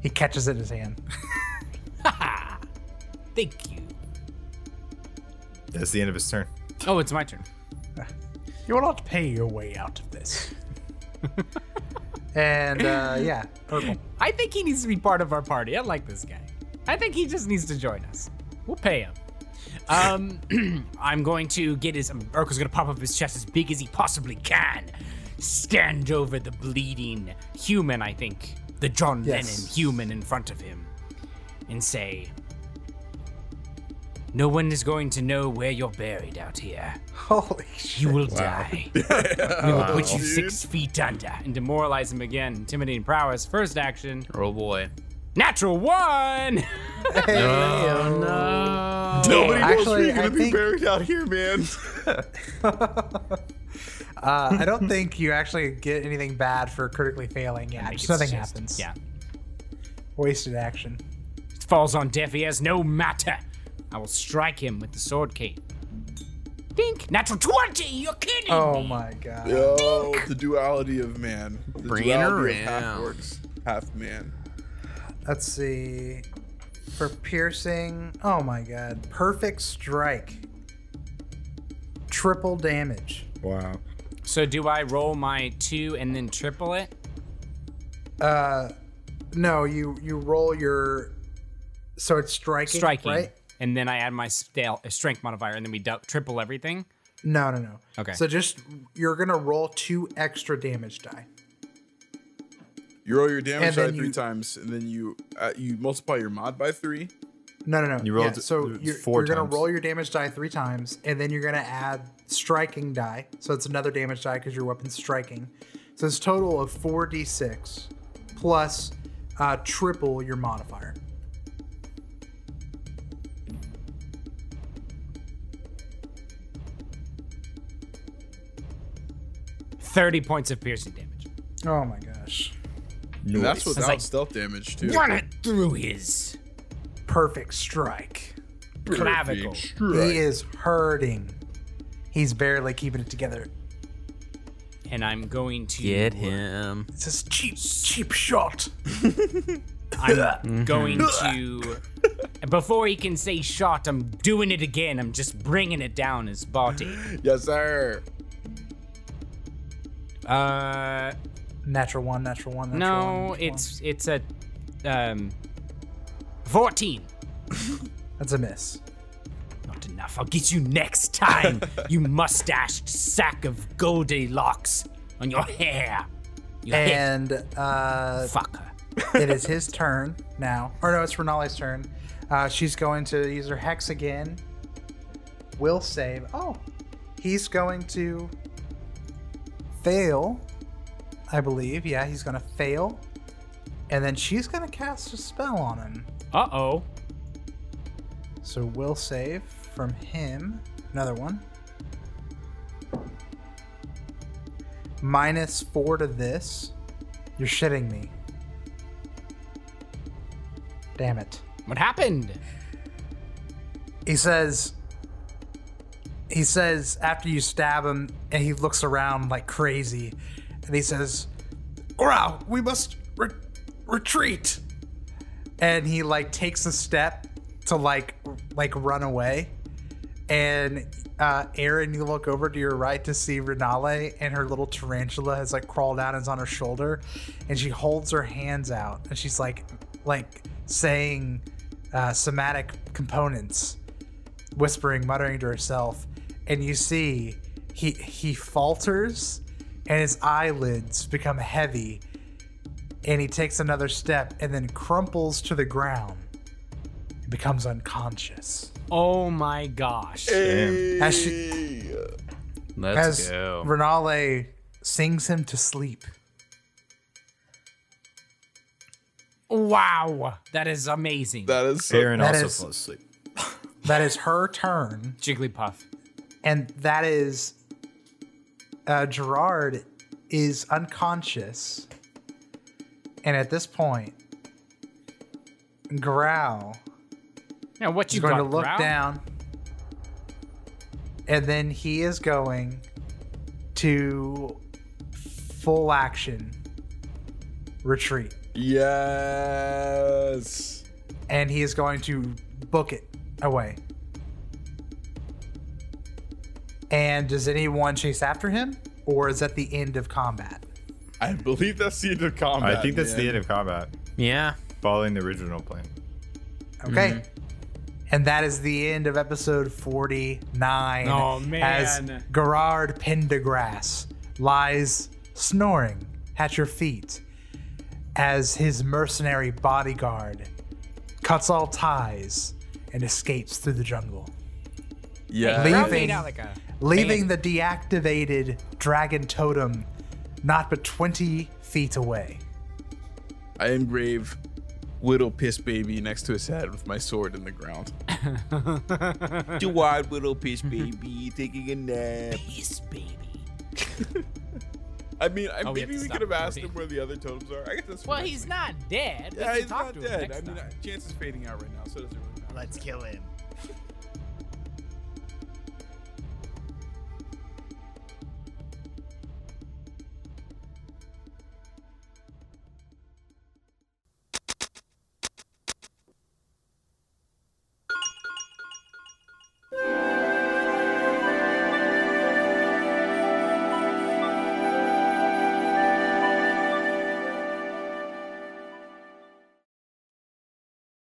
Speaker 1: he catches it in his hand.
Speaker 2: Thank you.
Speaker 3: That's the end of his turn.
Speaker 2: Oh, it's my turn.
Speaker 1: You will not pay your way out of this. and
Speaker 4: [LAUGHS]
Speaker 1: uh, yeah, purple.
Speaker 2: I think he needs to be part of our party. I like this guy. I think he just needs to join us. We'll pay him. Um, [CLEARS THROAT] I'm going to get his. Um, Urkel's going to pop up his chest as big as he possibly can. Stand over the bleeding human, I think. The John
Speaker 1: Yes.
Speaker 2: Lennon human in front of him. And say, No one is going to know where you're buried out here.
Speaker 1: [LAUGHS] Holy shit.
Speaker 2: You will die. we will put you six feet under. And demoralize him again. Intimidating prowess. First action.
Speaker 6: [LAUGHS] Oh boy.
Speaker 2: Natural one. [LAUGHS]
Speaker 1: Hey,
Speaker 4: Nobody
Speaker 1: Actually,
Speaker 4: knows we're
Speaker 1: I
Speaker 4: gonna be
Speaker 1: think-
Speaker 4: buried out here, man.
Speaker 1: Uh, I don't think you actually get anything bad for critically failing. Yeah, just nothing happens.
Speaker 2: Yeah.
Speaker 1: Wasted action.
Speaker 2: falls on deaf ears no matter. I will strike him with the sword cane. Dink! Natural 20! You're kidding!
Speaker 1: Oh
Speaker 2: me.
Speaker 1: my god.
Speaker 4: Yo, the duality of man. The
Speaker 6: Bring it
Speaker 4: duality of half
Speaker 6: around.
Speaker 4: orcs, half man.
Speaker 1: Let's see. For piercing. Oh my god. Perfect strike. Triple damage.
Speaker 3: Wow.
Speaker 2: So do I roll my two and then triple it?
Speaker 1: Uh no, you you roll your so it's striking,
Speaker 2: Striking.
Speaker 1: right?
Speaker 2: And then I add my stale, uh, strength modifier and then we du- triple everything?
Speaker 1: No, no, no.
Speaker 2: Okay.
Speaker 1: So just you're going to roll two extra damage die.
Speaker 4: You roll your damage
Speaker 1: And then
Speaker 4: die three
Speaker 1: you-
Speaker 4: times, and then you uh, you multiply your mod by three.
Speaker 1: No, no, no.
Speaker 3: You rolled
Speaker 1: yeah, so
Speaker 3: th-
Speaker 1: you're,
Speaker 3: four
Speaker 1: you're gonna
Speaker 3: times.
Speaker 1: roll your damage die three times, and then you're gonna add striking die. So it's another damage die because your weapon's striking. So it's total of four d six plus uh, triple your modifier.
Speaker 2: Thirty points of piercing damage.
Speaker 1: Oh my gosh!
Speaker 4: And that's without
Speaker 2: like-
Speaker 4: stealth damage too.
Speaker 2: Run it through his
Speaker 1: Perfect strike.
Speaker 2: clavicle.
Speaker 1: He is hurting. He's barely keeping it together.
Speaker 2: And I'm going to
Speaker 6: Get him.
Speaker 1: It's this cheap, cheap shot.
Speaker 2: [LAUGHS]
Speaker 6: Mm-hmm.
Speaker 2: I'm going to. Before he can say shot, I'm doing it again. I'm just bringing it down
Speaker 1: [GASPS]
Speaker 2: his body.
Speaker 4: Yes, sir.
Speaker 2: Uh,
Speaker 1: Natural one, natural one. Natural one,
Speaker 2: no,
Speaker 1: natural
Speaker 2: it's it's a um, fourteen.
Speaker 1: one. that's a miss.
Speaker 2: Not enough. I'll get you next
Speaker 4: [LAUGHS]
Speaker 2: time, you mustached sack of Goldilocks on your hair. You hit
Speaker 1: And uh,
Speaker 2: fucker.
Speaker 1: it is his turn now. Or no, it's Renale's turn. Uh, she's going to use her hex again. Will save. Oh, he's going to fail, I believe. Yeah, he's going to fail. And then she's going to cast a spell on him.
Speaker 2: Uh oh.
Speaker 1: So will save from him. Another one. Minus four to this. You're shitting me. Damn it.
Speaker 2: What happened?
Speaker 1: He says. He says after you stab him, and he looks around like crazy, and he says, "Wow, we must re- retreat." And he like takes a step to like like run away, and uh, Aaron, you look over to your right to see Renale, and her little tarantula has like crawled out and is on her shoulder, and she holds her hands out, and she's like like saying uh, somatic components, whispering, muttering to herself, and you see he he falters, and his eyelids become heavy, and he takes another step and then crumples to the ground, and becomes unconscious.
Speaker 2: Oh my gosh.
Speaker 3: Damn.
Speaker 1: As she,
Speaker 6: Let's
Speaker 1: as
Speaker 6: go.
Speaker 1: Renale sings him to sleep.
Speaker 2: Wow. That is amazing.
Speaker 4: That is so-
Speaker 3: Aaron
Speaker 1: That
Speaker 3: also
Speaker 1: is-
Speaker 3: falls asleep.
Speaker 1: That is her turn,
Speaker 2: Jigglypuff.
Speaker 1: and that is uh, Gerard is unconscious, and at this point, Growl
Speaker 2: Now what
Speaker 1: is
Speaker 2: you
Speaker 1: going to
Speaker 2: got?
Speaker 1: look
Speaker 2: Growl?
Speaker 1: down, and then he is going to full action retreat,
Speaker 4: yes.
Speaker 1: and he is going to book it away. And does anyone chase after him, or is that the end of combat?
Speaker 4: I believe that's the end of combat.
Speaker 3: I think that's the
Speaker 4: man.
Speaker 3: end of combat.
Speaker 6: Yeah.
Speaker 3: Following the original plan.
Speaker 1: Okay.
Speaker 2: Mm-hmm.
Speaker 1: And that is the end of episode 49.
Speaker 2: Oh,
Speaker 1: As
Speaker 2: man.
Speaker 1: Gerard Pendergrass lies snoring at your feet as his mercenary bodyguard cuts all ties and escapes through the jungle,
Speaker 4: Yeah.
Speaker 1: Leave
Speaker 2: Growl
Speaker 1: Leaving.
Speaker 2: made out like a
Speaker 1: leaving the deactivated dragon totem not but 20 feet away.
Speaker 4: I engrave little piss baby next to his head with my sword in the
Speaker 2: [LAUGHS]
Speaker 4: ground. Do wide little piss baby taking a nap.
Speaker 2: piece, baby.
Speaker 4: I mean, I,
Speaker 2: Oh, we have
Speaker 4: maybe
Speaker 2: to
Speaker 4: we
Speaker 2: stop
Speaker 4: could have asked
Speaker 2: recording.
Speaker 4: him where the other totems are. I guess that's for
Speaker 2: Well,
Speaker 4: next
Speaker 2: he's
Speaker 4: week.
Speaker 2: not dead. We
Speaker 4: Yeah,
Speaker 2: can
Speaker 4: he's
Speaker 2: talk
Speaker 4: not
Speaker 2: to him
Speaker 4: dead.
Speaker 2: next
Speaker 4: I mean,
Speaker 2: time.
Speaker 4: uh, chance is fading out right now, so it doesn't really matter.
Speaker 10: Let's kill him.